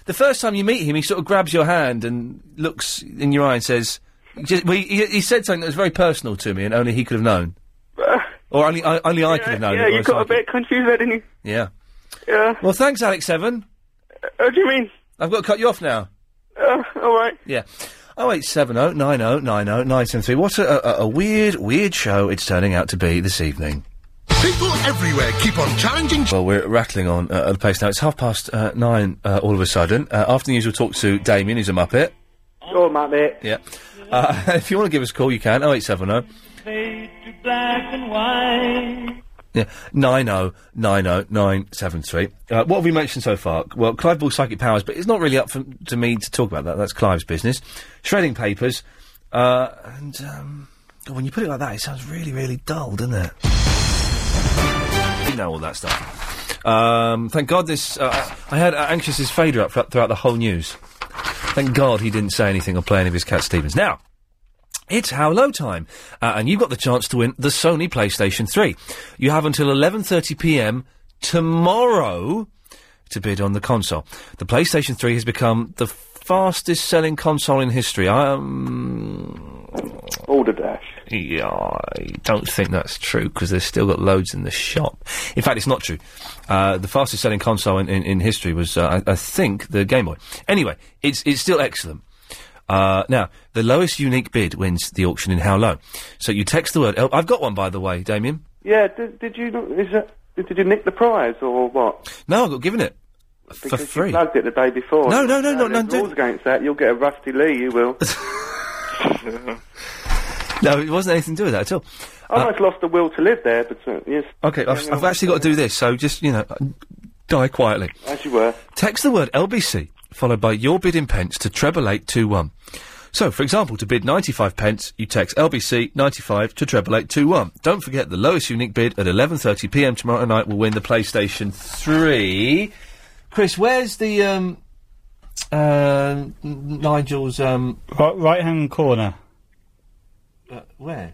the first time you meet him, he sort of grabs your hand and looks in your eye and says, just, well, he, he said something that was very personal to me, and only he could have known, or only I, only I could have known. Uh, yeah, it you was got a like- bit confused there, didn't you? Yeah. Yeah. Uh, Well, thanks, Alex Seven. What do you mean? I've got to cut you off now. Uh, all right. Yeah. Oh eight seven oh nine oh nine oh nine seven three. What a, a, a weird, weird show it's turning out to be this evening. People everywhere keep on challenging. Well, we're rattling on uh, at the pace now. It's half past uh, nine uh, all of a sudden. Uh, after the news, we'll talk to Damien, who's a Muppet. Go on, Matt, mate. Yeah. Uh, if you want to give us a call, you can. 0870 Fade to black and white. yeah, oh, 9090973. Uh, what have we mentioned so far? Well, Clive Ball's psychic powers, but it's not really up for, to me to talk about that. That's Clive's business. Shredding papers. Uh, and um, God, when you put it like that, it sounds really, really dull, doesn't it? You know all that stuff. Um, thank God this. Uh, I had uh, Anxious's fader up throughout the whole news. Thank God he didn't say anything or play any of his Cat Stevens. Now, it's How Low time, uh, and you've got the chance to win the Sony PlayStation 3. You have until 11:30 p.m. tomorrow to bid on the console. The PlayStation 3 has become the fastest selling console in history. I um Older dash. yeah, I don't think that's true because they've still got loads in the shop. In fact, it's not true. Uh, the fastest selling console in, in, in history was, uh, I, I think, the Game Boy. Anyway, it's it's still excellent. Uh, now, the lowest unique bid wins the auction in how low. So you text the word. Oh, I've got one, by the way, Damien. Yeah, did, did you is that, did you nick the prize or what? No, I got given it for Because free. You plugged it the day before. No, no, no, no, no, There's rules against that. You'll get a rusty Lee. You will. No, it wasn't anything to do with that at all. I almost lost the will to live there, but uh, yes, Okay, I've, I've actually got to do this, so just, you know, die quietly. as you were. Text the word LBC followed by your bid in pence to treble eight two one. So, for example, to bid 95 pence, you text LBC 95 to treble eight two one. Don't forget the lowest unique bid at 11:30 p.m. tomorrow night will win the PlayStation 3. Chris, where's the um uh, Nigel's um Right, right hand corner. uh, where?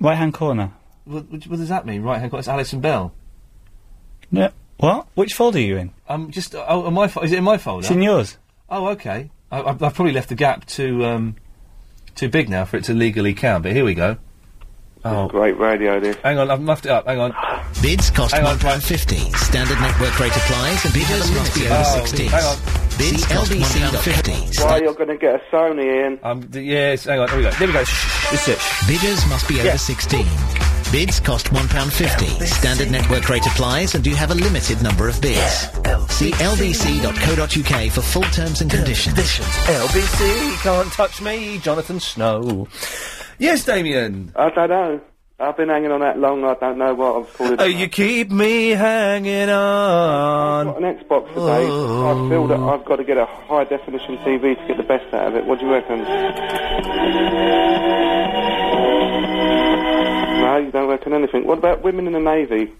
Right hand corner. What, what, what does that mean? Right hand corner. It's Alison Bell. No. What? Which folder are you in? Um, just oh, on my fo- is it in my folder? It's in yours. Oh, okay. I, I've, I've probably left the gap to um, Too big now for it to legally count, but here we go. Oh. Great radio, this. Hang on, I've muffed it up. Hang on. Bids cost Hang on, £1.50. Standard network rate applies and bidders must be over Oh, 16. hang on. Bids cost £1.50. Why you're going to get a Sony in? Um, th- yes, hang on, here we go. There we go. Shh, This is it. Bidders must be over 16. Bids cost £1.50. Standard network rate applies and you have a limited number of bids. See lbc.co.uk for full terms and conditions. LBC, can't touch me, Jonathan Snow. Yes, Damien. I don't know. I've been hanging on that long. I don't know what I'm calling. Oh, you keep me hanging on. I've got an Xbox today. I feel that I've got to get a high definition TV to get the best out of it. What do you reckon? No, you don't reckon anything. What about women in the navy?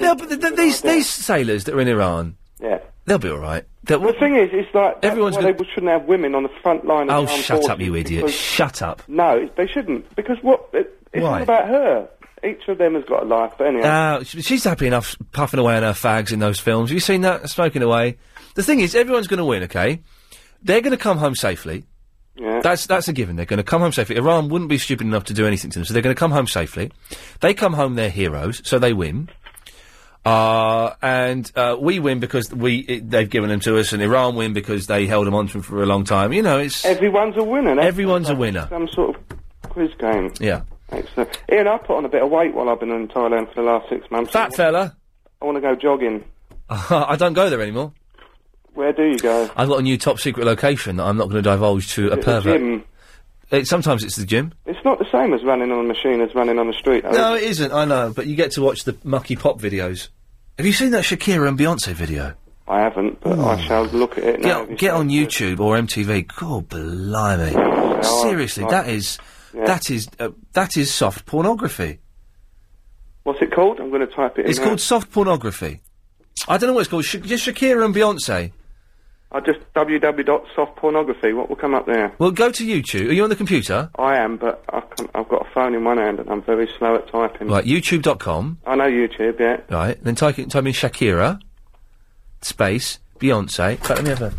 No, but th- th- these these sailors that are in Iran, Yeah. they'll be all right. They'll- the thing is, it's like everyone's. Everyone's Why gonna- They shouldn't have women on the front line. Of oh, the armed shut up, forces you idiot! because- Shut up. No, it- they shouldn't because what? It, it's Why? not about her. Each of them has got a life, but anyway. Uh, sh- she's happy enough puffing away on her fags in those films. Have you seen that? Smoking away. The thing is, everyone's going to win, okay? They're going to come home safely. Yeah. That's that's a given. They're going to come home safely. Iran wouldn't be stupid enough to do anything to them, so they're going to come home safely. They come home, they're heroes, so they win. Uh, and uh, we win because we it, they've given them to us, and Iran win because they held them on to for a long time. You know, it's everyone's a winner. that's Everyone's a winner. Some sort of quiz game. Yeah. Excellent. Ian, I put on a bit of weight while I've been in Thailand for the last six months. Fat fella. I want to go jogging. I don't go there anymore. Where do you go? I've got a new top secret location that I'm not going to divulge to a Is it the pervert. gym? It, sometimes it's the gym. It's not the same as running on a machine as running on the street. though, No, is it isn't. I know, but you get to watch the mucky pop videos. Have you seen that Shakira and Beyonce video? Oh. I haven't, but I shall look at it now. Get, get on YouTube or MTV. God blimey! Seriously, I- that is Yeah. that is uh, that is soft pornography. What's it called? I'm going to type it in. It's now. called soft pornography. I don't know what it's called. Sh- just Shakira and Beyonce. I just www.softpornography. What will come up there? Well, go to YouTube. Are you on the computer? I am, but I can, I've got a phone in one hand and I'm very slow at typing. Right, YouTube.com. I know YouTube, yeah. Right, then type, in- type in Shakira, space Beyonce. In fact, let me have a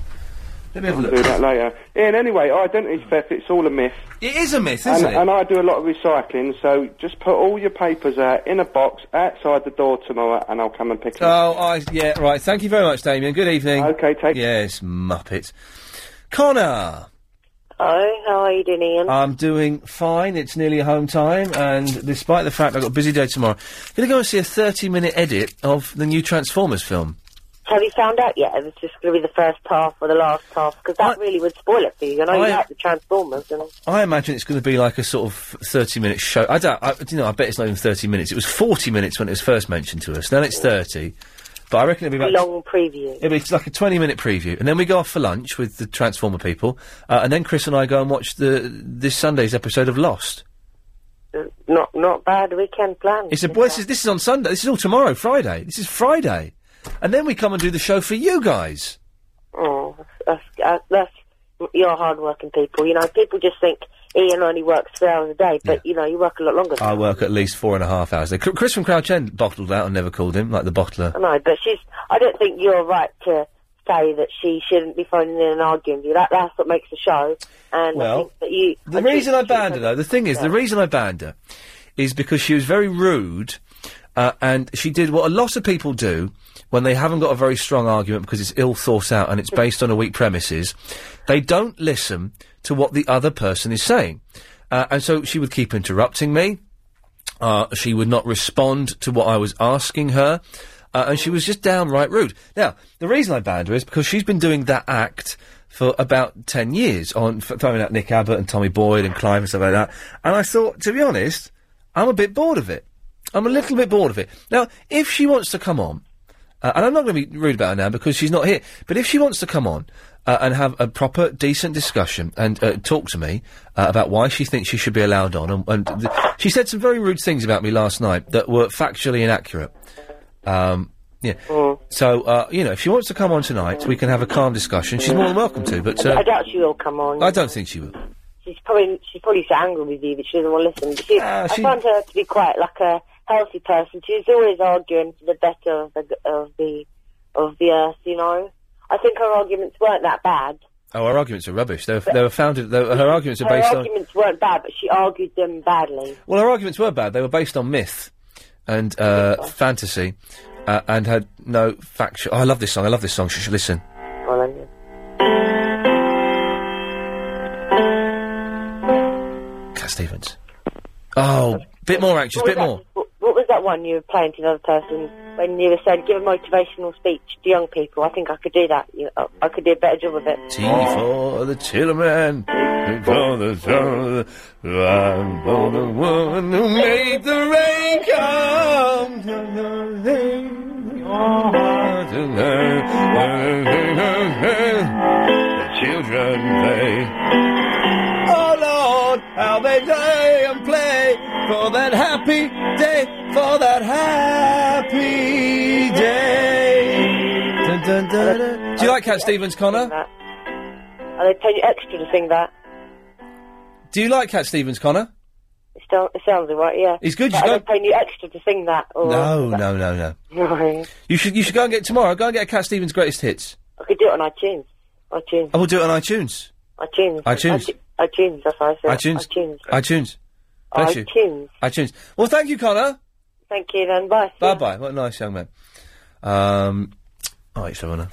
let me have a We'll look. do that later. Ian, anyway, identity theft, it's all a myth. It is a myth, and, isn't it? And I do a lot of recycling, so just put all your papers out in a box outside the door tomorrow and I'll come and pick them Oh, I, yeah, right. Thank you very much, Damien. Good evening. Okay, take Yes, Muppet. Connor! Hi, how are you doing, Ian? I'm doing fine. It's nearly home time, and despite the fact I've got a busy day tomorrow, I'm going to go and see a 30 minute edit of the new Transformers film. Have you found out yet? It was just going to be the first half or the last half because that really would spoil it for you. I know I- you like the Transformers, and I imagine it's going to be like a sort of 30 minute show. I doubt, I, you know, I bet it's not even 30 minutes. It was 40 minutes when it was first mentioned to us, then it's 30. But I reckon it'll be a about long preview. It'll be like a 20 minute preview, and then we go off for lunch with the Transformer people, uh, and then Chris and I go and watch the this Sunday's episode of Lost. Not not bad weekend plan. It's a, well, this, is, this is on Sunday. This is all tomorrow, Friday. This is Friday. And then we come and do the show for you guys. Oh, that's, that's, that's you're hardworking people. You know, people just think Ian only works three hours a day, but you know, you work a lot longer. I work at least four and a half hours. Cr- Chris from Crouch End bottled out and never called him, like the bottler. I know, but she's. I don't think you're right to say that she shouldn't be phoning in and arguing with you. That that's what makes the show. And Well, I think that you. The reason I banned her, though, the thing is, the reason I banned her is because she was very rude, uh, and she did what a lot of people do when they haven't got a very strong argument because it's ill thought out and it's based on a weak premises. They don't listen to what the other person is saying, uh, and so she would keep interrupting me. Uh, she would not respond to what I was asking her. Uh, and she was just downright rude. Now, the reason I banned her is because she's been doing that act for about 10 years on f- throwing out Nick Abbott and Tommy Boyd and Clive and stuff like that. And I thought, to be honest, I'm a bit bored of it. I'm a little bit bored of it. Now, if she wants to come on, uh, and I'm not going to be rude about her now because she's not here. But if she wants to come on uh, and have a proper, decent discussion and uh, talk to me uh, about why she thinks she should be allowed on, and, and th- she said some very rude things about me last night that were factually inaccurate. Um, yeah. Mm. So uh, you know, if she wants to come on tonight, we can have a calm discussion. She's more than welcome to. But I uh, doubt she will come on. I don't think she will. She's probably she's probably so angry with you that she doesn't want to listen. She, Ah, I found her to be quite like a healthy person. She's always arguing for the better of the of the of the earth. You know, I think her arguments weren't that bad. Oh, her arguments are rubbish. They were, they were founded. They, were- her arguments are Her based on. arguments weren't bad, but she argued them badly. Well, her arguments were bad. They were based on myth and uh, fantasy, uh, and had no factual. Oh, I love this song. I love this song. Sh- sh- listen. Cat Stevens. Oh, bit more anxious. Bit more. What, what was that one you were playing to another person when you were saying, give a motivational speech to young people? I think I could do that. You know, I could do a better job of it. Tea for the chiller man. tea For the chiller, I'm for the woman who made the rain come. The children play. Oh Lord, how they day and play for that happy day, for that happy day. Dun, dun, dun, dun. Do you like Cat Stevens, Connor? And they pay you extra to sing that. Do you like Cat Stevens, Connor? It, still, it sounds alright, yeah. It's good, But you I don't- don't pay you extra to sing that. Or No, no, no, no. No. You should you should go and get tomorrow. Go and get a Cat Stevens greatest hits. I could do it on iTunes. iTunes. I will do it on iTunes. iTunes. iTunes. iTu- iTunes, that's what I said. iTunes. iTunes. iTunes. Bless you. iTunes. iTunes. Well, thank you, Connor. Thank you then, bye. Bye bye. What a nice young man. Um. All right, Savannah.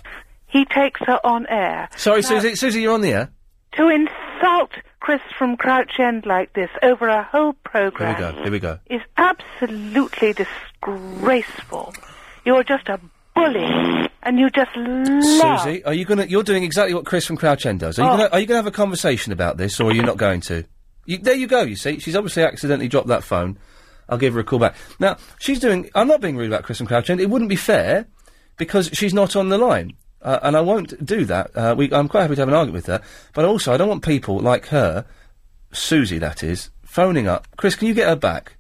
He takes her on air. Sorry, Now, Susie. Susie, you're on the air. To insult Chris from Crouch End like this over a whole Here we programme go. Here we go. is absolutely disgraceful. You're just a bully, and you just love. Susie, are you gonna? You're doing exactly what Chris from Crouch End does. Are you Oh. gonna? Are you gonna have a conversation about this, or are you not going to? You, there you go. You see, she's obviously accidentally dropped that phone. I'll give her a call back. Now she's doing. I'm not being rude about Chris from Crouch End. It wouldn't be fair because she's not on the line, uh, and I won't do that. Uh, we, I'm quite happy to have an argument with her, but also I don't want people like her, Susie, that is, phoning up. Chris, can you get her back?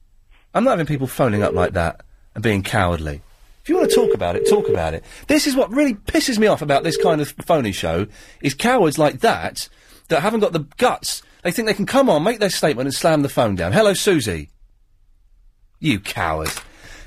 I'm not having people phoning up like that and being cowardly. If you want to talk about it, talk about it. This is what really pisses me off about this kind of phony show is cowards like that that haven't got the guts. They think they can come on, make their statement, and slam the phone down. Hello, Susie. You coward.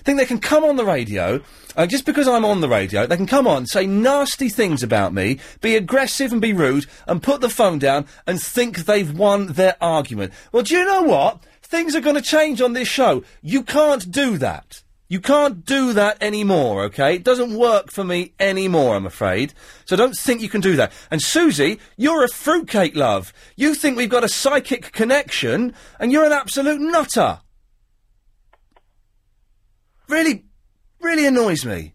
Think they can come on the radio, and just because I'm on the radio, they can come on, say nasty things about me, be aggressive and be rude, and put the phone down and think they've won their argument. Well, do you know what? Things are going to change on this show. You can't do that. You can't do that anymore, okay? It doesn't work for me anymore, I'm afraid. So don't think you can do that. And Susie, you're a fruitcake love. You think we've got a psychic connection, and you're an absolute nutter really, really annoys me.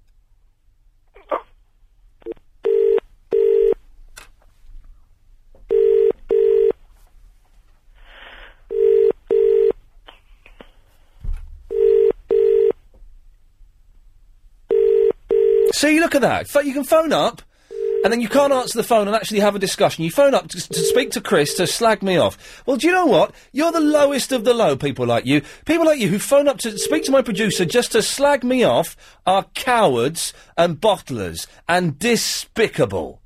See, look at that. Pho- You can phone up, and then you can't answer the phone and actually have a discussion. You phone up to, to speak to Chris to slag me off. Well, do you know what? You're the lowest of the low, people like you. People like you who phone up to speak to my producer just to slag me off are cowards and bottlers and despicable.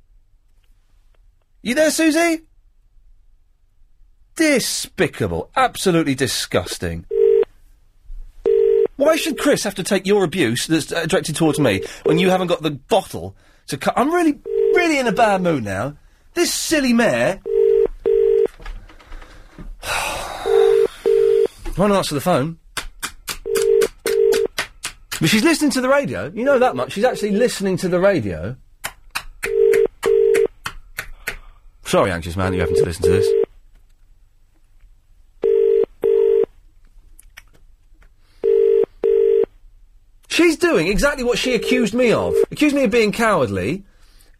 You there, Susie? Despicable. Absolutely disgusting. Why should Chris have to take your abuse that's uh, directed towards me when you haven't got the bottle to cut? I'm really, really in a bad mood now. This silly mare. Won't answer the phone. But she's listening to the radio. You know that much. She's actually listening to the radio. Sorry, anxious man, you having to listen to this. She's doing exactly what she accused me of. Accused me of being cowardly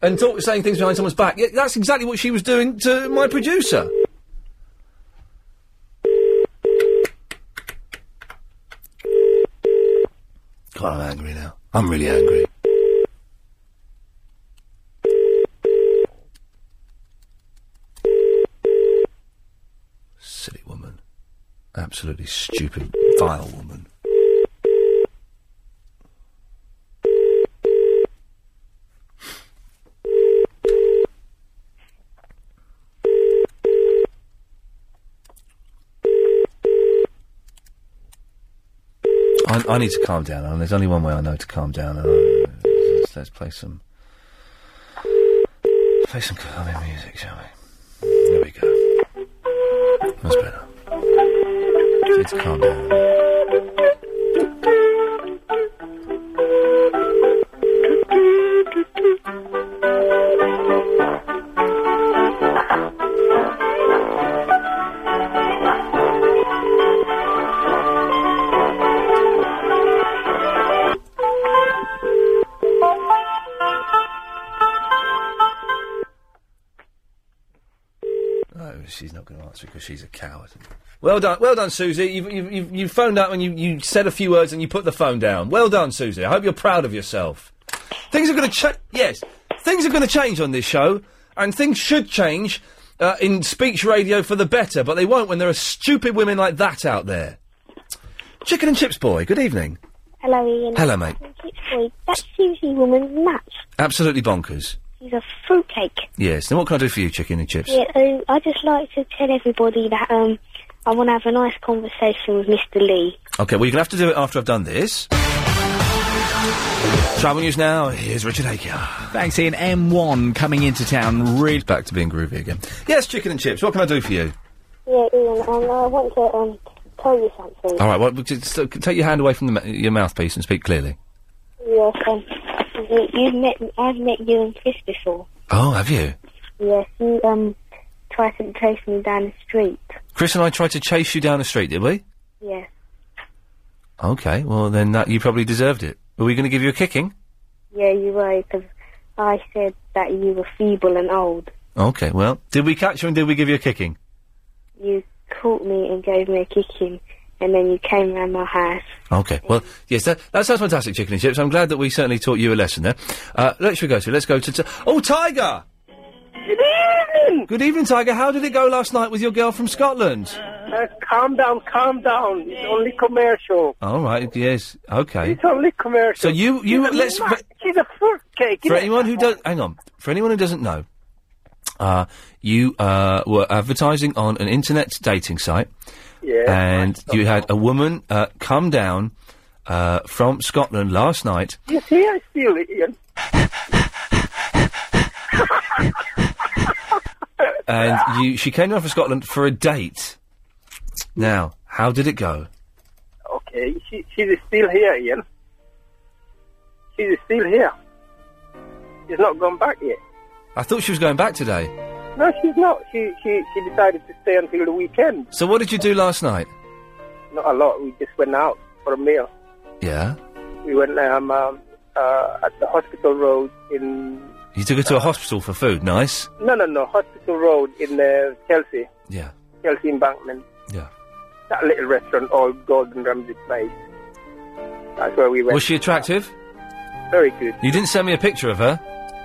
and talk, saying things behind someone's back. Yeah, that's exactly what she was doing to my producer. God, I'm angry now. I'm really angry. Silly woman. Absolutely stupid, vile woman. I, I need to calm down, and there's only one way I know to calm down. And I, let's, let's play some. Play some calming music, shall we? There we go. That's better. Kids, calm down. Oh, she's not going to answer because she's a coward. Well done, well done, Susie. You've, you've, you've, you phoned up and you, you said a few words and you put the phone down. Well done, Susie. I hope you're proud of yourself. Things are going to change. Yes, things are going to change on this show, and things should change uh, in speech radio for the better. But they won't when there are stupid women like that out there. Chicken and chips boy. Good evening. Hello, Ian. Hello, mate. That Susie woman's nuts. Absolutely bonkers. She's a fruitcake. Yes. Now, what can I do for you, chicken and chips? Yeah, um, I just like to tell everybody that um, I want to have a nice conversation with Mr. Lee. Okay. Well, you're going to have to do it after I've done this. Travel news now. Here's Richard Aker. Thanks, Ian. M1 coming into town. Really back to being groovy again. Yes, chicken and chips. What can I do for you? Yeah, Ian, um, I want to um, tell you something. All right. Well, just, uh, take your hand away from the ma- your mouthpiece and speak clearly. Yes, um, you, you've met, I've met you and Chris before. Oh, have you? Yes, you um, tried to chase me down the street. Chris and I tried to chase you down the street, did we? Yes, Okay. Well, then that you probably deserved it. Are we going to give you a kicking? yeah, you were, because I said that you were feeble and old. Okay. Well, did we catch you and did we give you a kicking? You caught me and gave me a kicking, and then you came round my house. Okay. Well, yes, that, that sounds fantastic, chicken and chips. I'm glad that we certainly taught you a lesson there. Uh, let's we go to. Let's go to. Ti- oh, Tiger. Good evening. Good evening, Tiger. How did it go last night with your girl from Scotland? Uh, calm down, calm down. It's only commercial. All right. Yes. Okay. It's only commercial. So you you She's a let's nut. She's a fruitcake. for anyone who does hang on for anyone who doesn't know uh, you uh, were advertising on an internet dating site Yeah, and you had a woman uh, come down uh, from Scotland last night You see, I feel it, Ian. and you she came down from Scotland for a date now how did it go Okay, she, she's still here, Ian. She's still here. She's not gone back yet. I thought she was going back today No, she's not. She, she, she decided to stay until the weekend. so what did you do last night Not a lot. We just went out for a meal. yeah We went um, um, uh, at the hospital road in you took her to a hospital for food nice no no no hospital road in uh, Chelsea. Yeah. Chelsea Embankment. Yeah. That little restaurant, all golden Ramsey place. That's where we went. was she attractive Very good. you didn't send me a picture of her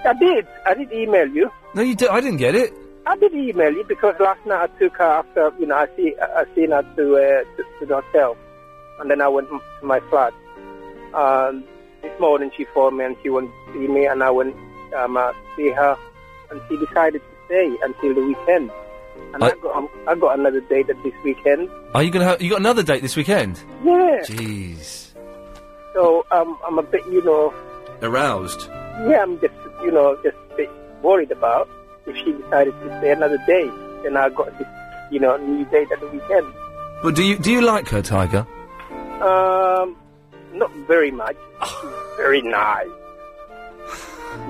I did. I did email you. no you did I didn't get it I did email you because last night I took her after you know I see I I seen her to, uh, to to the hotel, and then I went m- to my flat. Um, this morning she phoned me and she wanted to see me, and I went um, uh, see her, and she decided to stay until the weekend. And I, I- got um, I got another date at this weekend. Are you gonna? Ha- you got another date this weekend? Yeah. Jeez, So um, I'm a bit you know aroused. yeah I'm just you know just a bit worried about if she decided to stay another day, then I got this you know new date at the weekend. But do you do you like her, Tiger? Um, not very much. very nice.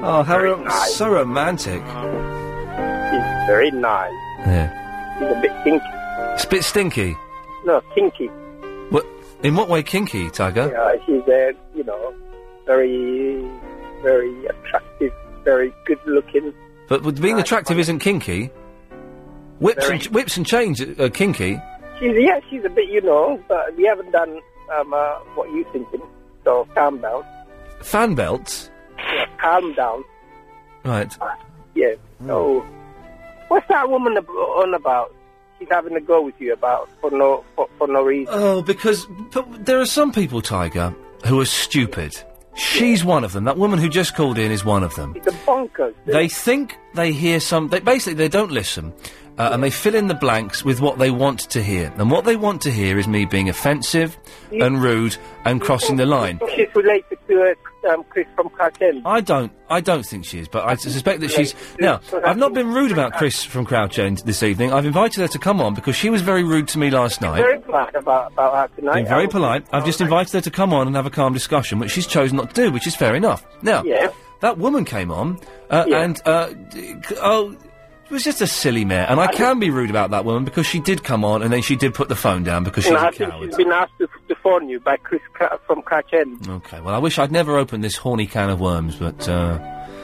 Oh, how ro- so romantic. She's very nice. Yeah, She's a bit kinky. it's a bit stinky. No, kinky. What? In what way, kinky, Tiger? Yeah, she's a you know very, very attractive, very good looking. But with being attractive isn't kinky. Whips and, whips and chains are are kinky. She's yeah, she's a bit you know, but we haven't done um uh, what you thinking. So calm down. Fan belts. Yeah, calm down. Right. Yeah. So what's that woman ab- on about? She's having a go with you about for no for, for no reason. Oh, because but there are some people, Tiger, who are stupid. She's one of them. That woman who just called in is one of them. It's a bonkers. They think they hear some. They, basically, they don't listen, uh, and they fill in the blanks with what they want to hear. And what they want to hear is me being offensive and rude and crossing the line. She's related to a um, Chris from Kraken. I don't. I don't think she is, but I suspect that she's. Now, I've not been rude about Chris from Crouch End this evening. I've invited her to come on because she was very rude to me last Very night. glad about, about that tonight. Been very Um, polite. I've just invited her to come on and have a calm discussion, which she's chosen not to do, which is fair enough. Now, Yeah. that woman came on, uh, and uh, d- c- oh, it was just a silly mare. And I can be rude about that woman because she did come on and then she did put the phone down because she's No, a I coward. think she's been asked to, to phone you by Chris Cra- from Kraken. Okay, well, I wish I'd never opened this horny can of worms, but. Uh,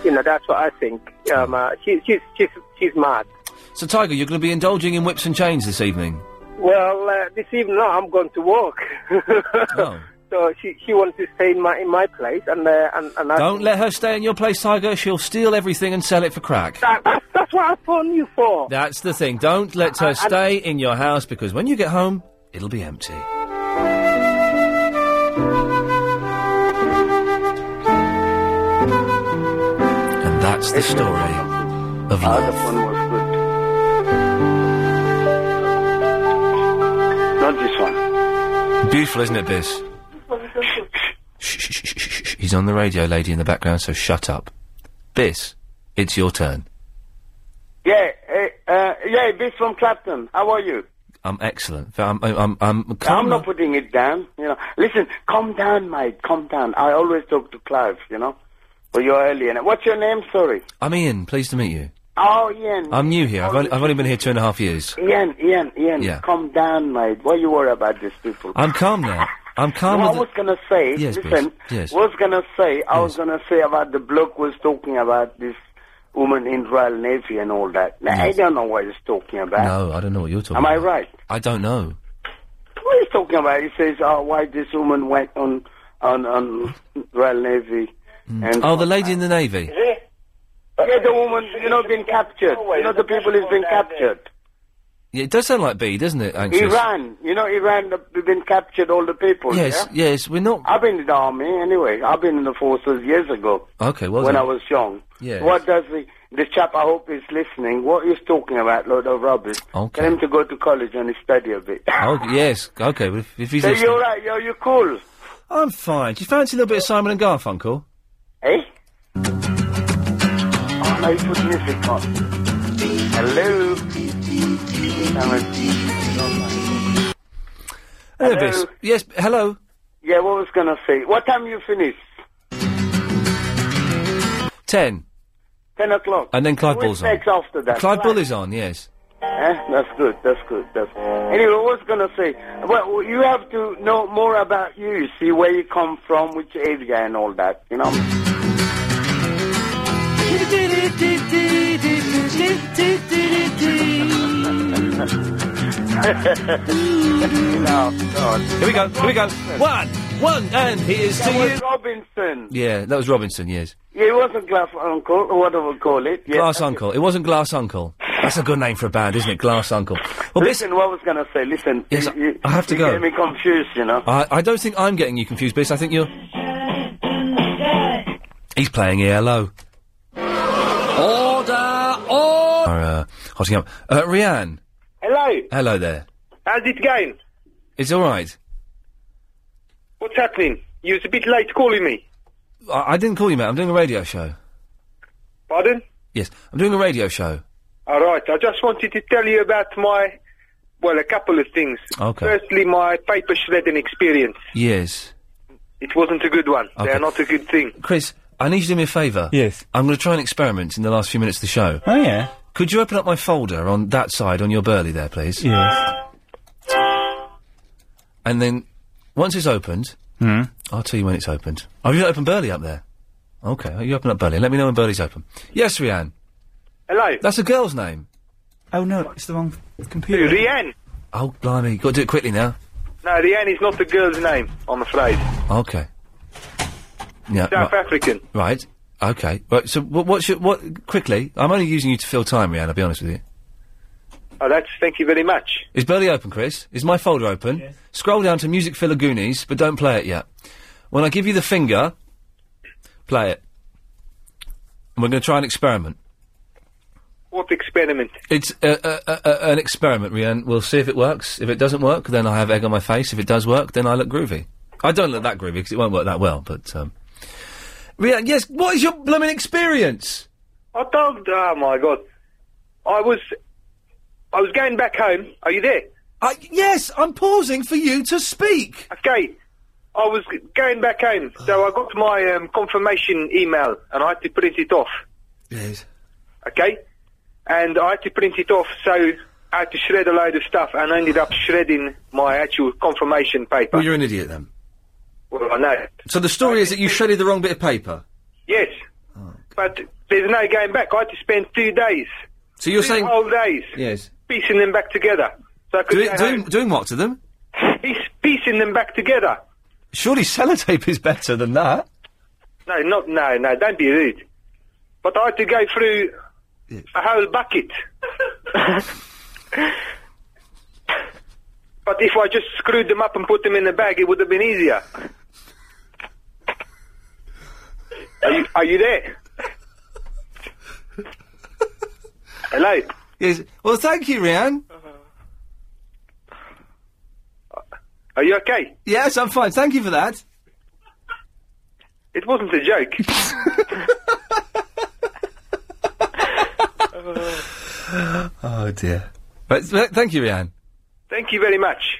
You know, that's what I think. Um, uh, she, she's she's she's mad. So, Tiger, you're going to be indulging in whips and chains this evening. Well, uh, this evening no, I'm going to work. Oh. So she she wants to stay in my in my place, and uh, and and I Don't let her stay in your place, Tiger. She'll steal everything and sell it for crack. That, that's what I phoned you for. That's the thing. Don't let her stay in your house because when you get home, it'll be empty. And that's the story of love. Not this one. Beautiful, isn't it, Biz? Shh, He's on the radio, lady in the background, so shut up. Biz, it's your turn. Yeah, uh, uh, yeah, this from Clapton. How are you? I'm excellent. I'm, I'm, I'm, I'm, I'm not putting it down. You know, listen, calm down, mate. Calm down. I always talk to Clive. You know, but you're early. And what's your name? Sorry. I'm Ian. Pleased to meet you. Oh, Ian. I'm new here. I've only, I've only been here two and a half years. Ian, Ian, Ian. Uh, Yeah. Calm down, mate. What you worry about these people? I'm calm now. I'm calm. No, I with the- was gonna say. Yes, please. listen. Yes. Was gonna say. I was gonna say about the bloke was talking about this woman in Royal Navy and all that. Now, I Yes. don't know what he's talking about. No, I don't know what you're talking Am I about. right? I don't know. What he's talking about? He says, "Oh, why this woman went on on on Royal Navy?" And Oh, the lady in the Navy. yeah, the woman, you know, been captured. You know, the people is been captured. Yeah, it does sound like B, doesn't it, Anxious? Iran, you know, Iran the- been captured. All the people. Yes, Yeah? yes, we're not. I've been in the army anyway. I've been in the forces years ago Okay, well when then. I was young. Yes. What does the the chap? I hope is listening. What he's talking about, load of rubbish. Okay. Tell him to go to college and study a bit. Oh, yes, okay, well, if, if he's so listening. you're right. You're, you're cool. I'm fine. Do you fancy a little bit of Simon and Garfunkel? Eh? Oh, no, you put music on. Hello? Hello? Hello, Biz. Yes, hello. Yeah, what was gonna say? What time you finish? Ten. Ten o'clock. And then Clive Which Bull's on. next after that? Clive Bull is on, yes. Eh? That's good, that's good, that's good. Anyway, what was gonna say? Well, you have to know more about you, you see, where you come from, which area and all that, you know? no, God. Here we go, here we go. One, one, and here's to That was you. Robinson. Yeah, that was Robinson, yes. Yeah, it wasn't Glass Uncle, or whatever we call it. Yeah. Glass Uncle. It wasn't Glass Uncle. That's a good name for a band, isn't it? Glass Uncle. Well, Biz, listen, what I was going to say, listen. Yes, you, you, I have to you go. get me confused, you know. I, I don't think I'm getting you confused, Biz. I think you're. He's playing E ELO. Order, order. Are, uh, hotting up. Uh, Rianne, Hello. hello there. How's it going? It's all right. What's happening? You was a bit late calling me. I, I didn't call you, mate. I'm doing a radio show. Pardon? Yes, I'm doing a radio show. All right. I just wanted to tell you about my, well, a couple of things. Okay. Firstly, my paper shredding experience. Yes. It wasn't a good one. Okay. They're not a good thing. Chris, I need you to do me a favour. Yes. I'm going to try an experiment in the last few minutes of the show. Oh, yeah. Could you open up my folder on that side on your burley there, please? Yes. And then, once it's opened, Hmm. I'll tell you when it's opened. Oh, you open Burley up there? Okay, you open up Burley. Let me know when Burley's open. Yes, Rianne. Hello. That's a girl's name. Oh no, it's the wrong f- computer. Rianne. Oh, blimey. You've got to do it quickly now. No, Rianne is not the girl's name, I'm afraid. Okay. Yeah. South right. African. right. Okay. Right. So, what, what's your, what, quickly, I'm only using you to fill time, Rianne, I'll be honest with you. Oh, that's, thank you very much. Is Burley open, Chris? Is my folder open? Scroll down to Music Filler Goonies, but don't play it yet. When I give you the finger, play it. And we're going to try an experiment. What experiment? It's a, a, a, a, an experiment, Rianne. We'll see if it works. If it doesn't work, then I have egg on my face. If it does work, then I look groovy. I don't look that groovy because it won't work that well. But um, Yeah, yes, what is your blooming experience? I don't. Oh my god! I was, I was going back home. Are you there? I, yes, I'm pausing for you to speak. Okay, I was g- going back home, so I got my um, confirmation email and I had to print it off. Yes. Okay, and I had to print it off, so I had to shred a load of stuff and I ended up shredding my actual confirmation paper. Well, Oh, you're an idiot then. Well, I know. So the story is that you shredded the wrong bit of paper. Yes, Oh. but there's no going back. I had to spend two days. So you're two saying- whole days Yes. piecing them back together. So I could Doing, go doing, home. doing what to them? Piece, piecing them back together. Surely sellotape is better than that. No, not no, no. Don't be rude. But I had to go through a whole bucket. but if I just screwed them up and put them in a bag, it would have been easier. Are you, are you there? Hello. Yes. Well, thank you, Rianne. Are you okay? Yes, I'm fine. Thank you for that. It wasn't a joke. Uh, Oh dear. But th- thank you, Rianne. Thank you very much.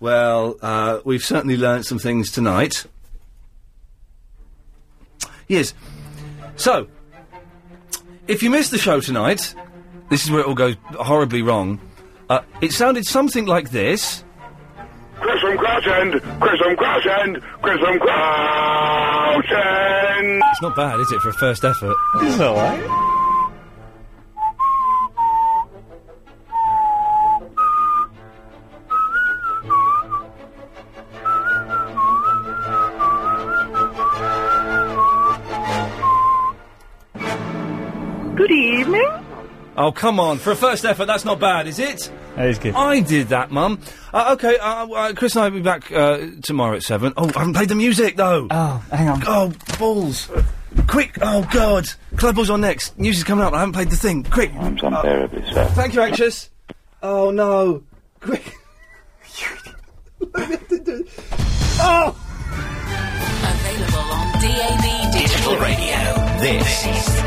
Well, uh, we've certainly learned some things tonight. Yes. So, if you missed the show tonight, this is where it all goes horribly wrong. Uh, it sounded something like this. Chris from Crouch End, Chris from Crouch End, Chris from Crouch End. It's not bad, is it, for a first effort? It's all right. Good evening. Oh, come on. For a first effort, that's not bad, is it? That is good. I did that, Mum. Uh, okay, uh, w- uh, Chris and I will be back uh, tomorrow at 7. Oh, I haven't played the music, though. Oh, hang on. Oh, balls. Quick. Oh, God. Clubballs on next. News is coming up. I haven't played the thing. Quick. I'm unbearably sad. Thank you, Anxious. Oh, no. Quick. Oh! Available on DAB Digital Radio. This